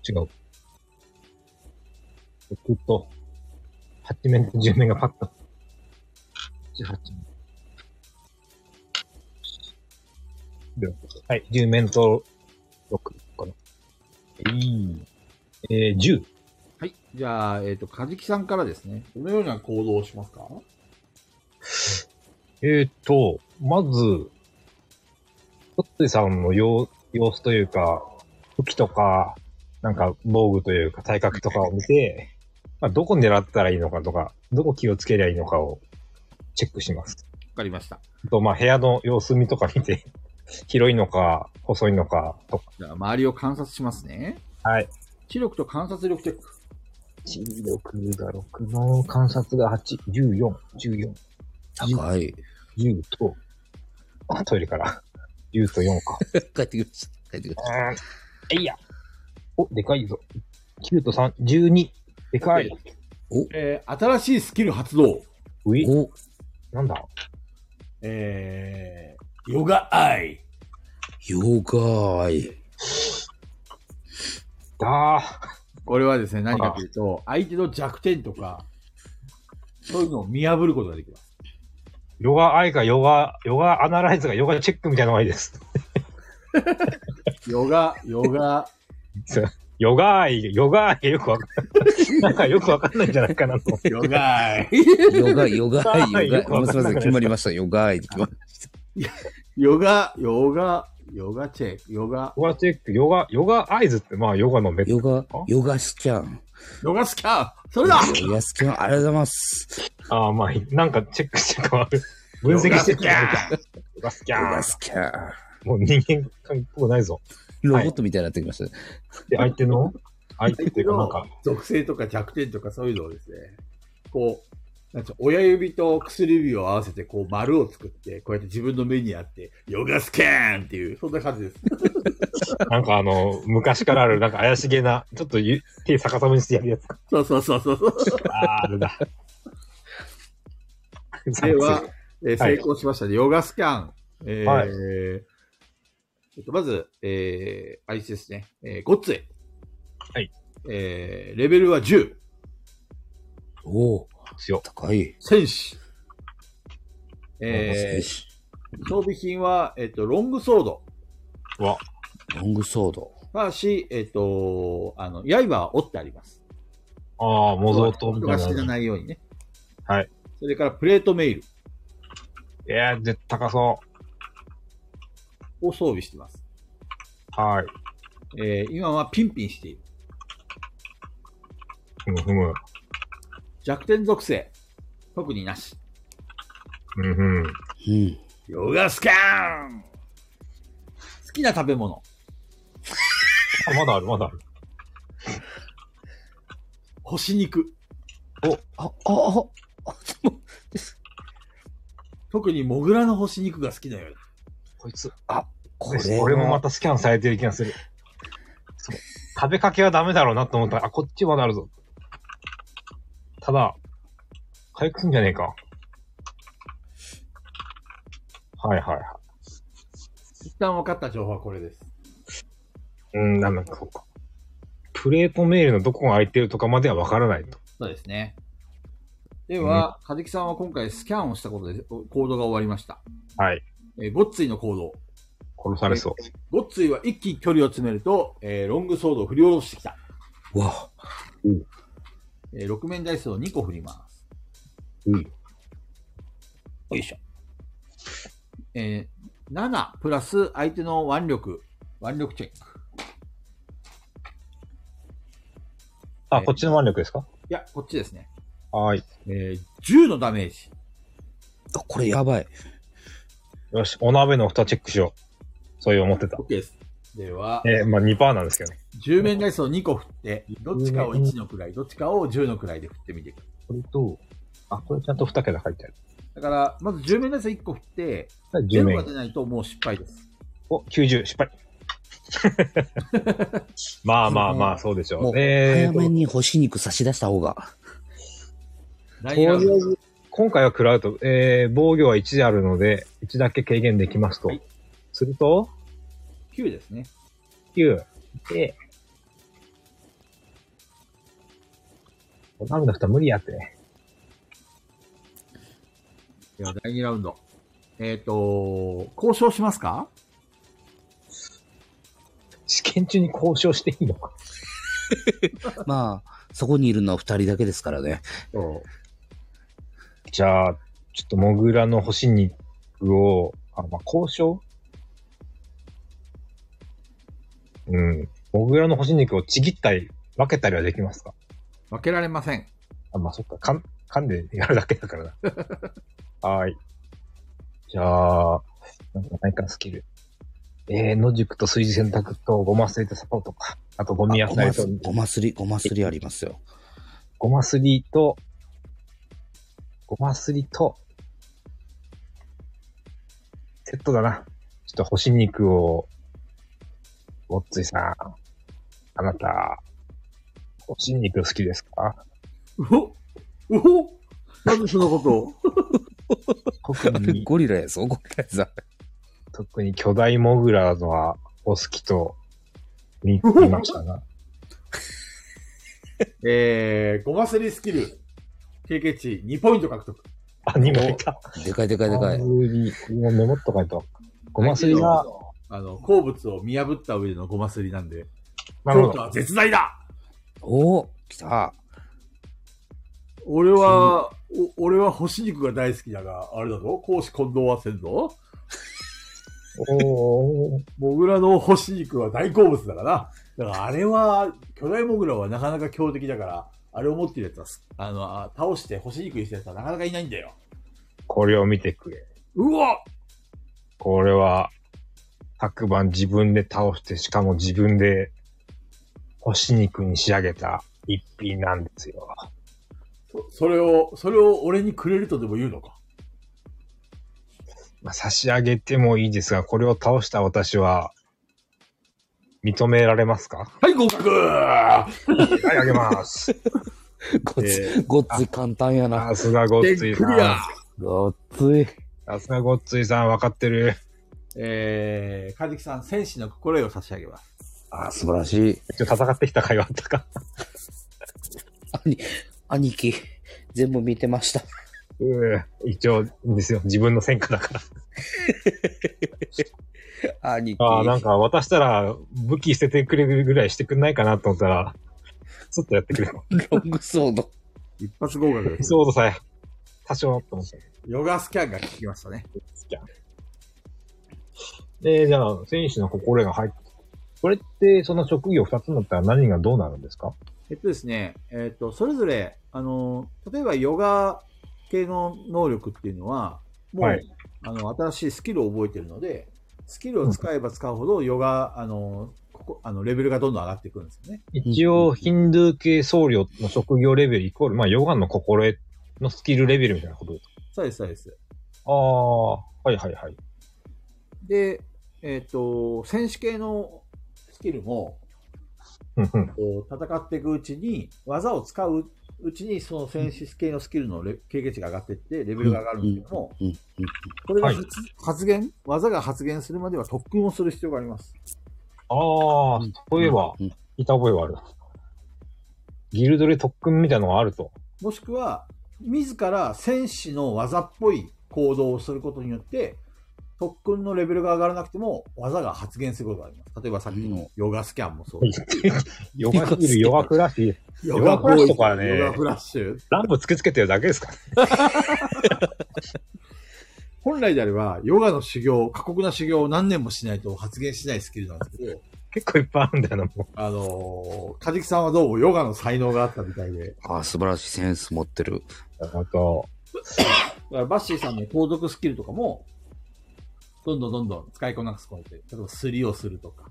C: 違う。6と、8面と10面がパッと。18面。はい、10面と6かな。いい。えー、10。
A: はい。じゃあ、えっ、と、カジキさんからですね。どのような行動をしますか
C: えー、と、まず、トッテさんの様様子というか、武器とか、なんか防具というか体格とかを見 (laughs) て、まあ、どこ狙ったらいいのかとか、どこ気をつけりゃいいのかをチェックします。
A: わかりました。
C: あと、まあ、部屋の様子見とか見て、 (laughs) 広いのか、細いのか、とか。
A: じゃあ、周りを観察しますね。
C: はい。
A: 知力と観察力チェック。
C: 16が6の観察が8、14、14、
B: 高い。
C: 10と、あ、トイレから、10と4か。
B: 帰ってきました。帰ってきまし
C: えいや。お、でかいぞ。9と3、12。でかい。
A: えー、新しいスキル発動。
C: うい
B: た。、お、
C: なんだ
A: えー、ヨガアイ。
B: よがーい。
C: だー。
A: これはですね、何かというと、相手の弱点とか、そういうのを見破ることができます。
C: ヨガアイかヨガ、ヨガアナライズかヨガチェックみたいなのがいいです。
A: ヨガ、ヨ
C: (laughs)
A: ガ、
C: ヨガアイ、ヨガアイがよくわかん (laughs) なんかよくわかんないんじゃないかなと。
A: ヨガアイ。
B: よがい、よがい、よがい。
C: よくわ
B: もう
C: かんな
B: すみませ
C: くなっちゃった
B: ん、決まりました。よがいで決まりました。
A: ヨガ、ヨガ、ヨガチェック、ヨガ、
C: ヨガチェック、ヨガ、ヨガアイズってまあヨガのメ
B: よが、よがスキャン。
A: ヨガスキャンそれだ
B: よがスキャン、ありがとうございます。
C: ああ、まあいいなんかチェックして変わる。分析して
A: ヨガスキャン
C: ヨガスキ
B: よ
C: ャ
B: が
C: ン
B: スキャン。
C: もう人間関係っぽくないぞ。
B: ロボットみたいになってきましたね。
C: で、相手の相手っていうかなんか、
A: 属性とか弱点とかそういうのをですね、こう、なんていうの親指と薬指を合わせて、こう丸を作って、こうやって自分の目にあって、ヨガスキャンっていう、そんな感じで
C: (laughs)
A: す。
C: なんかあの、昔からある、なんか怪しげな、ちょっとゆ手逆さまにしてやるやつか。
A: そうそうそうそう。
C: (laughs) あーあれだ。
A: では、えー
C: はい
A: 成功しましたね。ヨガスキャン。えー
C: はい
A: えっと、まず、えー、あいつですね。えー、ゴッツェ。
C: はい。
A: えー、レベルは10。
B: おお
C: 強。
B: 高い。
A: 戦士。
B: え
A: えー、装備品は、えっと、ロングソード。
B: ロングソード。
A: ただし、えっと、あの、刃は折ってあります。
C: ああ、模造刀み
A: 人が
C: たい
A: 死な
C: な。
A: ないようにね。
C: はい。
A: それから、プレートメイル
C: いやー、で、高そ
A: を装備してます。
C: う。はい。
A: えー、今はピンピンしている。
C: ふむふむ。
A: 弱点属性。特になし。
C: うんふん。
B: うん。
A: ヨガスキャン好きな食べ物。
C: あ、まだある、まだある。
A: 干し肉。
B: あ、あ、あ、あ、でも、
A: 特にモグラの干し肉が好きなようだ。
C: こいつ。
B: こ
C: こ
B: れ
C: れ
B: は
C: もまたスキャンされてる気がする。そう食べかけはダメだろうなと思ったら、あ、こっちまだあるぞ。ただ、回復すんじゃねえか。はいはいはい。
A: 一旦分かった情報はこれです。
C: うん、なんかそうか。プレートメールのどこが空いてるとかまではわからないと。
A: そうですね。では、かじきさんは今回スキャンをしたことでお行動が終わりました。
C: はい。
A: えーゴッツイの行動。
C: 殺されそう。
A: ゴッツイは一気に距離を詰めると、えーロングソードを振り下ろしてきた。
B: わ
A: えー六面ダイスを2個振ります。
B: うん
A: よいしょ。えー、7プラス相手の腕力、腕力チェック。
C: あ、こっちの腕力ですか
A: いや、こっちですね。
C: はい。
A: えー、10のダメージ。
B: あ、これやばい。
C: よし、お鍋の蓋チェックしよう。そういう思ってた。
A: OK です。では、
C: えー、まあ2%なんですけどね。
A: 10面ダイスを2個振って、どっちかを1の位、どっちかを10の位で振ってみてくださ
C: これと、あ、これちゃんと2桁書いてある。
A: い。だから、まず10面ダイス1個振って、
C: 10
A: 0が
C: 名
A: 出。ないともう失敗です。
C: お、90、失 (laughs) 敗。まあまあまあ、そうでしょ
B: もう、
C: う。え
B: 早
C: ー
B: め
C: と、
B: に干し肉差し出した方が。
A: 第
C: とり
A: 2
C: あ
A: ラウ
C: え
A: ンド
C: ず、今回は食らうと、えー、防御は1あるので、1だけ軽減できますと。
A: はい
C: すると、
A: 9ですね。
C: 9。で、お鍋の蓋無理やってね。 (laughs)
A: では、第2ラウンド。えっ、と、交渉しますか
C: 試験中に交渉していいのか。
B: まあ、そこにいるのは二人だけですからね。
C: じゃあ、ちょっとモグラの星肉を、あ、まあ、交渉うん。モグラの星肉をちぎったり、分けたりはできますか
A: 分けられません。
C: あ、まあ、そっか。かん、噛んでやるだけだからな。
B: (laughs)
C: はーい。じゃあ、なんかないかスキル。えー、野宿と炊事選択とごますりとサポートか。あとゴミ野
B: あごま
C: 菜と
B: す、ごますり、ごますりありますよ。
C: ごますりと、ごますりと、セットだな。ちょっと干し肉を、ごっついさん、あなた、干し肉好きですか
A: おおなぜそのことを
C: 特に、
B: ゴリラやぞ、ゴリラやぞ。
C: 特に巨大モグラのはお好きと見見まし
B: (laughs)
C: たが、
A: (laughs) えー、ごますりスキル、経験値2ポイント獲得。
C: あ、にもいた。
B: でかいでかいでかい
C: ご。ますり、これもメモっとかないと。ごますりが、
A: あの、鉱物を見破った上でのごますりなんで、
C: なるほ
A: 強化
C: ど
A: は。絶大だ
B: おお来た。
A: 俺は、お俺は干し肉が大好きだが、あれだぞ、講師混同はせんぞ。
C: おー
A: モグラの干し肉は大好物だからな。だからあれは、巨大モグラはなかなか強敵だから、あれを持ってるやつはす、あの、あ倒して干し肉にしたやつはなかなかいないんだよ。
C: これを見てくれ。
A: うわ
C: これは、昨晩自分で倒して、しかも自分で、干し肉に仕上げた一品なんですよ。
A: そそれを、それを俺にくれるとでも言うのか。
C: まあ、差し上げてもいいですが、これを倒した私は、認められますか
A: はい、合格
C: はい、
B: (laughs)
C: あげます。
B: ごっつ
C: え
B: ごっつい簡単やな。
C: さすがごっつい
A: でクリア
C: さ
B: ごっつい。
C: さすがごっついさん、わかってる。
A: えー、カジキさん、戦士の心得を差し上げます。
B: あー、素晴らしい。
C: 一応戦ってきた会話あったか。
B: 兄、兄貴、全部見てました。
C: うん。一応、ですよ。自分の戦果だ (laughs) から。
B: 兄貴。
C: ああ、なんか渡したら武器捨ててくれるぐらいしてくんないかなと思ったら、ちょっとやってく (laughs) れる。
B: ロングソード。
A: 一発合格です。
C: そうとさえ、多少と思った。
A: ヨガスキャンが効きましたね。
C: スキャン。で、じゃあ、選手の心得が入って、これって、その職業二つになったら何がどうなるんですか
A: えっとですね、えっと、それぞれ、あの、例えばヨガ系の能力っていうのは、もう、
C: はい
A: あの、新しいスキルを覚えてるので、スキルを使えば使うほど、ヨガ、あの、ここ、あの、レベルがどんどん上がっていくんですよね。
C: 一応、ヒンドゥー系僧侶の職業レベルイコール、まあ、ヨガの心得のスキルレベルみたいなことですか
A: そうです、そうです。
C: ああ、はいはいはい。
A: で、えっと、選手系のスキルも、
C: うんうん。
A: こう戦っていくうちに、技を使ううちに、その選手系のスキルのレ経験値が上がっていって、レベルが上がるんですけども、
B: うんうんうん
A: これが
C: はい
A: 発発言、技が発言するまでは特訓をする必要があります。
C: ああ、そういえば、
B: うん
C: いた覚えはある。ギルドで特訓みたいなのがあると。
A: もしくは、自ら戦士の技っぽい行動をすることによって、特訓のレベルが上がらなくても、技が発言することがあります。例えばさっきのヨガスキャンもそう。
C: ヨガスキル、ヨガクラシ、ヨガフラッシュとかね
A: ヨガフラッシュ。
C: ランプ突きつけてるだけですか
A: 本来であれば、ヨガの修行、過酷な修行を何年もしないと発言しないスキルなんですけど、
C: 結構いっぱいあるんだよな、も
A: あのー、カジキさんはどうもヨガの才能があったみたいで、
B: あー、素晴らしいセンス持ってる。
C: う。
A: だ
C: あと、
A: からバッシーさんの盗賊スキルとかも、どんどんどんどん使いこなくすことで、例えばすりをするとか、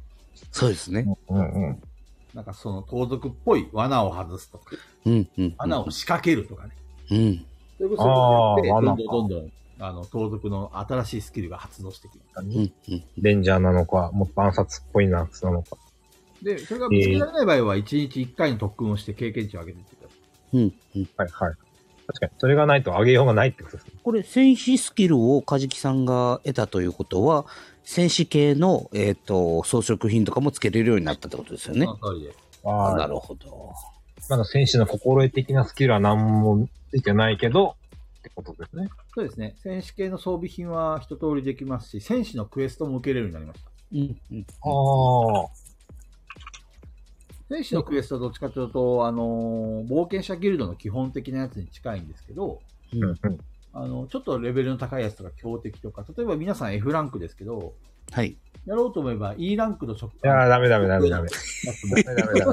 B: そうですね。
C: うんうん。
A: なんかその盗賊っぽい罠を外すとか、
B: うん、うん。
A: 穴を仕掛けるとかね。
B: う
A: そ
B: ん。
A: ういうことによって、ど
C: あー
A: んどんどんどん、あの、盗賊の新しいスキルが発動してきます。
B: うん、うん。
C: レンジャーなのか、もっと暗殺っぽいな、なのか。
A: で、それが見つけられない場合は、1日1回の特訓をして経験値を上げていってください。
B: うん、うん。
C: はいはい。確かに、それがないと上げようがないってことですね。
B: これ、戦士スキルを梶木さんが得たということは、戦士系の、えっ、と、装飾品とかもつけれるようになったってことですよね
A: そ。の通りです。
C: あ
B: な
C: あ、
B: るほど。
C: まだ選手の心得的なスキルは何もついてないけど、ってことですね。
A: そうですね。戦士系の装備品は一通りできますし、戦士のクエストも受けれるようになりました。
B: うん、うん。
C: ああ、
A: 戦士のクエストはどっちかというと、あのー冒険者ギルドの基本的なやつに近いんですけど、
C: うんうん。
A: あの、ちょっとレベルの高いやつとか強敵とか、例えば皆さん F ランクですけど、
B: はい。
A: やろうと思えば E ランクの職
C: いやー、ダメダメダメダ (laughs) メ。ダメダメダメ。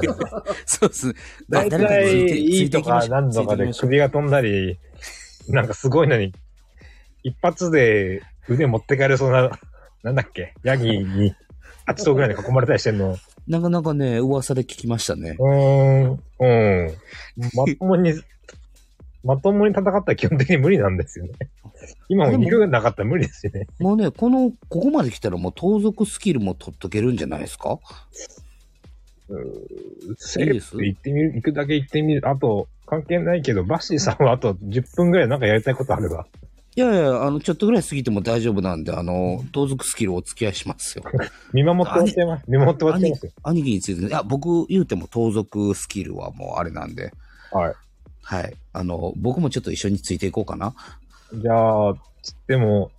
B: (laughs) そうですね。
C: 大
B: 誰かにつ
C: 体、
B: て
C: いいと
B: つて
C: か
B: きまし
C: 何とか
B: ついてき
C: で
B: ましょう
C: 首が飛んだり、なんかすごいのに、一発で腕持ってかれそうな、 (laughs) なんだっけ、ヤギに8頭ぐらいに囲まれたりしてんの。
B: なかなかね、噂で聞きましたね。
C: うーん、うん。まともに、まともに戦ったら基本的に無理なんですよね。今も肉がなかったら無理ですよね。
B: もうね、この、ここまで来たらもう盗賊スキルも取っとけるんじゃないですか
C: うーセ
B: いい
C: レ
B: です
C: ブ行ってみる、行くだけ行ってみる。あと、関係ないけど、バッシーさんはあと10分ぐらいなんかやりたいことあれば。
B: いやいや、あの、ちょっとぐらい過ぎても大丈夫なんで、あの、盗賊スキルお付き合いしますよ。
C: 見守って終わっちゃいます。見守って終わっちゃいますよ。
B: 兄貴についてね、いや、僕言うても盗賊スキルはもうあれなんで、
C: はい。
B: はい。あの、僕もちょっと一緒についていこうかな。
C: じゃあ、つっても、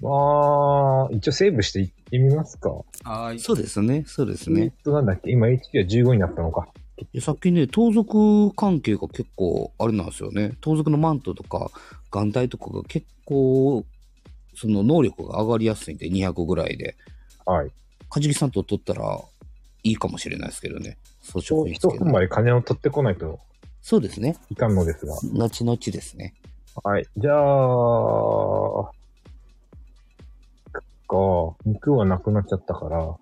C: まあ、一応セーブしていってみますか。
A: はい。
B: そうですね、そうです
C: えっ
B: ね。
C: と、なんだっけ今 HP は15になったのか。
B: いやさっきね、盗賊関係が結構、あれなんですよね。盗賊のマントとか、眼帯とかが結構、その能力が上がりやすいんで、200ぐらいで。
C: はい。
B: かじきさんと取ったら、いいかもしれないですけどね。装飾品
C: 一
B: つける
C: 本まで金を取ってこないと
B: そうですね。
C: いかんのですが。
B: 後々ですね。
C: はい。じゃあ、か、肉はなくなっちゃったから。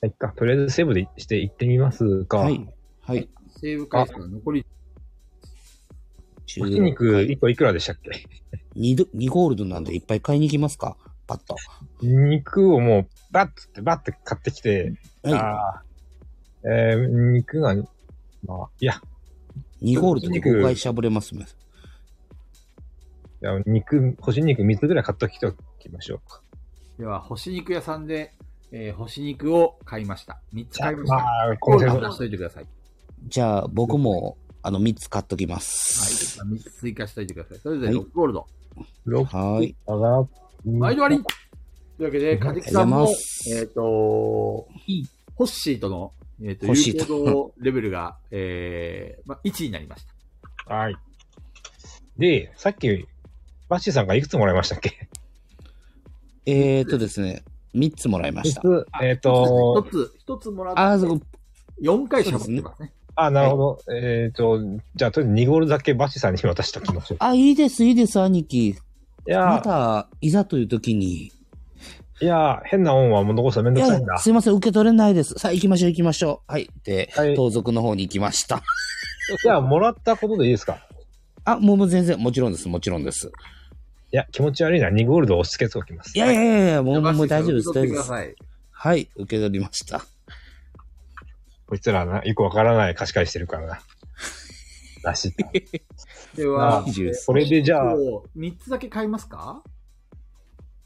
C: はいっか。とりあえずセーブでしていってみますか。
B: はい。はい。
A: セーブ回数が残り、
B: 中
C: ひき肉1個いくらでしたっけ
B: 2ド、二ゴールドなんでいっぱい買いに行きますかパッと。
C: 肉をもう、バッつって、バッて買ってきて、
B: は
C: ああ。えー、肉が、まあ、いや、
B: い。 2ゴールドで5回しゃぶれます。
C: いや、肉、干し肉3つぐらい買っときときましょうか。
A: では、干し肉屋さんで、えー干し肉を買いました。3つ買いまし
C: ま
A: た。
C: あ、こ
A: こ
C: の
A: ういう
C: 辺
A: の
C: は
A: しといてください。はい。
B: じゃあ、僕も、あの、3つ買っときま。
A: ますあ3つ追加しといてください。それぞれ
B: はい
A: 6ゴールド。
C: 6
B: はい。
C: だな。
A: 毎度あり
C: い
A: というわけで、かじきさんも
B: ありがとうございま、す
A: えっ、と、ホッシーとの、えっ、と、
B: ホッシー
A: 有
B: と
A: 効度レベルが、えー、まあ、1になりました。
C: はい。で、さっき、バッシーさんがいくつもらいましたっけ
B: えーとですね、3つもらいました。
C: 3つえっ、と、
A: 一つ、一つもら
B: あー、
A: っ
B: そ
A: て、
B: こ、
A: 4回しゃぶってますね。
C: あ、なるほど。えっ、と、じゃあ、とりあえず2ゴールだけバッシーさんに渡しときましょう。
B: あ、いいです、いいです、兄貴。
C: いやー、
B: また、いざという時に。
C: いやー、変な恩はもう残すのめん
B: い
C: どくさいんだ
B: や、。すいません、受け取れないです。さあ、行きましょう、行きましょう。はい。で、
C: はい
B: 盗賊の方に行きました。
C: じゃあ、もらったことでいいですか
B: あ、もうもう全然、もちろんです、もちろんです。
C: いや、気持ち悪いな。2ゴールドを押し付けておきます。
B: いやいやいやいや、もう
A: じゃあ
B: もう大丈夫
A: バッ
B: で
A: シーさん
B: す、
A: 受け取ってくだ
B: 大丈夫です。
A: さい。
B: はい、受け取りました。
C: こいつらな、よくわからない貸し借りしてるか
B: (laughs)
C: らな。らしい。
A: では、
B: 20です
C: これでじゃあ、
A: 3つだけ買いますか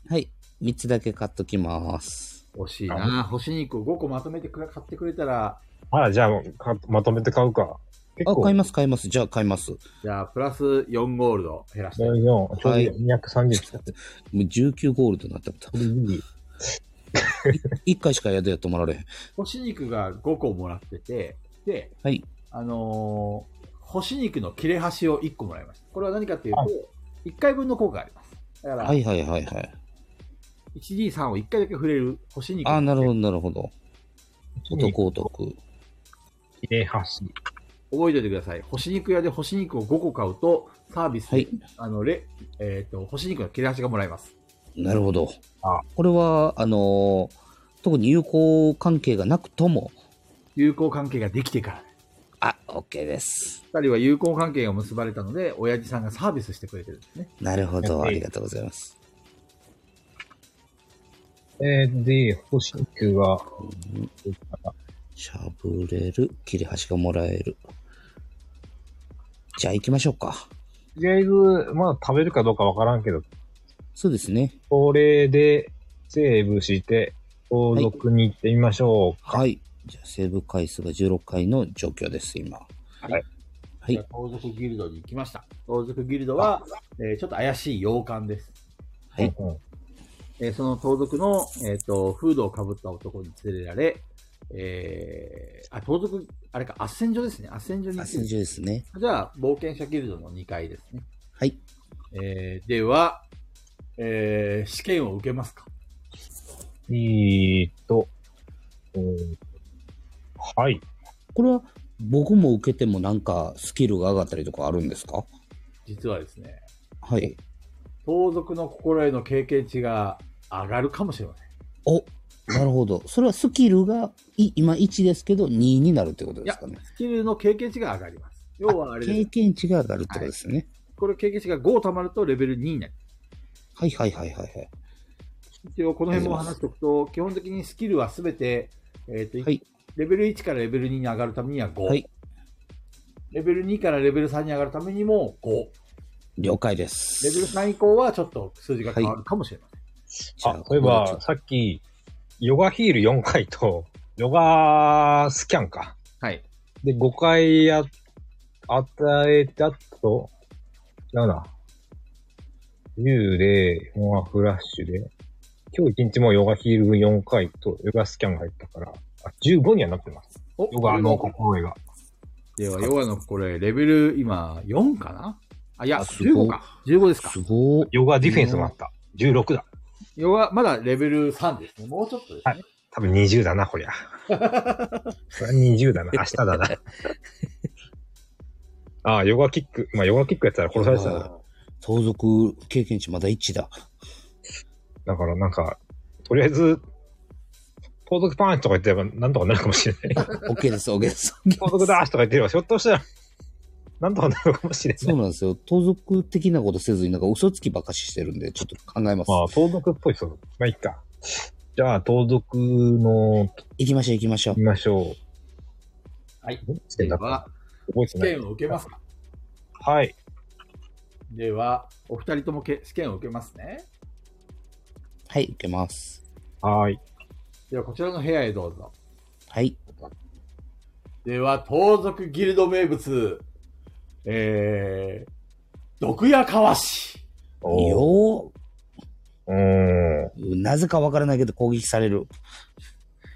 B: はい、3つだけ買っときます。
A: 惜しいな。干し肉を5個まとめてくれ買ってくれたら、
C: あら、じゃあかまとめて買うか。結
B: あ、
C: 構、
B: 買います、買います。じゃあ買います。も
A: じゃあ、プラス4ゴールド減らして。
C: のちょうど
B: はい
C: 230来
B: (laughs)
C: た。
B: う19ゴールドになってもた。1回しか宿やってもらわれへん。
A: 干し肉が5個もらってて、で、
B: はい。
A: あのー干し肉の切れ端を1個もらいました。これは何かっていうと、
C: は
A: 1回分の効果があります。だから、
B: はいはいはいはい。
A: 1D3 を1回だけ触れる干し肉。
B: あ、なるほど、なるほど。お得
C: 男。
B: お得。
C: 切れ端。
A: 覚えておいてください。干し肉屋で干し肉を5個買うと、サービスで、
B: はい
A: あの、レ、えっ、と、干し肉の切れ端がもらえます。
B: なるほど
C: あ。
B: これは、あのー特に友好関係がなくとも、
A: 友好関係ができてから。
B: あ、OK です。
A: 二人は友好関係が結ばれたので、親父さんがサービスしてくれてるんですね。
B: なるほど、
C: はい
B: ありがとうございます。
C: えー、で、星肉は、
B: うんしゃぶれる、切れ端がもらえる。じゃあ行きましょうか。
C: とりあえず、まだ食べるかどうかわからんけど、
B: そうですね。
C: これでセーブして、盗賊に行ってみましょうか。
B: はい。じゃあ、セーブ回数が16回の状況です、今。
C: はい。
B: はい。
A: 盗賊ギルドに行きました。盗賊ギルドは、えーちょっと怪しい洋館です。
B: はい
C: うんうん
A: えーその盗賊の、えっ、と、フードをかぶった男に連れられ、えーあ、盗賊、あれか、斡旋所ですね。斡旋所に行
B: あ、
A: って
B: 先週ですね。
A: じゃあ、冒険者ギルドの2階ですね。
B: はい。
A: えーでは、えー試験を受けますか
C: えーっと、うんはい。
B: これは、僕も受けてもなんか、スキルが上がったりとかあるんですか
A: 実はですね、
B: はい。
A: 盗賊の心得の経験値が上がるかもしれません。
B: お、なるほど。それはスキルが、い今1ですけど、2になるってこと
A: い
B: で
A: や
B: すかね。、
A: スキルの経験値が上がります。要はあれで
B: 経
A: す。
B: 験値が上がるってことですね。
A: これ経験値が5貯まるとレベル2になる。
B: はいはいはいはいはい。
A: 一応この辺も話しておくと、基本的にスキルはすべて、えーと
B: はい
A: レベル1からレベル2に上がるためには5、
B: はい
A: レベル2からレベル3に上がるためにも5、レ
B: 了解です。
A: ベル3以降はちょっと数字が変わるかもしれません。
B: じゃ
C: あ、そういえば、さっき、ヨガヒール4回と、ヨガスキャンか。
A: はい。
C: で、5回や、与えたと、違うな。10で、フォアフラッシュで、今日1日もヨガヒール分4回と、ヨガスキャンが入ったから、あ、15にはなってます。
A: お
C: ヨガの心得が。
A: では、ヨガのこれ、レベル今4かなあ、いや、
B: あすごい
A: 15か。15ですか
B: す。ごい。
C: ヨガディフェンスもあった。16だ。
A: ヨガ、まだレベル3ですね。もうちょっとですね。
C: はい多分20だな、こり
A: (laughs)
C: ゃ。これは20だな、明日だな。ああ、ヨガキック。まあ、ヨガキックやったら殺されてたな。
B: 盗賊経験値まだ1だ。
C: だから、なんか、とりあえず、盗賊パンチとか言ってれば、なんとかなるかもしれ
A: (laughs)
C: ない。
B: OK です、OK です。
C: 盗賊だーしとか言ってれば、ひょっとしたら、なんとかなるかもしれな
A: (laughs)
B: そ
C: い。
B: うなんですよ。盗賊的なことせずになんか嘘つきばっかししてるんで、ちょっと考えます。
C: まあ、盗賊っぽいそう。まあ、いいか。じゃあ、盗賊の、
B: 行きましょう、行きましょう。
C: 見ましょう。
A: はい。
C: どっち
A: で
C: だった
A: は、
C: 覚えて
A: 試
C: ない
A: 験。を受けますか
C: はい。
A: では、お二人ともけ試験を受けますね。
B: はい、受けます。
C: はい。
A: では、こちらの部屋へどうぞ。
B: はい。
A: では、盗賊ギルド名物、えー、毒矢かわし。
C: ー
B: よ
C: うーん。
B: ーなぜかわからないけど攻撃される。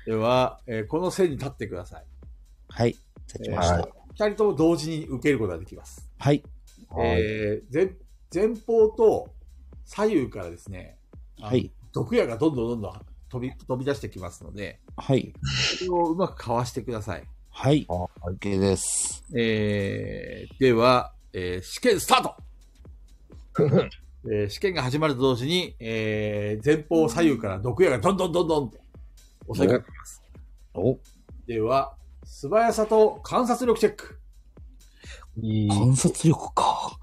A: では、えーこの線に立ってください。
B: はい。立ちました。
C: は
A: 二人とも同時に受けることができます。
B: はい。
C: はい
A: えー前、前方と左右からですね、あの
B: はい。
A: 毒矢がどんどんどんどん飛び、飛び出してきますので、
B: はい。
A: それをうまくかわしてください。
B: はい。
C: あはい
B: OK です。
A: えーでは、えー試験スタートえー試験が始まると同時に、えー前方左右から毒矢がどんどんどんどんと襲いかかってきます。
B: お、
A: では、素早さと観察力チェック。
C: いい
B: 観察力か。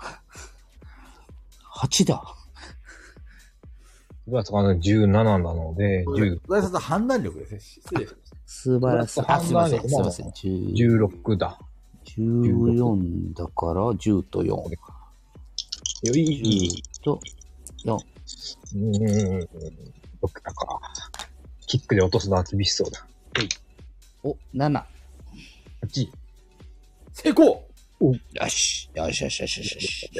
B: 8だ。
C: 9月がね17なので、
A: 素
C: 10
A: 早さと判断力ですね。失礼しました。
B: 素晴らしい。あ、すいません。すいません。10
C: 16だ。
B: 14だから10と4。
C: いやいい、いい。
B: 10と4。
C: うーん。6だか。キックで落とすのは厳しそうだ。
B: お、7。
C: 8。
A: 成功
B: よし。よしよしよしよしよし。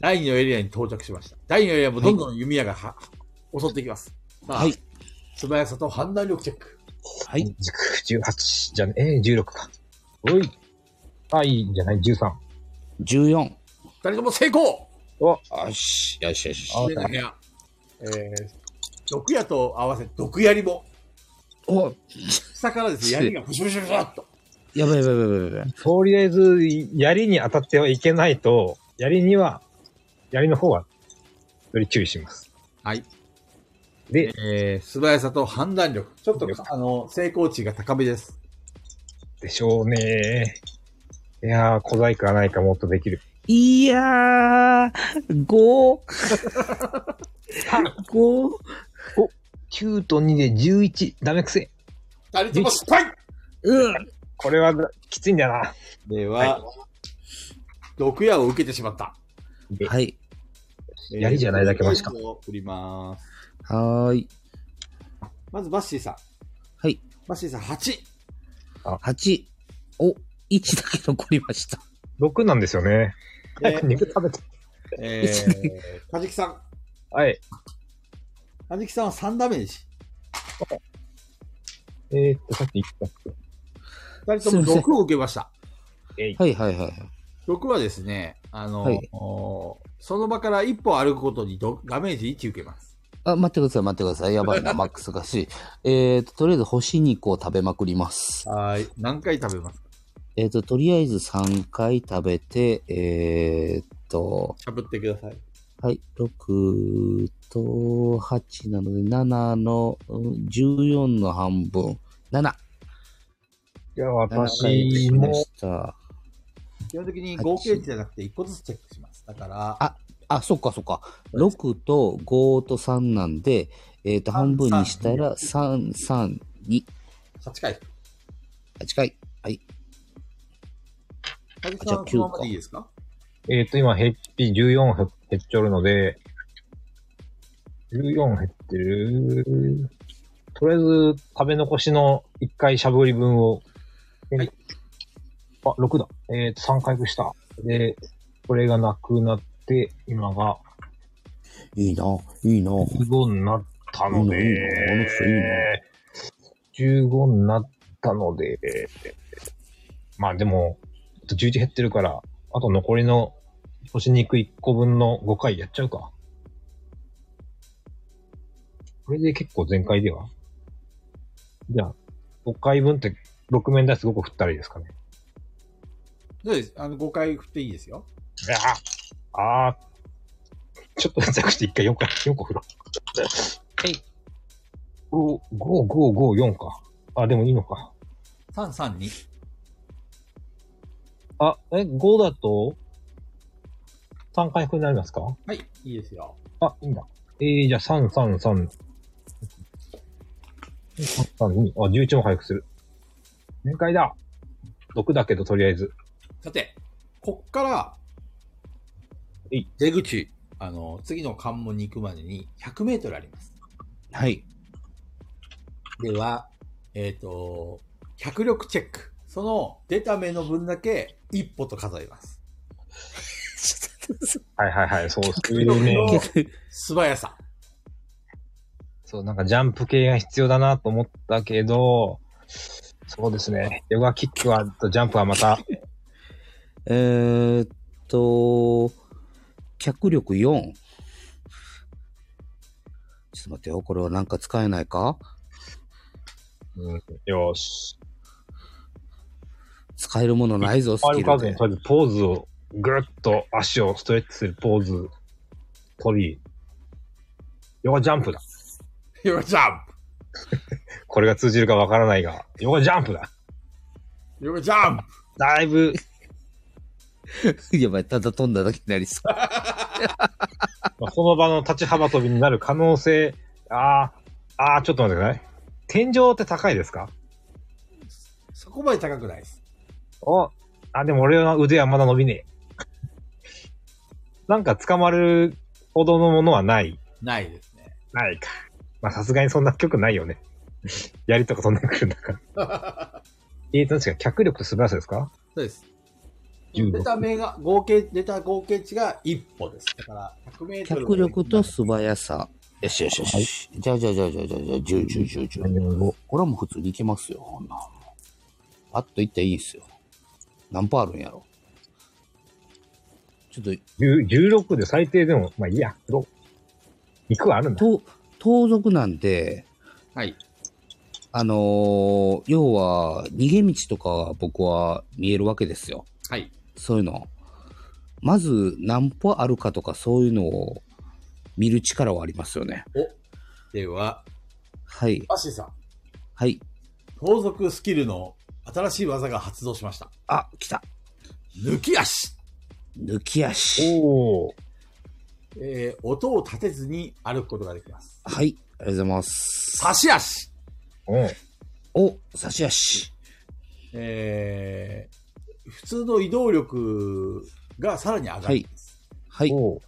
A: 第2のエリアに到着しました。第2のエリアもどんどん弓矢がは、襲ってきます。さあ
B: はい。
A: 素早さと判断力チェック。
B: はい。
C: 19、18じゃねえ、16か。おい。はい、じゃない、13。
B: 14。
A: 二人とも成功
B: よし。よしよし。
C: あ
A: 上の部屋。えー、毒矢と合わせ毒槍も、
B: お、
A: 下からですね、槍がフシュフシュフシュっと。
B: やばいやばいやばいやばい。
C: とりあえず、槍に当たってはいけないと、槍には、槍の方は、より注意します。
A: はい。
C: で、
A: えー、素早さと判断力。ちょっと、あの、成功値が高めです。
C: でしょうね。いやー、小細工はないかもっとできる。
B: いやー、5。5。
C: 9と2で11。ダメくせ。
A: 二人とも失敗
B: うん。
C: これはきついんだな。
A: では、毒矢を受けてしまった。
B: はい。
C: 槍じゃないだけマシか
A: えー。振ります。
B: はーい。
A: まず、バッシーさん。
B: はい。
A: バッシーさん、8。
B: 8。お、1だけ残りました。
C: 6なんですよね。早
A: で
C: く、 (laughs) 肉食べて。
A: えー、カジキさん。
C: はい。
A: カジキさんは3ダメージ。
C: えー、っと、さっき言ったっけ。
A: 二人とも
B: すいません
A: 毒を受けました。
C: えい。
B: (laughs) はいはいはいはい。
A: 毒はですね、あの、
B: はい
A: おその場から一歩歩くことにどダメージ1受けます。
B: あ、待ってください、待ってください。やばい (laughs) な、マックスがしい。えーと、とりあえず干し肉を食べまくります。
A: はい。何回食べますか
B: えーと、とりあえず3回食べて、えーと、
A: しゃぶってください。
B: はい、6と8なので、7の、うん14の半分、7。
C: じゃあ、
B: 7回
C: 私
B: しま
C: も
B: し、た。
A: 基本的に
B: 八
A: 合計値じゃなくて1個ずつチェックします。だから、
B: ああ、そっかそっか。6と5と3なんで、えーと、半分にしたら、3、3、2、
A: 8回。
B: 8回。
A: カジキさんは
B: あ
A: そ
B: じゃあ
A: のままでいいですか
C: えー、っと、今、ヘッピ14減っちょるので、14減ってる。とりあえず、食べ残しの1回しゃぶり分を、
A: はい
C: あ、6だ。えー、っと、3回復した。で、これがなくなって、今が
B: いいな、いいな。
C: 15になったので、
B: いいなあの人いいな
C: 15になったので、まあでも、あと11減ってるから、あと残りの星肉1個分の5回やっちゃうか。これで結構全開ではじゃあ、5回分って6面出す5個振ったらいいですかね。
A: そうです。あの、5回振っていいですよ。
C: ああ、あーちょっとうざくして一回4回、4個振ろう。はい。お、5、5、5、4か。あ、でもいいのか。
A: 3、3、2。
C: あ、え、5だと、3回復になりますか
A: はい。いいですよ。
C: あ、いいんだ。えー、じゃあ3、3、3。3、3、2。あ、11も回復する。全開だ。6だけど、とりあえず。
A: さて、こっから
C: い、
A: 出口、あの、次の関門に行くまでに100メートルあります。
B: はい。
A: では、えっ、と、脚力チェック。その出た目の分だけ一歩と数えます。
C: はいはいはい、そう、そうい
A: 脚
C: う
A: 力
C: ね
A: の、素早さ。
C: そう、なんかジャンプ系が必要だなと思ったけど、そうですね。ヨガキックは、とジャンプはまた、
B: (laughs) えーっと、脚力4。ちょっと待ってよ。これはなんか使えないか
C: うん、よし。
B: 使えるものないぞ、スキ
C: あれ
B: ル
C: かず
B: で
C: に、。とりあえずポーズを、ぐるっと足をストレッチするポーズ、取り、ヨガジャンプだ。
A: よガジャン
C: これが通じるかわからないが、ヨガジャンプだ。
A: プよガジャンプ
C: だいぶ、
B: (laughs) やばい、ただ飛んだだけになり (laughs) そう。
C: まあその場の立ち幅跳びになる可能性、ああ、ああ、ちょっと待ってください。天井って高いですか
A: そこまで高くないです。
C: お、あ、でも俺の腕はまだ伸びねえ。なんか捕まるほどのものはない。
A: ないですね。
C: ないか。まあさすがにそんな曲ないよね。槍とか飛んでくるんだから。えーと、確か脚力素晴らしいですか
A: そうです。
C: 15
A: 出た目が、合計、出た合計値が一歩です。だから、100メートル。
B: 脚力と素早さ。よしよしよし。じゃあじゃあじゃあじゃあじゃあじゃあ、10、10、10、10。これはもう普通にいけますよ、こんなん。パッといったらいいんすよ。何パーあるんやろ。ちょっ
C: 10 16で最低でも、まあいいや、ろ肉はあるんだ。
B: と、と盗賊なんで、
A: はい。
B: あのー要は、逃げ道とかは僕は見えるわけですよ。
A: はい。
B: そういうの。まず、何歩あるかとか、そういうのを見る力はありますよね。
A: では、
B: はい。
A: バッシーさん、
B: はい。
A: 盗賊スキルの新しい技が発動しました。
B: あ、来た。
A: 抜き足
B: 抜き足。
C: おお。
A: えー、音を立てずに歩くことができます。
B: はい。ありがとうございます。
A: 差し足
C: うん。
B: お、差し足。
A: えー、普通の移動力がさらに上がるんです。
B: はい。
C: おー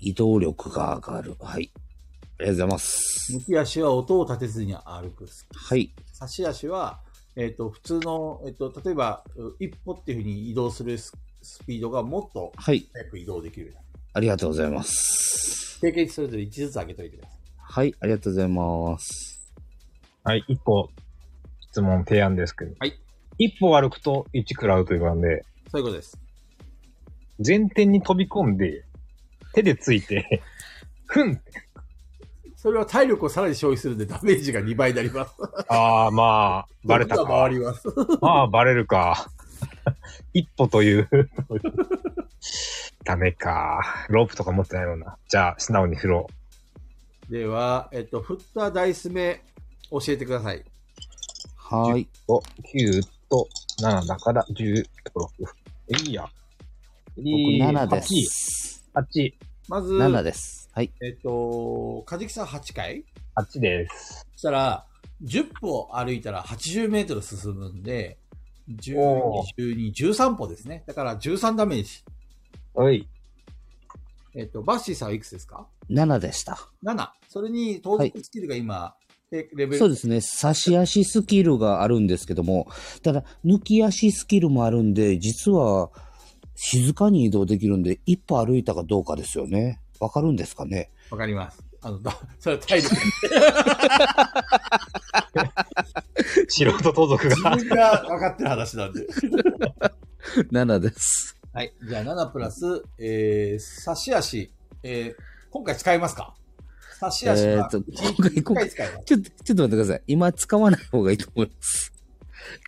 B: 移動力が上がる。はい。ありがとうございます。
A: 抜き足は音を立てずに歩くスキル
B: はい。
A: 差し足は、えっ、と、普通の、えっ、と、例えば、う一歩っていうふうに移動するススピードがもっと
B: はい。
A: 早く移動できるようになる。
B: ありがとうございます。
A: 経験値それぞれ1ずつ上げといてください。
B: はい。ありがとうございます。
C: はい、一個質問提案ですけど。
A: はい。
C: 一歩歩くと一食らうということなんで、
A: そういうことです。
C: 前転に飛び込んで、手でついて、 (laughs) ふん
A: それは体力をさらに消費するんでダメージが2倍になります。
C: ああ、まあ、 (laughs) バレた
A: 今回
C: か。
A: ります。
C: ああ、バレるか。 (laughs) 一歩という。 (laughs) ダメか。ロープとか持ってないもんな。じゃあ、素直に振ろ
A: では、えっ、と、振ったダイス目、教えてください。
B: はい。
C: う。お、9と7だから16。いいや。
B: 僕7です。
C: 8、
A: まず、
B: 7です。はい。
A: えっ、と、かじきさん8回
C: 8です。
A: そしたら、10歩歩いたら80メートル進むんで、12
C: お、
A: 12、13歩ですね。だから13ダメージ。
C: おい。
A: えっ、と、バッシーさんはいくつですか
B: 7でした。
A: ?7。それに、盗
B: はい
A: 賊スキルが今、えレベル。
B: そうですね。差し足スキルがあるんですけども、ただ、抜き足スキルもあるんで、実は、静かに移動できるんで、一歩歩いたかどうかですよね。わかるんですかね
A: わかります。あの、だ (laughs) それは体力。
B: (laughs)
C: 素人盗賊が。
A: 自分が分かってる話なんで。
B: ?7 です。
A: はい。じゃあ、7プラス、えー、差し足。えー、今回使いますか差し足
B: え
A: は
B: ーと
A: 一日
B: 今回
A: 一回使います。
B: ちょっと、ちょっと待ってください。今使わない方がいいと思います。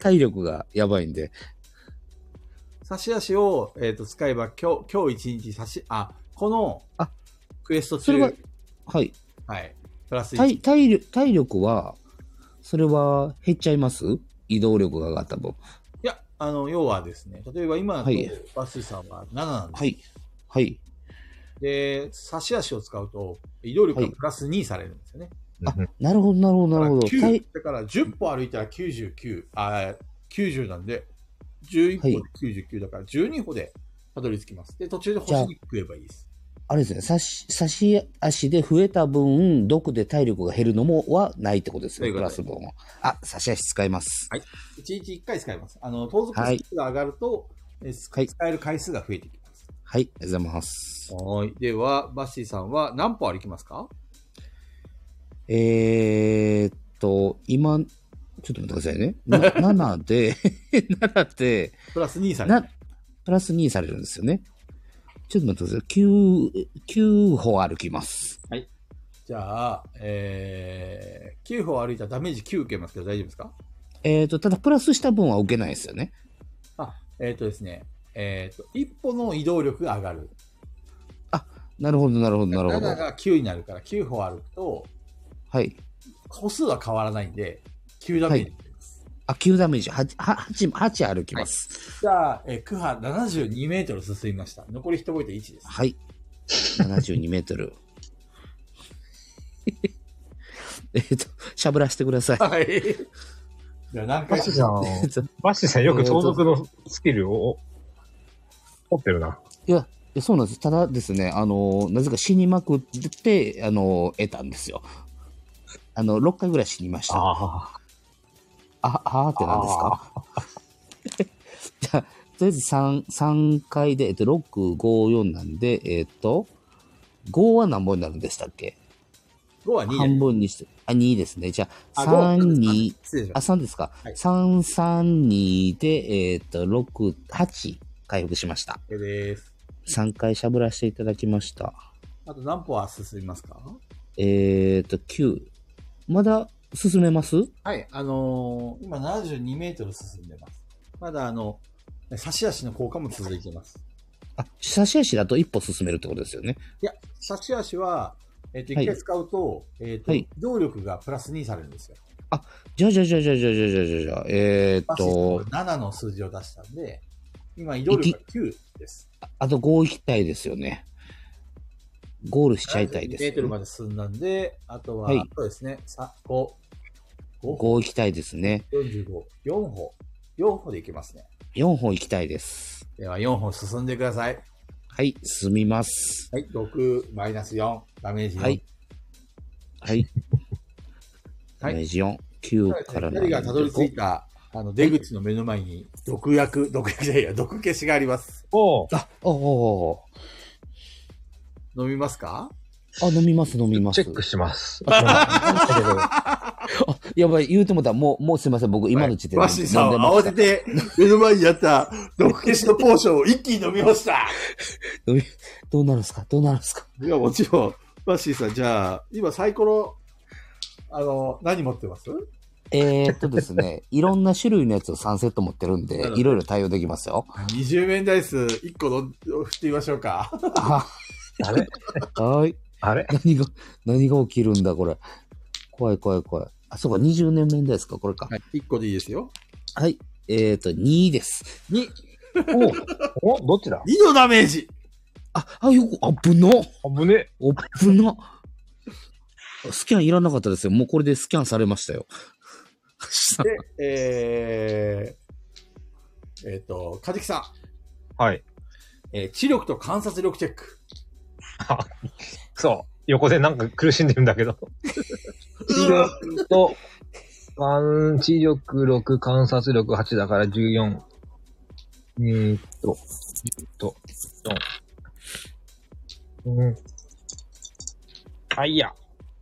B: 体力がやばいんで。
A: 差し足を、えー、と使えば、今日、今日一日差し、あ、この、
B: あ
A: クエスト
B: それ
A: 中
B: は、、はい。
A: はい。プラス1。
B: 体、体力、体力は、それは減っちゃいます移動力が上がった分。
A: いや、あの、要はですね、例えば今だと
B: はい
A: バスさんは7なんです、
B: はい。はい。
A: で、差し足を使うと、移動力がプラス2されるんですよね。
B: なるほど、なるほど、なるほど。
A: だから
B: 体
A: 9だから10歩歩いたら99、あ90なんで、11個
B: は
A: で
B: い
A: 99だから、12歩でたどり着きます。で、途中で星に食えばいいです。
B: あれですね、差し、差し足で増えた分、毒で体力が減るのもはないってことです
A: そうい
B: ね、
A: うこ
B: プ
A: とです
B: ラス分は。あ、差し足使います。
A: 1日1回使います。あの、盗賊スキルが上がると、えー
B: はい
A: 使える回数が増えてきます。
B: はい、ありがとうございます。
A: はい。では、バッシーさんは何歩歩きますか
B: えーっと、今、ちょっと待ってくださいね。な (laughs) 7で、7で、
A: プラス2される
B: な、プラス2されるんですよね。ちょっと待ってください。9、9歩歩きます。
A: じゃあ、えー、9歩歩いたらダメージ9受けますけど大丈夫ですか
B: えーっと、ただプラスした分は受けないですよね。
A: えっ、とですね、えっ、と、一歩の移動力が上がる。
B: なるほど、なるほど、なるほ
A: 7
B: ど。
A: が9になるから、9歩歩くと、
B: はい。
A: 歩数は変わらないんで、9ダメージになります。
B: あ、9ダメージ、8、8、8歩きます。
A: じゃあ、えー、区波72メートル進みました。残り1ポイント1です。
B: はい。72メートル。 (laughs) えっと、しゃぶらせてください。
A: はい。じゃあ何
C: バ
A: 回
C: ッシーさん、
B: えっとい
C: バッシーさんよく盗賊のスキルを持ってるな。
B: やそうなんです。ただですね、あの、なぜか死にまくって、あの、得たんですよ。あの、6回ぐらい死にました。あ、
C: あ
B: あーってなんですか (laughs) じゃあ、とりあえず三三回で、えっと、6、5、4なんで、えっと、5は何本になるんでしたっけ
A: ?5 は2
B: 半
A: です。
B: 分にして、あ、2ですね。じゃあ、
A: あ五
B: 3、2、
A: 失礼し
B: あ、
A: まし
B: 3ですか。
A: はい
B: 三三332で、えっ、と、6、8回復しました。
A: た。OK です。
B: 3回しゃぶらせていただきました。
A: あと何歩は進みますか
B: えっ、と、9。まだ進めます
A: はい、あのー、今72メートル進んでます。まだあの、差し足の効果も続いてます。
B: あ、差し足だと一歩進めるってことですよね。
A: いや、差し足は、えっ、と、
B: はい
A: 一回使うと、えっ、と、
B: はい
A: 動力がプラス2されるんですよ。
B: じゃあじゃあじゃあじゃあじゃあじゃあじゃあじゃあじゃあえっ、
A: バシス
B: と、
A: トが7の数字を出したんで、今、移動力が9です。
B: あと5行きたいですよね。ゴールしちゃいたいです、
A: メートルま
B: ね。
A: で進んだんで、あとは、
B: はい
A: そうですね、さ5、5
B: 5
A: 歩、
B: 行きたいですね。
A: 45、4歩、4歩でいけますね。
B: 4歩行きたいです。
A: では、4歩進んでください。
B: はい、進みます。
A: はい、6、マイナス4、ダメージ4。
B: はい。はい。
A: は
B: ダ
A: い
B: メージ4。9から
A: 2人がたどり着いたあの出口の目の前に毒薬、 (laughs) 毒薬じゃないや、毒消しがあります。
C: おう
B: おお
A: 飲みますか
B: ーあ、飲みます、飲みます。
C: チェックします。
B: あ、やばい、言うてもた。もう、もうすいません。僕、今の時点で
A: ワッシーさん
B: 飲んで
A: は
B: ま
A: 慌
B: した
A: てて目の前にあった (laughs) 毒消しのポーションを一気に飲みました。
B: どうなるんすかどうなるんすか
A: いや、もちろん、ワッシーさん、じゃあ、今サイコロ、あの、何持ってます
B: えー、っとです (laughs) ね、いろんな種類のやつを3セット持ってるん
A: なる
B: で
A: ほ、ど
B: いろいろ対応できますよ。
A: ?20 面ダイス1個の振ってみましょうか。
B: (laughs) あ
C: あれ
B: (laughs) はーい。
C: あれ
B: 何が、何が起きるんだ、これ。怖い、怖い、怖い。あ、そうか、20年目ですかこれか。
A: はい、1個でいいですよ。
B: はい。えー、っと、2です。
A: 2、2
C: おおどっちだ
A: のダメージ
B: あ、あ、よく、あぶの
C: 危ねえ。
B: おっぶな。スキャンいらなかったですよ。もうこれでスキャンされましたよ。
A: で、えー、えっ、と、カジキさん。
C: はい。
A: えー知力と観察力チェック。
C: そう。横でなんか苦しんでるんだけど。知力と、うん知力6、観察力8だから14。えーっと、えーっと、4。うん。あ、いいや。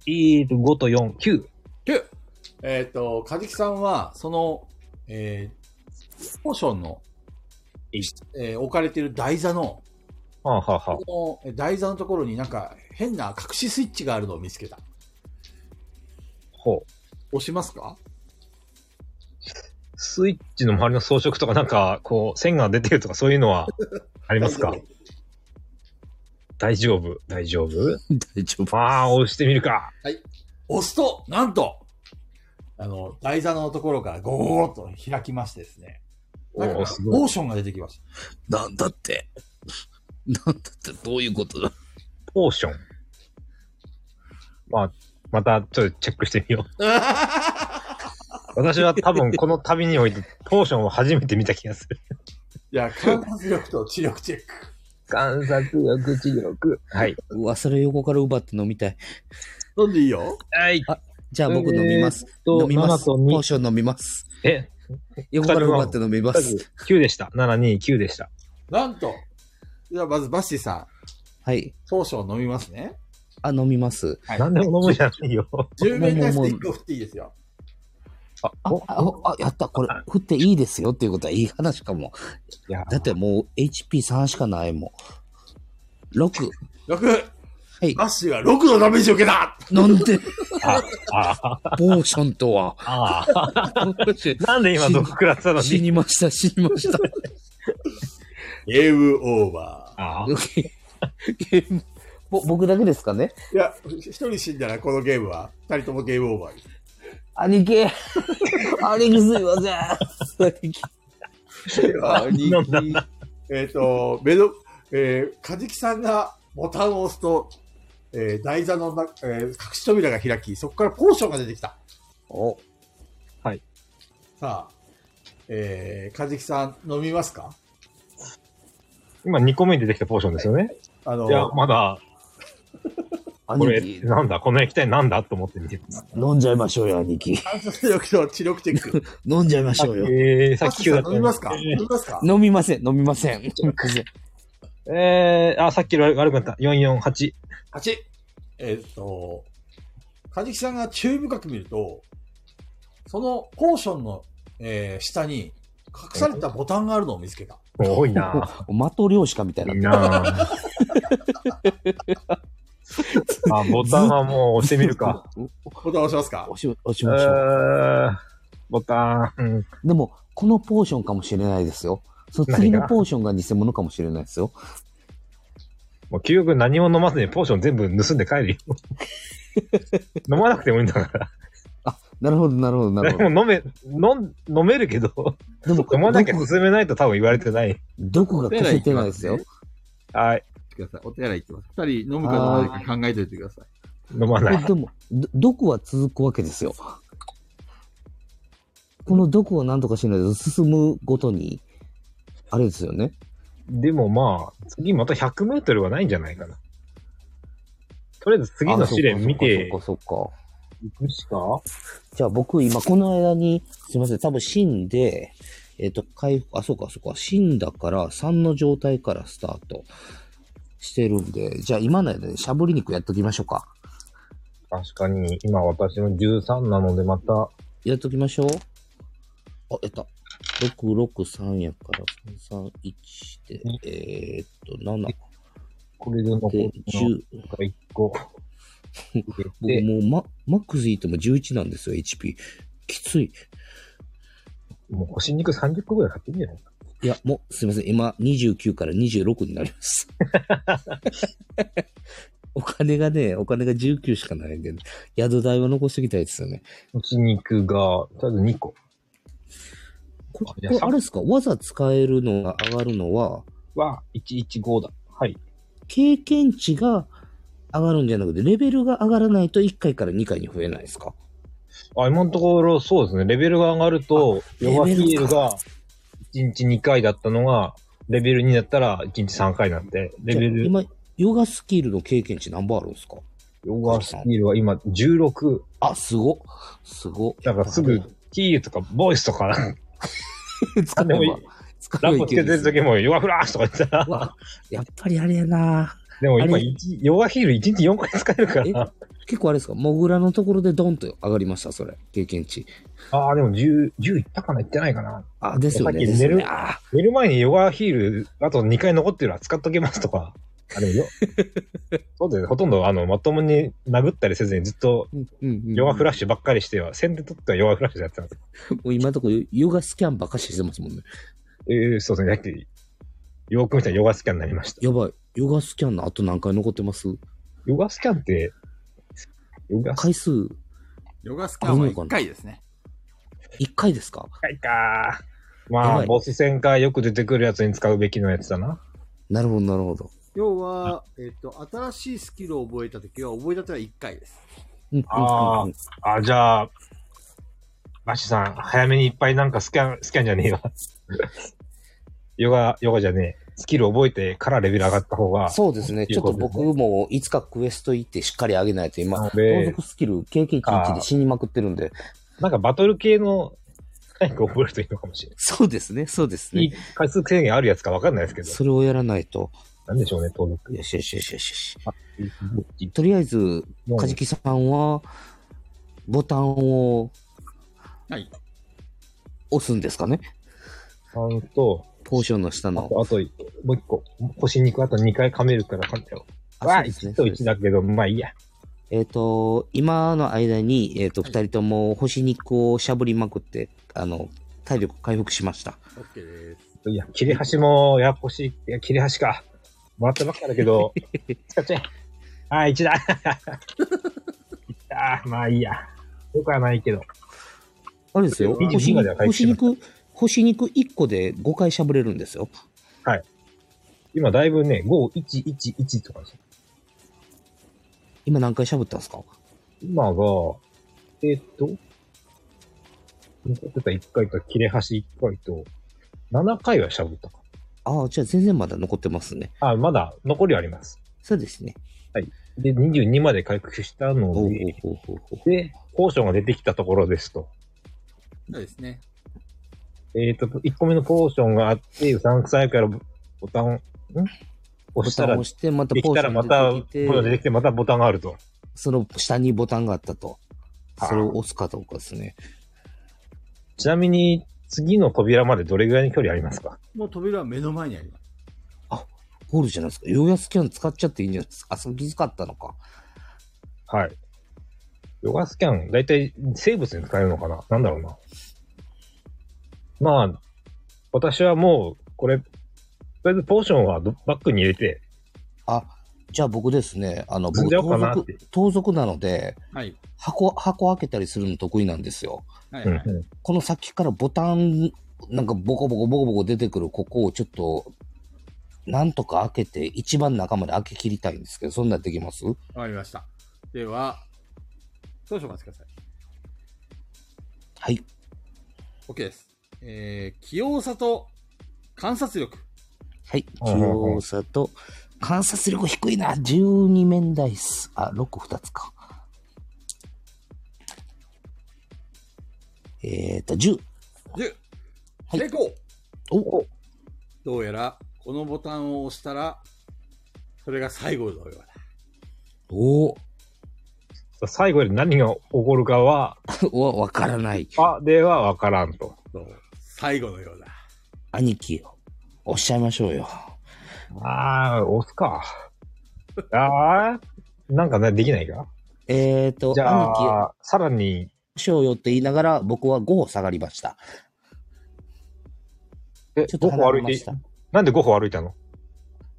C: えーっと、5と4、9。
A: 9! えっ、と、カジキさんは、その、えー、ポーションの
C: いい、
A: えー置かれてる台座の、
C: はあ、はあは
A: この台座のところになんか変な隠しスイッチがあるのを見つけた。
C: あ、ほう。
A: 押しますか
C: スイッチの周りの装飾とかなんか、こう、線が出てるとかそういうのはありますか大丈夫大丈夫
B: 大丈夫。
C: まあ、押してみるか。
A: 押すと、なんと、あの、台座のところからゴーッと開きましてですね。
C: お
A: なん
C: お、
A: か
C: す
A: モ
C: ごい。
A: ーションが出てきました。
B: なんだって。なんだって、どういうことだ。
C: ポーション。まあ、また、ちょっとチェックしてみよう。私は多分この旅においてポーションを初めて見た気がする。
D: いや、観察力と知力チェック。
C: 観察力、知力。はい。
B: うわ、それ横から奪って飲みたい。
D: 飲んでいいよ。
C: はい。
B: じゃあ僕飲みます。飲みます。
C: 7と
B: ポー
C: 2。
B: ション飲みます。
C: え、
B: 横から奪って飲みます。
C: 9でした。7、2、9でした。
D: なんと。じゃあ、まずバッシーさん、
B: はい。
D: 当初飲みますね。
B: あ、飲みます。
D: はい
C: 何でも飲むじゃないよ。
D: 10面対して1個振っていいですよ。
C: あ、
B: あ、あ、あやった。これ、振っていいですよっていうことはいい話かも。
C: いや、
B: だってもう HP3 しかないもん。6。
D: 6!
B: はい。
D: バッシーは6のダメージを受けた
B: 飲ん (laughs) で、
C: あ、あ、
B: ポーションと (laughs) は。
C: ああ。なんで今毒食らってたの
B: 死
C: に。
B: にました、死にました。
D: ゲームオーバ
C: あ
B: ゲームぼ (laughs) 僕だけですかね
D: ー。いや、一人死んだらこのゲームは、二人ともゲームオーバーです。
B: 兄 (laughs) 貴兄貴すいません兄貴
D: 兄貴えっと、メド、えー、カジキさんがボタンを押すと、えー台座のな、えー隠し扉が開き、そこからポーションが出てきた。
B: お
D: さあ、えー、カジキさん飲みますか
C: 今2個目に出てきたポーションですよね。
D: あ
C: い
D: (laughs)
C: や、
D: の、
C: まだ、これ
B: 兄、貴
C: なんだ、この液体なんだと思って見てます。
B: 飲んじゃいましょうよ兄 (laughs) 貴
D: 観察力と知力チェッ
C: (laughs)
D: ク。
B: 飲んじゃいましょうよ
C: えー、さ
D: バッ
C: っき
D: シ
C: 9
D: ー
C: だっ
D: さ
C: た
D: ん
C: の
D: 飲
C: に
D: みますか飲みますか
B: 飲みません飲みません
C: (laughs)
B: 飲みません
C: えー、あ、さっきより悪くなった。448。
D: 8! えーっと、カジキさんが注意深く見ると、そのポーションの、えー下に隠されたボタンがあるのを見つけた。
C: 多いな
B: マトリョーシカみたい
C: ぁ。
B: ない
C: いなぁ。あ、ボタンはもう押してみるか。
D: ボタン押しますか
B: 押し押し
C: え
B: ましょ
C: ー、ボタン。うん
B: うでもこのポーションかもしれないですよその次の
C: 何が
B: ポーションが偽物かもしれないですよ
C: もう究極何も飲まずにポーション全部盗んで帰るよ。 (laughs) 飲まなくてもいいんだから。
B: なるほどなるほどなるほど
C: でも飲め、飲ん、飲めるけど、
B: で
C: (laughs)
B: も
C: 飲まなきゃ
B: 毒
C: 進めないと多分言われてない。
B: 毒が消せてないですよ
C: はい。
A: ください。お手洗い行ってます。二人飲むか飲まないか考えておいてください。
C: 飲まない。
B: でも、ど毒は続くわけですよ。この毒を何とかしないと進むごとに、あれですよね。
C: でもまあ、次また100メートルはないんじゃないかな。とりあえず次の試練見て
B: あそっかそっかそっかそっ
C: いくしか
B: か。じゃあ僕、今、この間に、すいません、多分死んで、えっ、と、回復、あ、そうか、そうか、死んだから、3の状態からスタートしてるんで、じゃあ今の間にしゃぶり肉やっときましょうか。
C: 確かに、今私の13なのでまた、
B: やっときましょう。あ、やった。663やから、331で、えーっと、7。
C: これで残
B: で
C: り、
B: 10、
C: の1個。
B: 僕
C: で、
B: もうママックスいっても11なんですよ、HP。きつい。
C: もう腰肉30個ぐらい買ってみるんじゃ
B: いや、もう、すいません。今、29から26になり
C: (laughs)
B: ます。お金がね、お金が19しかないんで、宿代は残しておきたいですよね。
C: ない腰肉が、とりあえず2個。
B: こ
C: あい
B: れ、
C: や
B: これ
C: さ
B: あれですか技使えるのが上がるのは、
C: は、115だ。はい。
B: 経験値が上がるんじゃなくて、レベルが上がらないと1回から2回に増えないですか
C: あ、今のところそうですね。レベルが上がると、
B: レベル
C: ヨ
B: か
C: ガヒールが1日2回だったのが、レベル2だったら1日3回になって、レベ
B: じゃあ
C: ル、
B: 今、ヨガスキルの経験値何本あるんですか
C: ヨガスキルは今16。
B: あ、すご。すご。
C: だからすぐ、キールとかボイスとか、 (laughs)
B: 使って
C: でもいい
B: も、 (laughs) 使って
C: ラ
B: も
C: ッ
B: い
C: プ
B: い
C: つけ
B: け
C: てる
B: ど
C: 時もヨガフラッシュとか言った
B: うわ
C: ら、
B: やっぱりあれやな
C: (laughs) でも
B: あ
C: 今
B: れ
C: 一、ヨガヒール1日4回使えるから、
B: 結構あれですか、モグラのところでドンと上がりました、それ。経験値。
C: ああ、でも10、10いったかな、いってないかな。
B: あ、ですよね。
C: さっき
B: ですよね
C: 寝る
B: あ
C: 寝る前にヨガヒール、あと2回残ってるから使っとけますとか。あ (laughs) れよ。そうだよね。ほとんど、あの、まともに殴ったりせずにずっと、
B: ーうんうんうん
C: ヨガフラッシュばっかりしては、先手取ってはヨガフラッシュでやってたんです
B: もう今のところヨガスキャンばっかししてますもんね。
C: ええそうですね。さっき、よく見たらヨガスキャンになりました。
B: やばい。ヨガスキャンの後何回残ってます
C: ヨガスキャンって、ヨガス
B: 回数1
A: ヨガスキャンは1回ですね。
B: 回ですか
C: キャンか。
B: や
C: ま
B: ば
C: あ、
B: い
C: ボス戦かよく出てくるやつに使うべきのやつだな。
B: なるほど、なるほど。
A: 要は、えっ、と、新しいスキルを覚えたときは、覚えたては1回です。
B: うんうんうんうん
C: ああ、じゃあ、バシさん、早めにいっぱいなんかスキャン、スキャンじゃねえわ。 (laughs) ヨガ、ヨガじゃねえ。スキル覚えてからレベル上がった方が。
B: そうですね。
C: と
B: ち
C: い
B: ょっ
C: うこととですね
B: 僕もいつかクエスト行ってしっかり上げないと今、
C: なので
B: 盗賊スキル経験値で死にまくってるんで。
C: なんかバトル系の何か覚えるといいのかもしれない。
B: そうですね、そうです
C: い
B: ね。
C: い回数制限あるやつかわかんないですけど。
B: それをやらないと。
C: なんでしょうね、登録。
B: よしよしよしよしよし。とりあえず、
C: もう
B: カジキさんは、ボタンを
D: はい。
B: 押すんですかね
C: 3と、
B: ポーションの下
C: あ
B: の。
C: と、あと、もう一個、腰肉あと2回噛めるから噛んだよ。
B: あ
C: わ
B: そ
C: あ、
B: うですね
C: 1と1だけど、まあいいや。
B: えっ、と、今の間に、えっ、と、
D: は
B: 二
D: い
B: 人とも星肉をしゃぶりまくって、あの、体力回復しました。
D: OK です。
C: いや、切れ端も、ややこしい。いや、切れ端か。もらったばっかだ
B: (laughs)
C: けど、使っちゃえ。ああ、1だ。いったま (laughs) あいいや。よくはないけど。
B: あれですよ、
C: 22
B: 星
C: までは
B: 肉、
C: 回復
B: 星
C: しま
B: 肉、星肉1個で5回しゃぶれるんですよ。
C: 今だいぶね、5、1、1、1とかですよ
B: 今何回しゃぶったんですか
C: 今が、えーっと、残ってた1回と、切れ端1回と、7回はしゃぶったか。
B: ああ、じゃあ全然まだ残ってますね。
C: あ、まだ残りはあります。
B: そうですね。
C: で、22まで回復したの
B: ほう
C: で、
B: ほうほうほうほう。
C: で、ポーションが出てきたところですと。
D: そうですね。
C: えっ、と、1個目のポーションがあって、うさんくさいからボタン、ん押
B: ボ
C: した
B: タン
C: ら
B: を押、して、また
C: で
B: ポー
C: きた
B: シ
C: らまた、
B: ョン
C: ボ
B: 出
C: タン出
B: て
C: て
B: き
C: き
B: て、
C: て、またボタンがあると。
B: その下にボタンがあったと。
C: あー
B: それを押すかどうかですね。
C: ちなみに、次の扉までどれぐらいの距離ありますか
D: もう扉は目の前にあります。
B: ゴールじゃないですか。ようやスキャン使っちゃっていいんじゃないですか。あ、それ気づかったのか。
C: はい。ヨガスキャン、だいたい生物に使えるのかななんだろうな。まあ、私はもう、これ、とりあえずポーションはどバッグに入れて、
B: あ、じゃあ僕ですね、あの、
C: 積
B: 僕
C: んじゃおう
B: 盗
C: かなって
B: 賊、盗賊なので、
D: はい。
B: 箱、箱開けたりするの得意なんですよ。
D: はい、
C: うん
D: はい。
C: うん
B: この先からボタン、なんかボコボコボコボコ出てくるここをちょっと、なんとか開けて、一番中まで開け切りたいんですけど、そんなんできます
D: わかりました。では、少々お待ちください。
B: はい。
D: OK です。えー、器用さと観察力。
B: はい。
C: うん
B: 器
C: うんうん
B: 用さと、観察力低いな。12面ダイス。あ、6、2つか。えっ、ー、と、10。
D: 10、
B: はい
D: 成功
B: お
D: どうやら、このボタンを押したら、それが最後のようだ。
B: お
C: 最後で何が起こるかは、
B: おわ、わからない。
C: あ、ではわからんと。
D: そう最後のようだ。
B: 兄貴よ。おっしゃいましょうよ。
C: ああ、押すか。ああ、なんかね、できないか
B: えっ、ー、と、
C: じ
B: 兄貴
C: ゃ
B: よ。
C: あ、さらに、
B: しようよって言いながら、僕は5歩下がりました。
C: え、
B: ちょっと
C: 5歩
B: 離
C: 歩
B: れ
C: い
B: ましてた、。
C: なんで5歩歩いたの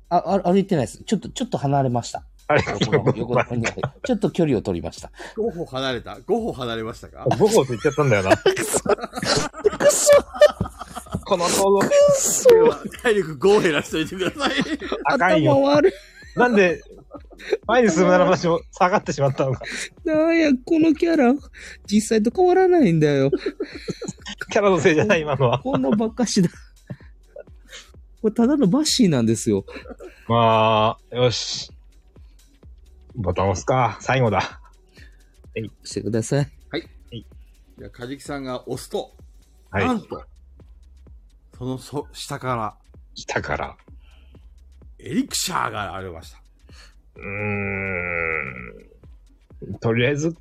B: あ、あ歩いてないです。ちょっと、ちょっと離れました。
C: あれ
B: 横 (laughs) の、横の方に。ちょっと距離を取りました。
D: 5歩離れた ?5 歩離れましたか
C: 5歩って言っちゃったんだよな。
B: くそ
C: この行動、
D: では体力5減らしといてください。
C: (laughs) あかんよ。
B: 悪い。
C: なんで、前に進むならばしも下がってしまったのか。
B: なんや、このキャラ、実際と変わらないんだよ。
C: キャラのせいじゃない、今のは。
B: このばっかしだ。これ、ただのバッシーなんですよ。
C: まあ、よし。ボタン押すか。最後だ。
B: してください。
D: じゃあ、カジキさんが押すと、
C: は。
D: ないんと、そのそ下から、
C: 来たから。
D: エリクシャーが現れました。
C: うーん。とりあえず、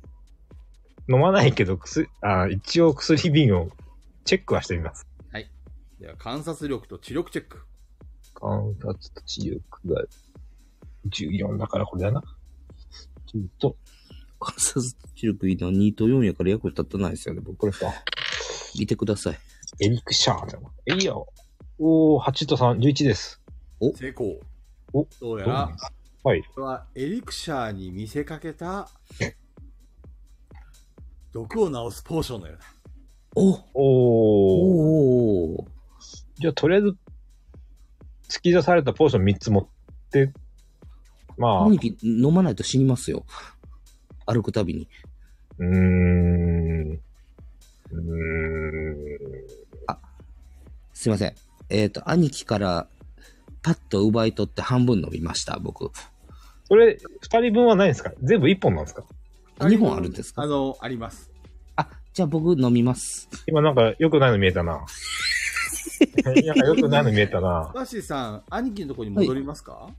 C: 飲まないけど、薬、あ一応薬瓶をチェックはしてみます。
D: では、観察力と知力チェック。
C: 観察と治癒が14だからこれだな。ちょっと、
B: 観察中力いいの2と4やから役に立たないですよね、僕。
C: これか。
B: 見てください。
C: エリクシャーだな。えいよ。おー、8と3、11です。
D: 成功。
C: お
D: どうや
C: どうな
D: ら
C: んで、すかはい。
D: これはエリクシャーに見せかけた、毒を治すポーションのようだ。
B: お
C: おー。
B: おお
C: じゃあ、とりあえず、突き出されたポーション3つ持って、まあ、
B: 兄貴、飲まないと死にますよ。歩くたびに。
C: うーん。うーん。
B: すいません。えっ、と、兄貴からパッと奪い取って半分飲みました、僕。
C: それ、二人分はないんですか全部一本なんですか
B: あ二本あるんですか
D: あの、あります。
B: あ、じゃあ僕飲みます。
C: 今なんか良くないの見えた (laughs) な。なんか良くないの見えた (laughs) な。
D: バッシーさん、兄貴のところに戻りますか、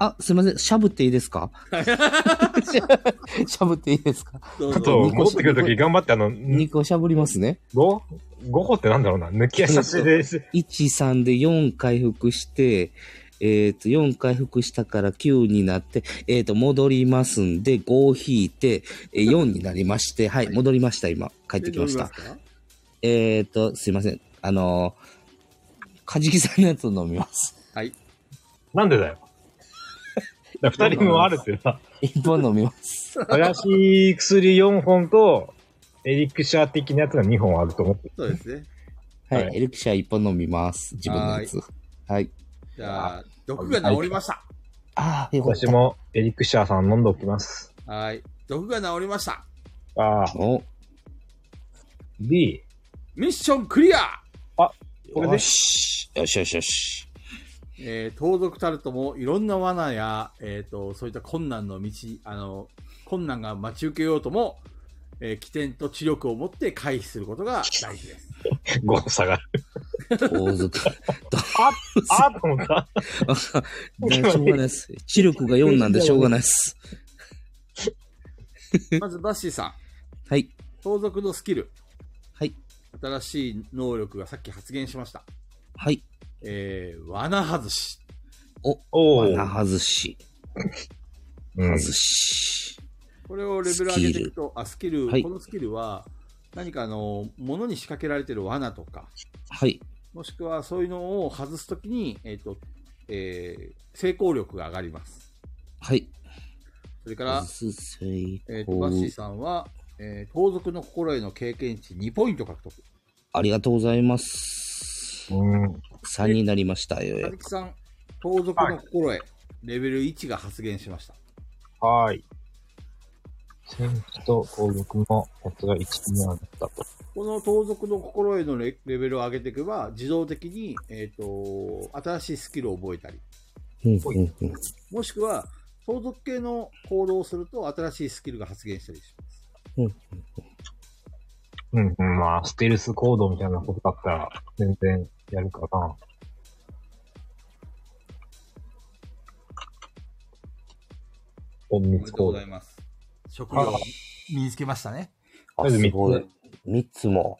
B: あ、すいません。しゃぶっていいです (laughs) かしゃぶっていいですか
D: どう
C: あ
D: ぞ
C: と、戻ってくるとき頑張ってあの、
B: 肉をしゃぶりますね。
C: 5?5 個ってなんだろうな。抜き足しで、
B: 1、3で4回復して、えっ、と、4回復したから9になって、えっ、と、戻りますんで、5を引いて、えー4になりまして、はい、戻りました、今。帰ってきまし
D: え
B: た。
D: どう言いますか
B: えっ、と、すいません。あのー、カジキさんのやつを飲みます。 (laughs)
D: はい。
C: なんでだ (laughs) よ。だから二人分はあるってさ、
B: 一本飲みます。
C: 怪しい薬4本と、エリクシャー的なやつが2本あると思って。
D: そうですね。
B: はい、
C: はい
B: エルキシャー一本飲みます。自分のやつ。はい。
D: じゃあ、毒が治りました。
B: ああ、よかった。
C: 私もエリクシャーさん飲んでおきます。
D: はい。毒が治りました。
C: ああ、
B: お、
C: B。
D: ミッションクリア
C: これで
B: よし。よしよしよ (laughs) し。
D: えー盗賊たるともいろんな罠や、えー、とそういった困難の道あの困難が待ち受けようとも、えー起点と知力を持って回避することが大事
B: (laughs)
D: です。
C: 5下がる。
B: 大 (laughs) 族。
C: あ (laughs) あーと思った。
B: あしょうがないです。知力が4なんでしょうがないです。
D: まずバッシーさん
B: はい。
D: 盗賊のスキル
B: はい。
D: 新しい能力がさっき発現しました、
B: はい。
D: えー、罠外し
C: お (laughs) お。
B: 穴外し。
C: うん
B: 外し。
D: これをレベル上げていくとあスキル、
B: はい
D: このスキルは何かあの物に仕掛けられてる罠とか
B: はい。
D: もしくはそういうのを外すときに、えーとえー成功力が上がります
B: はい。
D: それから
B: 外す成
D: えーと、バッシー
B: 功。
D: さんは、えー盗賊の心得の経験値2ポイント獲得。
B: ありがとうございます。
C: うん。
B: 3になりました。よ
D: カ
B: うや
D: ズ
B: く。
D: キさん、盗賊の心得、レベル1が発現しました。
C: はーい。戦士と王族のやつが1になったと。
D: この盗賊の心得のレレベルを上げていけば、自動的に、えーと、新しいスキルを覚えたり、
B: うんうんうん
D: もしくは、盗賊系の行動をすると、新しいスキルが発現したりします。
C: うん、うん、まあ、ステルス行動みたいなことだったら、全然やるかな。隠
D: おめ
C: 密
D: でとうご
C: 行動
D: ざい。ます。職業を身につけましたね。
B: あ、すごい。3つも。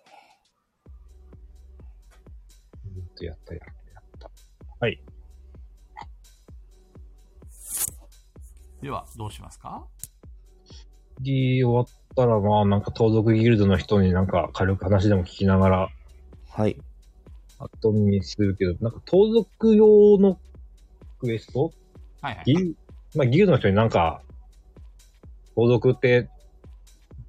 C: うんとやったやったやった。はい。
A: では、どうしますか
C: D 終わったら、まあ、なんか盗賊ギルドの人になんか軽く話でも聞きながら、
B: はい。
C: 後にするけど、なんか盗賊用のクエスト
A: はいはい。
C: ギまあ、ギルドの人になんか、盗賊って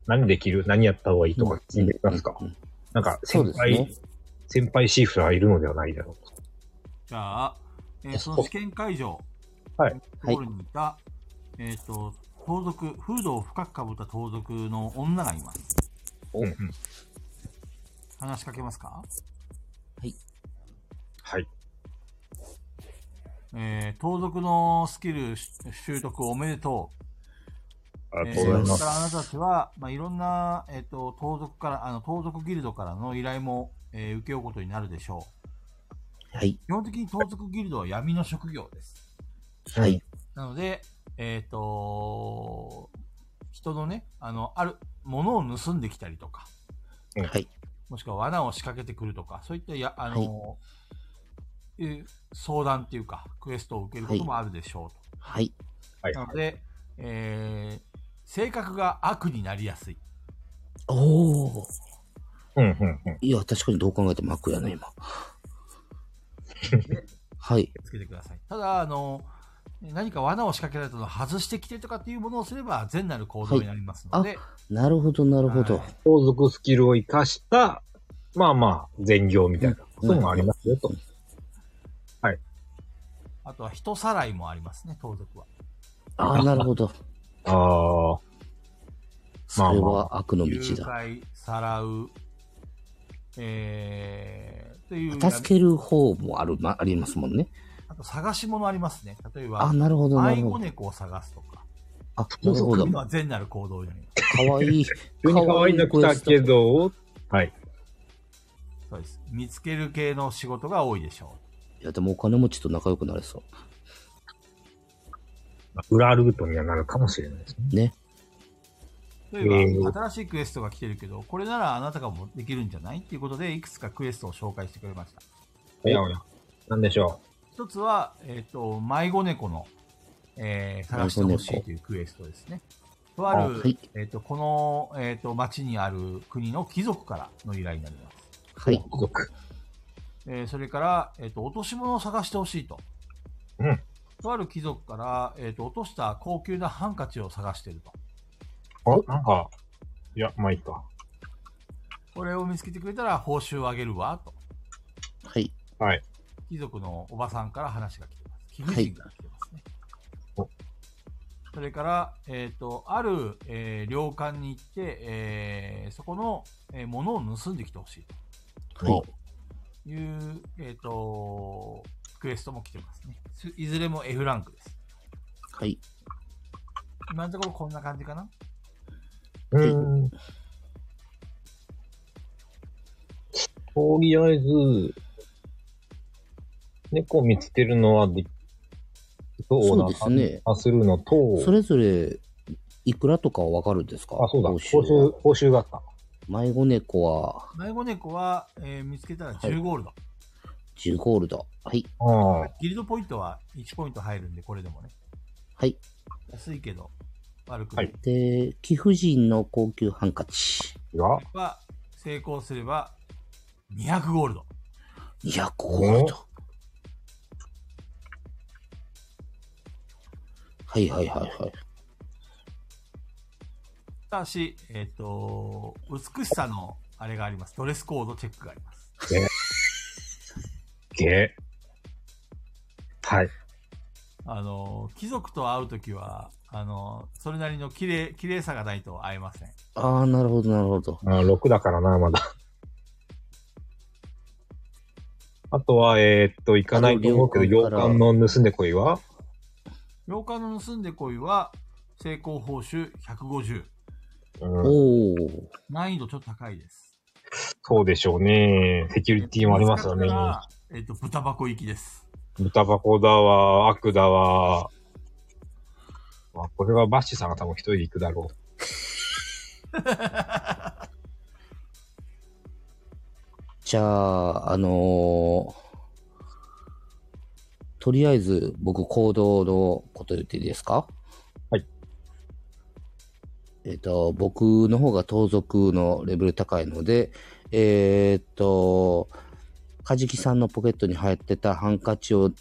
C: 何できる何やった方がいいとか聞いてますか、
B: うんうんうん
C: なんか、
B: そ
C: 先
B: うです
C: 輩、
B: ね。
C: 先輩シーフがいるのではないだろう
A: じゃあ、えーその試験会場、
C: はい
A: のところにいた、えっ、と、盗賊、フードを深くかぶった盗賊の女がいます。
C: と。うんうん
A: 話しかけますか
C: はい。
A: えー、盗賊のスキルし習得おめでとう。
C: あり
A: え
C: が
A: ー
C: とうございま
A: そ
C: す。
A: れからあなたたちは、まあ、いろんな、えっ、と、盗賊から、あの、盗賊ギルドからの依頼も、えー受け負うことになるでしょう。
B: はい。
A: 基本的に盗賊ギルドは闇の職業です。
B: はい。
A: なので、えっ、と人のね、あの、ある、ものを盗んできたりとか、
B: はい。
A: もしくは罠を仕掛けてくるとか、そういったや、あのえー相談っていうか、クエストを受けることもあるでしょうと。
B: はい。
C: はい
A: なので、えー性格が悪になりやすい。
B: おー。
C: うんうんうん。
B: いや、確かにどう考えても悪やね、今。はい。
A: つけてください。ただ、あの、何か罠を仕掛けられたのを外してきてとかっていうものをすれば、善なる行動になりますので、
B: なるほど、なるほど
A: は。い
C: 盗賊スキルを活かした、まあまあ、善行みたいなこともありますよ、と。
A: あとは人さらいもありますね、盗賊は。
B: ああ、なるほど。
C: ああ。
B: それは悪の道
A: 誘
B: だ。
A: 拐、さらう、えー、という、
B: 助ける方もある、ま、ありますもんね。
A: あと探し物ありますね。例え
B: あ、
A: ば、
B: なるほど、な
A: 迷
B: るほ
A: 子
B: ど。
A: 猫を探すとか、
B: あ、なるほ
A: そう
B: ど
A: いう。のは善なる行動になります。
B: かわいい。
C: (laughs) 急に可愛いの来たけど、はい。
A: そうです。見つける系の仕事が多いでしょ
B: いや、でもお金持ちと仲良くなれそう。
C: 裏ルートにはなるかもしれないですね。
B: ね。
A: う。例えば、
C: えー
A: 新しいクエストが来てるけど、これならあなたがもできるんじゃないっていうことで、いくつかクエストを紹介してくれました。
C: おやおや。なんでしょ
A: 一つは、えっ、と、迷子猫の、えー、探してほしいというクエストですね。とある、
B: あはい
A: えっ、と、この、えっ、と、町にある国の貴族からの依頼になります。
B: は
C: う。
B: い。
C: 貴族。
A: えーそれから、えっ、と、落とし物を探してほしいと。
C: うん
A: とある貴族から、えっ、と、落とした高級なハンカチを探してると。
C: あ、なんか、いや、まあいいか。
A: これを見つけてくれたら報酬をあげるわ、と。
B: はい。
C: はい。
A: 貴族のおばさんから話が来てます。貴婦人から来てますね。
C: お
A: それから、えっ、と、ある、えー、領館に行って、えーそこの、えー、物を盗んできてほしい
B: はい。
A: という、えっ、と、クエストも来てますね。すいずれも F ランクです。
B: はい。
A: 今のところこんな感じかな
C: うーん。とりあえず、猫見つけるのはでそうな
B: そうですね
C: 感じがするのと、
B: それぞれ、いくらとかはわかるんですか
C: あ、そうだ、
B: 報
C: 報
B: 酬
C: 酬、報酬があった。
B: 迷子猫は
A: 迷子猫は、えー見つけたら10ゴールド。
B: 10ゴールド。はい。
C: ああ、
A: ギルドポイントは1ポイント入るんで、これでもね。
B: はい。
A: 安いけど、悪くな。
C: はいい
B: で、貴婦人の高級ハンカチ。
C: が、
A: は成功すれば200ゴールド。
B: 200ゴールド。はいはいはいはい。
A: ただし、えっ、と、美しさのあれがあります。ドレスコードチェックがあります。
C: げ。はい。
A: あの、貴族と会うときは、あの、それなりの綺麗、綺麗さがないと会えません。
B: ああ、なるほどなるほど。
C: あ6だからな、まだ。あとは、えーっと、行かないと思うけど、洋
B: あの
C: 館の盗んでこいは
A: 洋館の盗んでこいは、成功報酬150。
C: うん、
B: おお。
A: 難易度ちょっと高いです。
C: そうでしょうね。セキュリティもありますよね
A: 見つ。かったらえっ、と、豚箱行きです。
C: 豚箱だわ、悪だわ。まあ、これはバッシーさんが多分一人で行くだろ
B: じゃあ、あのーとりあえず僕行動のこと言っていいですか
C: はい。
B: えっ、と、僕の方が盗賊のレベル高いので、えっ、と、カジキさんのポケットに入ってたハンカチを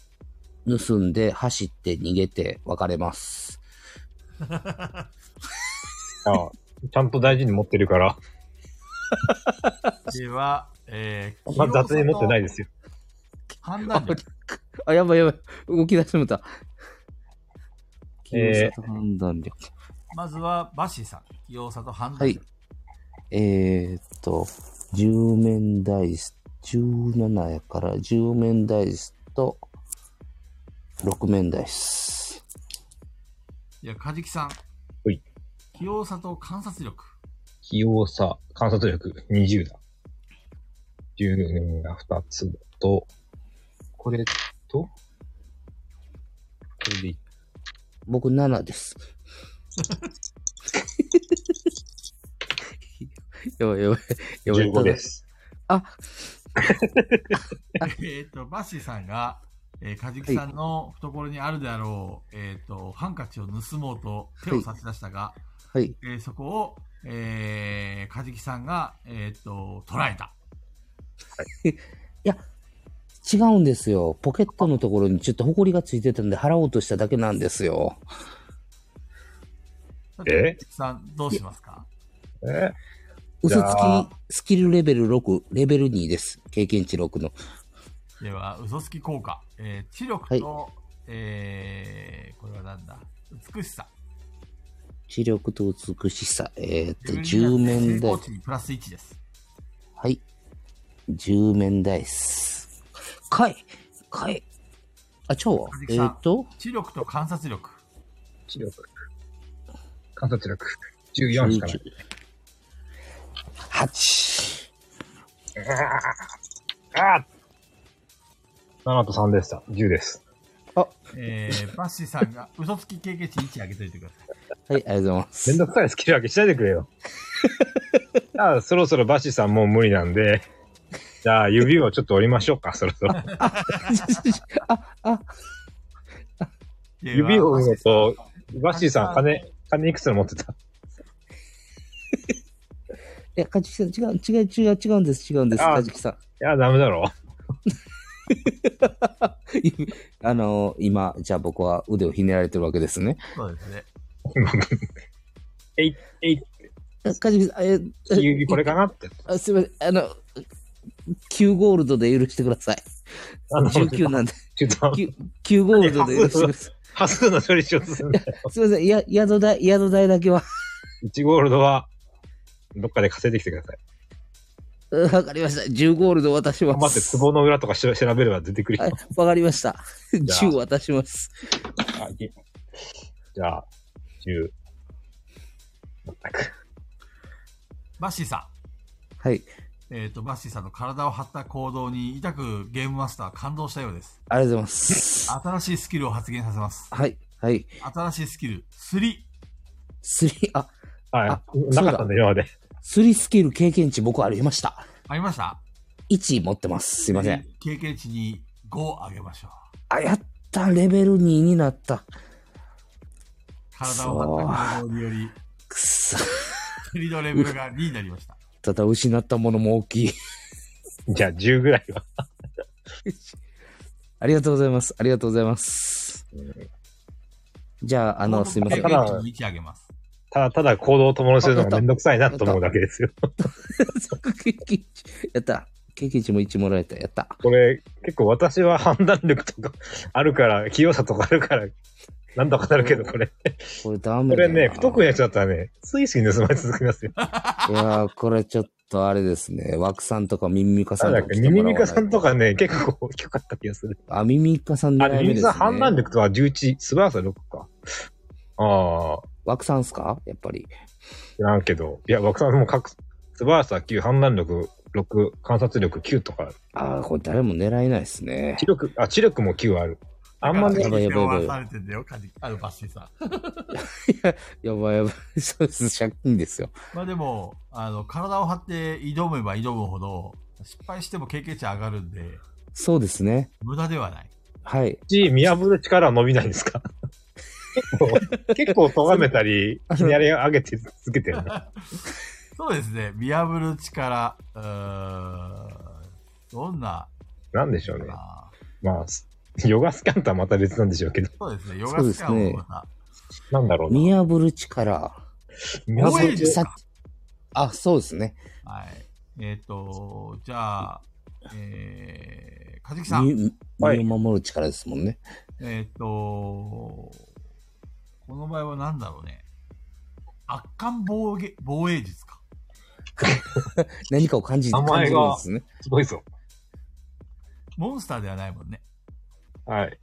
B: 盗んで走って逃げて別れます。
C: う。あちゃんと大事に持ってるから、
A: では、えー、。
C: (laughs) まあ、雑に持ってないですすよ。
A: 判断力。
B: あ、やばいやばい。動き出してもた。
C: えー
B: 器用さと判断力。
A: まずは、バッシーさん。器用さと判
B: は
A: 断
B: い
A: 力。。
B: えー、っと、10面ダイス、17やから10面ダイスと6面ダイス。
A: い、や、カジキさん。
C: ほい
A: 器用さと観察力。
C: 器用さ、観察力20だ。10年が2つと、これと、これでいい
B: 僕7です。 (laughs) やばいやばい。やばい。
C: 15です。
A: (laughs) えっと、バッシーさんが、えー、カジキさんの懐にあるであろう、えっ、と、ハンカチを盗もうと手を差し出したが、
B: はい。
A: えーそこを、えー、カジキさんが、えっ、と、捉えた。
B: 違うんですよ。ポケットのところにちょっと埃がついてたんで払おうとしただけなんですよ。
C: え
A: カジキさん、どうしますか
C: えじ
B: 嘘
C: ゃ
B: つ
C: あ
B: き、スキルレベル6、レベル2です。経験値6の。
A: では、嘘つき効果。えー、知力と、えー、これはなんだ美しさ。
B: 知力と美しさ。えーっと、10面
A: コー
B: 台。
A: チにプラス1です。
B: はい。10面台っす。かいかいあ、ちゃうわ
A: 鈴。木
B: え
A: さん
B: ーっと、
A: 知力と観察力。
C: 視力。観察力。14しかない。
B: 8。
C: (laughs) ああ !7 と3でした。10です。
A: えー、バッシーさんが嘘つき経験値1上げといてください。
B: はい、ありがとうございます
C: めん。どくさいスキル上げしないでくれ (laughs) よ。じゃあ、そろそろバシさんもう無理なんで、じゃあ、指をちょっと折りましょうか、そろそろ。
A: では
C: 指を折るのと
A: バッシーさん、
C: バシさん、金、金いくつの持って
B: い
C: た
B: や、かじきさん、違う、違う、違う、違うんです、違うんです、
C: あ
B: かじきさん。
C: いや、ダメだろ。
B: あのー今、じゃあ僕は腕をひねられてるわけですね。
A: そうですね。
B: あかじきさん、えー、
C: 指これかなって。
B: あすいません、あの、9ゴールドで許してください。
C: あの、
B: 19なんで、
C: ちょっと、
B: 9, 9ゴールドで許してください。
C: 端数の処理しようとするんだよ。
B: すいません、や宿代、宿代だけは。 (laughs)
C: 1ゴールドは、どっかで稼いできてください。
B: うんわかりました。10ゴールド渡します。
C: 待って、壺の裏とかしら調べれば出てくるよ
B: はい。、わかりました。
C: ゃあ
B: 10渡します。
C: あいけじゃあ、10。全く。
A: バッシーさ
B: はい。
A: ん。えっ、と、バッシーさんの体を張った行動に痛くゲームマスターは感動したようです。
B: ありがとうございます。
A: 新しいスキルを発現させます。
B: はい。はい。
A: 新しいスキル、スリ。
B: スリー、あ、あ
C: はい。なかったんだ、今まで。
B: スリースキル経験値僕ありました。
A: ありました
B: 1持ってます。すいません。。
A: 経験値に5上げましょう。
B: あ、やった。レベル2になった。
A: 体を張った行動により、
B: くそ。
A: スリのレベルが2になりました。
B: ただ失ったものも大きい。
C: じゃあ、10ぐらいは。
B: ありがとうございます。ありがとうございます。じゃあ、あの、すいません
A: 経。験値に1上げます。
C: ただ、ただ行動を共にするのがめんどくさいなと思うだけですよ。
B: (laughs) 経験値。やった。経験値も1もらえた。やった。
C: これ、結構私は判断力とか (laughs) あるから、器用さとかあるから、なんとかなるけど、これ。
B: これダメ
C: こ
B: だ
C: れ
B: な
C: ね、不得意なやつだったらね、スイスイ盗まれ続きますよ。
B: いやー、これちょっとあれですね。枠さんとかミミミカさ
C: なん
B: ん
C: だ
B: と
C: っ
B: か
C: け、
B: 来て
C: ミ
B: もら
C: ミ
B: わない
C: ミカさんとかね、結構低かった気がする。
B: あ、ミミカさん
C: あ、
B: 狙
C: ミ
B: い
C: ミ
B: 目
C: ミ
B: で
C: カ
B: す
C: さ
B: ね
C: ん。判断力とは11、素晴らしさ6か。ああ、
B: 枠さんっすかやっぱり。
C: 知らんけど。いや、枠さんも各、素晴らしさ9、判断力6、観察力9とか、
B: あー、これ誰も狙えないですね
C: 知。力、あ、知力も9ある。あんまね
B: や、ばいやばいやばい
A: されてんだよ、カジあのバッシーさん。
B: やばいやばい。そうです。借金ですよ。
A: まあでも、あの、体を張って挑めば挑むほど、失敗しても経験値上がるんで、
B: そうですね。
A: 無駄ではない。
B: はい。
C: し見破る力は伸びないんですか結構、結構咎めたり、ひねり上げて続けてるね。
A: そうですね、見破る力、うーん、どんな、
C: なんでしょうね。
A: あ
C: まあ、ヨガスキャンとはまた別なんでしょうけど。
A: そうですね、ヨガスキャンをさ、
C: なんだろうな。
B: 見破る力。
C: 見
A: 破
C: 破
A: る
C: る
A: 多いです
B: さあ、そうですね。
A: はい。えっ、と、じゃあ、えー、カジキさん、
B: 身
C: はい
B: 身を守る力ですもんね。
A: えっ、と、この場合は何だろうね。圧巻防衛防衛術か。
B: 何かを感じ
C: 名
B: 感
C: 前
B: じるん
C: が
B: ですね。
C: すごいぞ。
A: モンスターではないもんね。
C: はい。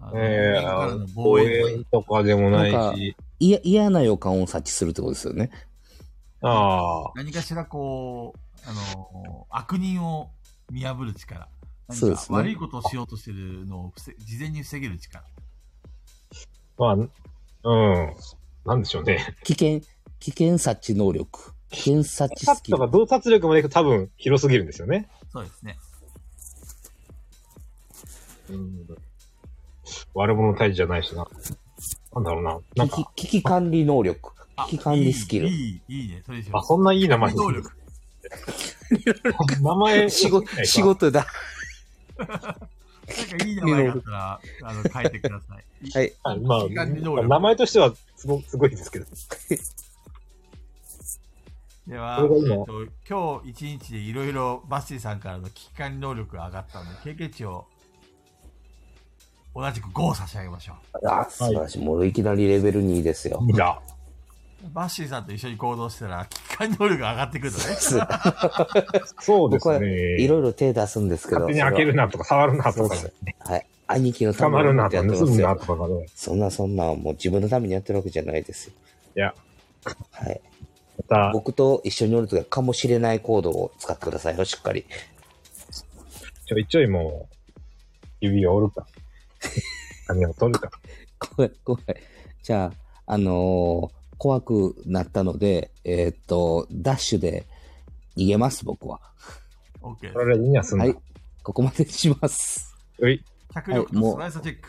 A: あの
C: え
A: 自ら
C: ー
A: の、防衛
C: 防衛とかでもないし、
B: いや嫌な予感を察知するってことですよね。
C: ああ、
A: 何かしらこう、あの、悪人を見破る力。何
B: そうで
A: か
B: すね
A: 悪いことをしようとしてるのを防事前に防げる力。
C: まあ、うん。なんでしょうね。
B: 危険、危険察知能力。危険察知
C: カ
B: ス
C: ッ
B: キル
C: とか。洞察力までいくと多分広すぎるんですよね。
A: そうですね。
C: うん。悪者退治じゃないしな。なんだろうな。なん
B: 危
C: か、
B: 機危機管理能力。
A: あ
B: 危機管理スキル
A: いい、いいいいね。それでしょ
C: あ、。そんないい名前
A: 能力。
C: 名前、
B: 仕事、仕事だ。
A: なんかいい名前があったら、あの、書いてください。
B: (laughs) はい。
C: はいま
A: 時間に能
C: あ、
A: 力
C: 名前としてはすごすごいですけど。
A: では、
C: これがいい
A: えっ
C: の
A: と今日一日でいろいろバッシーさんからの危機管理能力が上がったので、経験値を同じく5を差し上げましょう。
B: あ、素晴らしい。もういきなりレベル2ですよ。
C: いいな。
A: バッシーさんと一緒に行動したら、機械能力が上がってくるのね。
C: そうで
B: (laughs) 僕は
C: す
B: い
C: ね。
B: ろいろ手出すんですけど。
C: 勝手に開けるなとか、触るな
B: そ
C: と
B: う
C: か
B: そ
C: ね
B: う。はい。兄貴の
C: 捕まるな
B: って
C: と
B: やっ
C: か、
B: てま
C: 盗
B: す
C: むな
B: よ。
C: とかね。
B: そんなそんな、もう自分のためにやってるわけじゃないですよ。
C: いや。
B: はい。
C: また、
B: 僕と一緒におるときは、かもしれない行動を使ってくださいよ、しっかり。
C: ちょいちょいもう、指を折
B: (laughs)
C: るか。髪を取るか。
B: 怖い、怖い。じゃあ、あのー怖くなったので、えーっと、ダッシュで逃げます、僕は。
A: オッケ
C: 取
A: ー。
C: られずには済んだ。
B: は。
C: はい
B: ここまでします。
C: い。
A: 脚力とスライスチェック。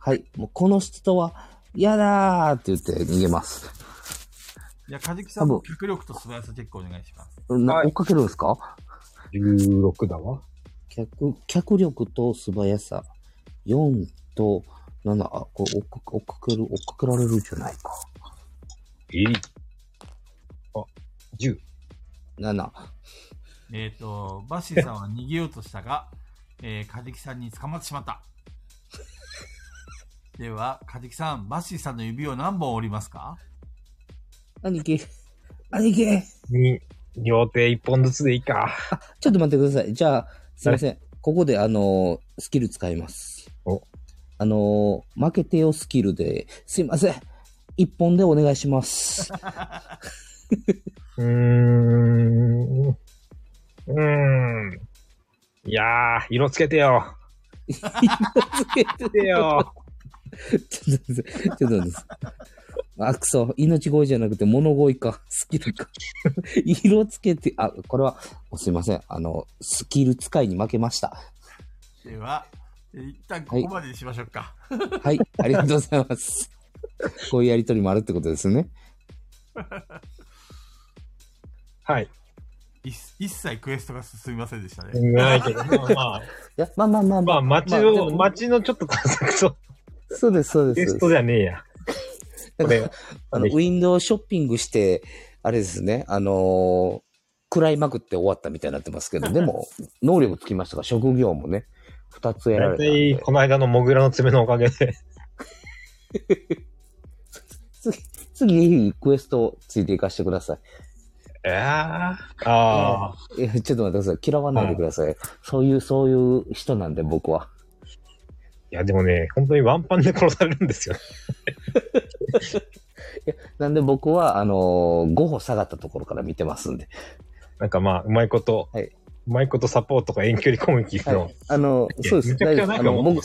B: はい、もうこの人は、嫌だーって言って逃げます。
A: いや、カジキさんも
B: 多
A: 脚力とスライスチェックお願いします。
B: な
C: はい
B: 追っかけるんですか
C: 16だわ。
B: 脚脚力と素早さ、4と7、あ、これ追っか追っかける、追っかけられるんじゃないか。
C: えい。あ、10。
B: 7。
A: えっ、と、バッシーさんは逃げようとしたが、えー、カジキさんに捕まってしまった。 (laughs) では、カジキさん、バッシーさんの指を何本折りますか
B: 兄貴、兄貴、
C: に、両手1本ずつでいいか。
B: ちょっと待ってください。じゃあ、すいません。ここで、あのースキル使います。
C: お
B: あのー負けてよスキルで、すいません。一本でお願いし (laughs) ます。
C: うーん。うーん。いやー、色つけてよ。つけてよ。
B: ちょっと待って、ちょっと待って。あ、くそ、命乞いじゃなくて物乞いか、スキルか。色つけて、あ、これは、すいません。あの、スキル使いに負けました。
A: では、えー一旦ここまでにしましょうか。
B: はい、ありがとうございます。こういうやりとりもあるってことですね。
C: (laughs)
B: (laughs)
C: はい。
A: い一切クエストが進みませんでしたね。
C: ないけど、まあまあ、
B: いや、まあまあまあま
C: ま
B: あ、
C: あ、街
B: まあ
C: の、
B: でも
C: 街のちょっと探索と、
B: そうです、そう
C: テ
B: です。
C: ストじゃねえや。
B: だ
C: こ
B: か
C: れ
B: ら、あの、ウィンドウショッピングして、あれですね、あのー食らいまくって終わったみたいになってますけど、でも、能力つきましたから、職業もね、二つやら
C: だ
B: れ
C: い
B: た
C: た
B: んで
C: い、この間のモグラの爪のおかげで、
B: 次、ぜひクエストついていかしてください。
C: えー、ああ、
B: いやちょっと待ってください。嫌わないでください。そういう、そういう人なんで、僕は。
C: いや、でもね、本当にワンパンで殺されるんですよ。 (laughs)
B: なんで僕は、あのー、5歩下がったところから見てますんで。
C: なんかまあ、うまいこと、
B: はいう
C: まいことサポートか遠距離攻撃
B: は
C: の
B: い。。あのー、そうです。
C: めちゃくち
B: 大丈夫
C: ゃな
B: あ
C: んか
B: の、
C: もう
B: 僕、、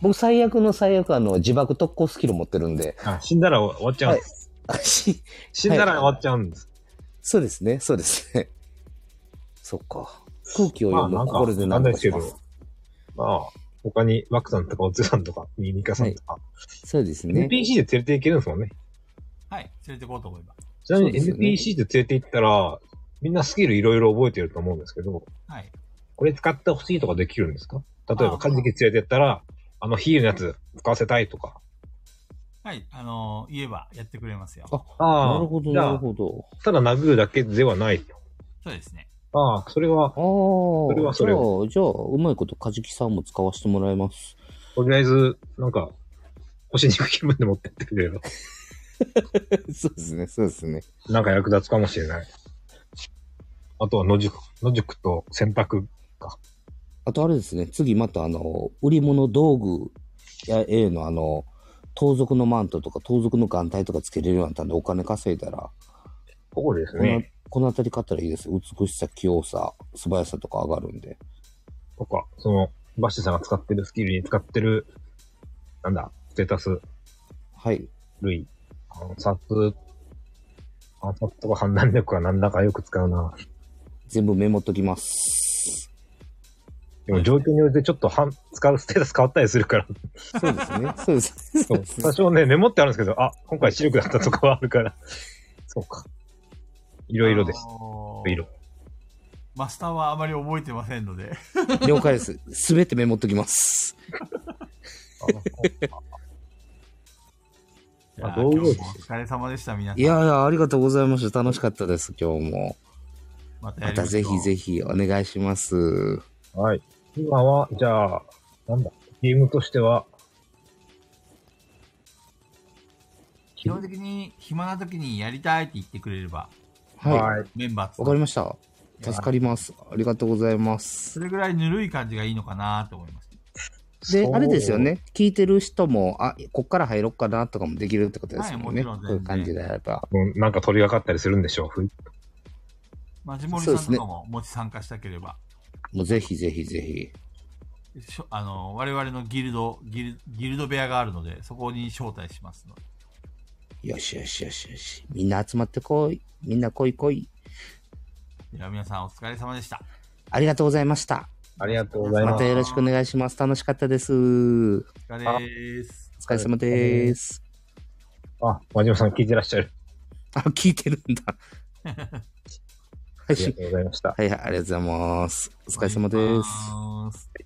B: 僕最悪の最悪、あの、自爆特攻スキル持ってるんで。 (laughs)
C: あ死んだら終わっちゃうんです。
B: あし
C: 死んだら終わっちゃうんです。
B: そうですね、そうですね。そっか。空気を
C: まあ、
B: 読む
C: なんか、
B: これで
C: な
B: 何
C: ん
B: とかし
C: ですけど
B: ます。、
C: まあ、他に、ワクさんとか、おつさんとか、ミニカさんとか、
B: そうですね。
C: NPC で連れていけるんですもんね。
A: はい、連れて行こうと思います。
C: ちなみに
B: そうですよね
C: NPC で連れて行ったら、みんなスキルいろいろ覚えてると思うんですけど、
A: はい。
C: これ使ってほしいとかできるんですか例え
A: あ
C: ば、
A: あ
C: カジキ連れてったら、あのヒールのやつ使わせたいとか。
A: はい、あのー言えばやってくれますよ。
B: あ
C: あ
B: なるほど、
C: じゃ
B: な
C: あ
B: るほど。
C: ただ殴るだけではないと。
A: そうですね。
C: ああ、それは、
B: ああ、
C: れはそれ
B: じゃあ、じゃあ、うまいこと、カジキさんも使わせてもらい
C: (laughs)
B: ます。
C: とりあえず、なんか、星に行く気分で持ってってくれれば、
B: そうですね、そうですね。
C: なんか役立つかもしれない。あとは野宿、野宿と洗濯。
B: あとあれですね、次またあの、売り物道具や、A のあの、盗賊のマントとか盗賊の眼帯とかつけれるようになったんでお金稼いだら、
C: ここです
B: この、
C: ね。
B: この辺り買ったらいいです。美しさ、器用さ、素早さとか上がるんで。
C: とか、その、バッシュさんが使ってるスキルに使ってる、なんだ、ステータス
B: はい。
C: 類、暗殺、暗殺とか判断力はなんだかよく使うな。
B: 全部メモっときます。
C: でも状況によってちょっとはん使うステータス変わったりする
A: (laughs)
C: から、
B: そうです (laughs) ね。そうです。そうです
C: 多
B: ね。
C: 少ね、メモってあるんですけど、あ、今回視力だったとかはあるから。 (laughs) そうか。い
A: い
C: ろいろです。。いろ。
A: マスターはあまり覚えてませんので。
B: 了解です。すべてメモっときます。
A: い
C: あ
A: や
C: どう
A: 今
C: ぞ
A: 日もお疲れ様でした、皆さん。
B: いやいや、ありがとうございました。楽しかったです、今日も。
A: またや
B: ま
A: りま
B: たぜひぜひお願いします。
C: はい。今は、じゃあ、なんだ、ゲームとしては、
A: ひ。的に暇な時にやりたいって言ってくれれば、
B: はい。わ、
C: い。
A: メンバーつな
B: かりました。助かります。ありがとうございま
A: そ
B: す。
A: れぐらいぬるい感じがいいのかなと思います。
B: で
C: そ、う
B: あれですよ。ね。聞いてる人も、あ、こっから入ろっかなとかもできるってことですもんね。
A: はいもち
B: こ
A: ろん
B: ういう感じであれば。
C: うんなんか取り掛かったりするんでしょうふい。
A: まあ、地森
B: そう
A: さんと
B: ですね
A: かももし参加したければ、
B: もうぜひぜひぜひ。
A: しょあの、我々のギルド、ギルギルド部屋があるので、そこに招待しますので。
B: よしよしよしよし。みんな集まってこい。みんな来い来い。
A: では皆さんお疲れ様でした。
B: ありがとうございました。
C: ありがとうござい
B: ま
C: ま
B: た
C: す。
B: よろしくお願いします。楽しかったです。お疲
A: お疲れです。
B: れ様です。
C: あ、真島さん聞いてらっしゃる。
B: あ、聞いてる
A: (laughs)
B: んだ。
C: あ
B: 配
C: りが
B: 信
C: とうございました。
B: はいはい、ありがとうございます。お疲れ様です。
A: お疲れ様です。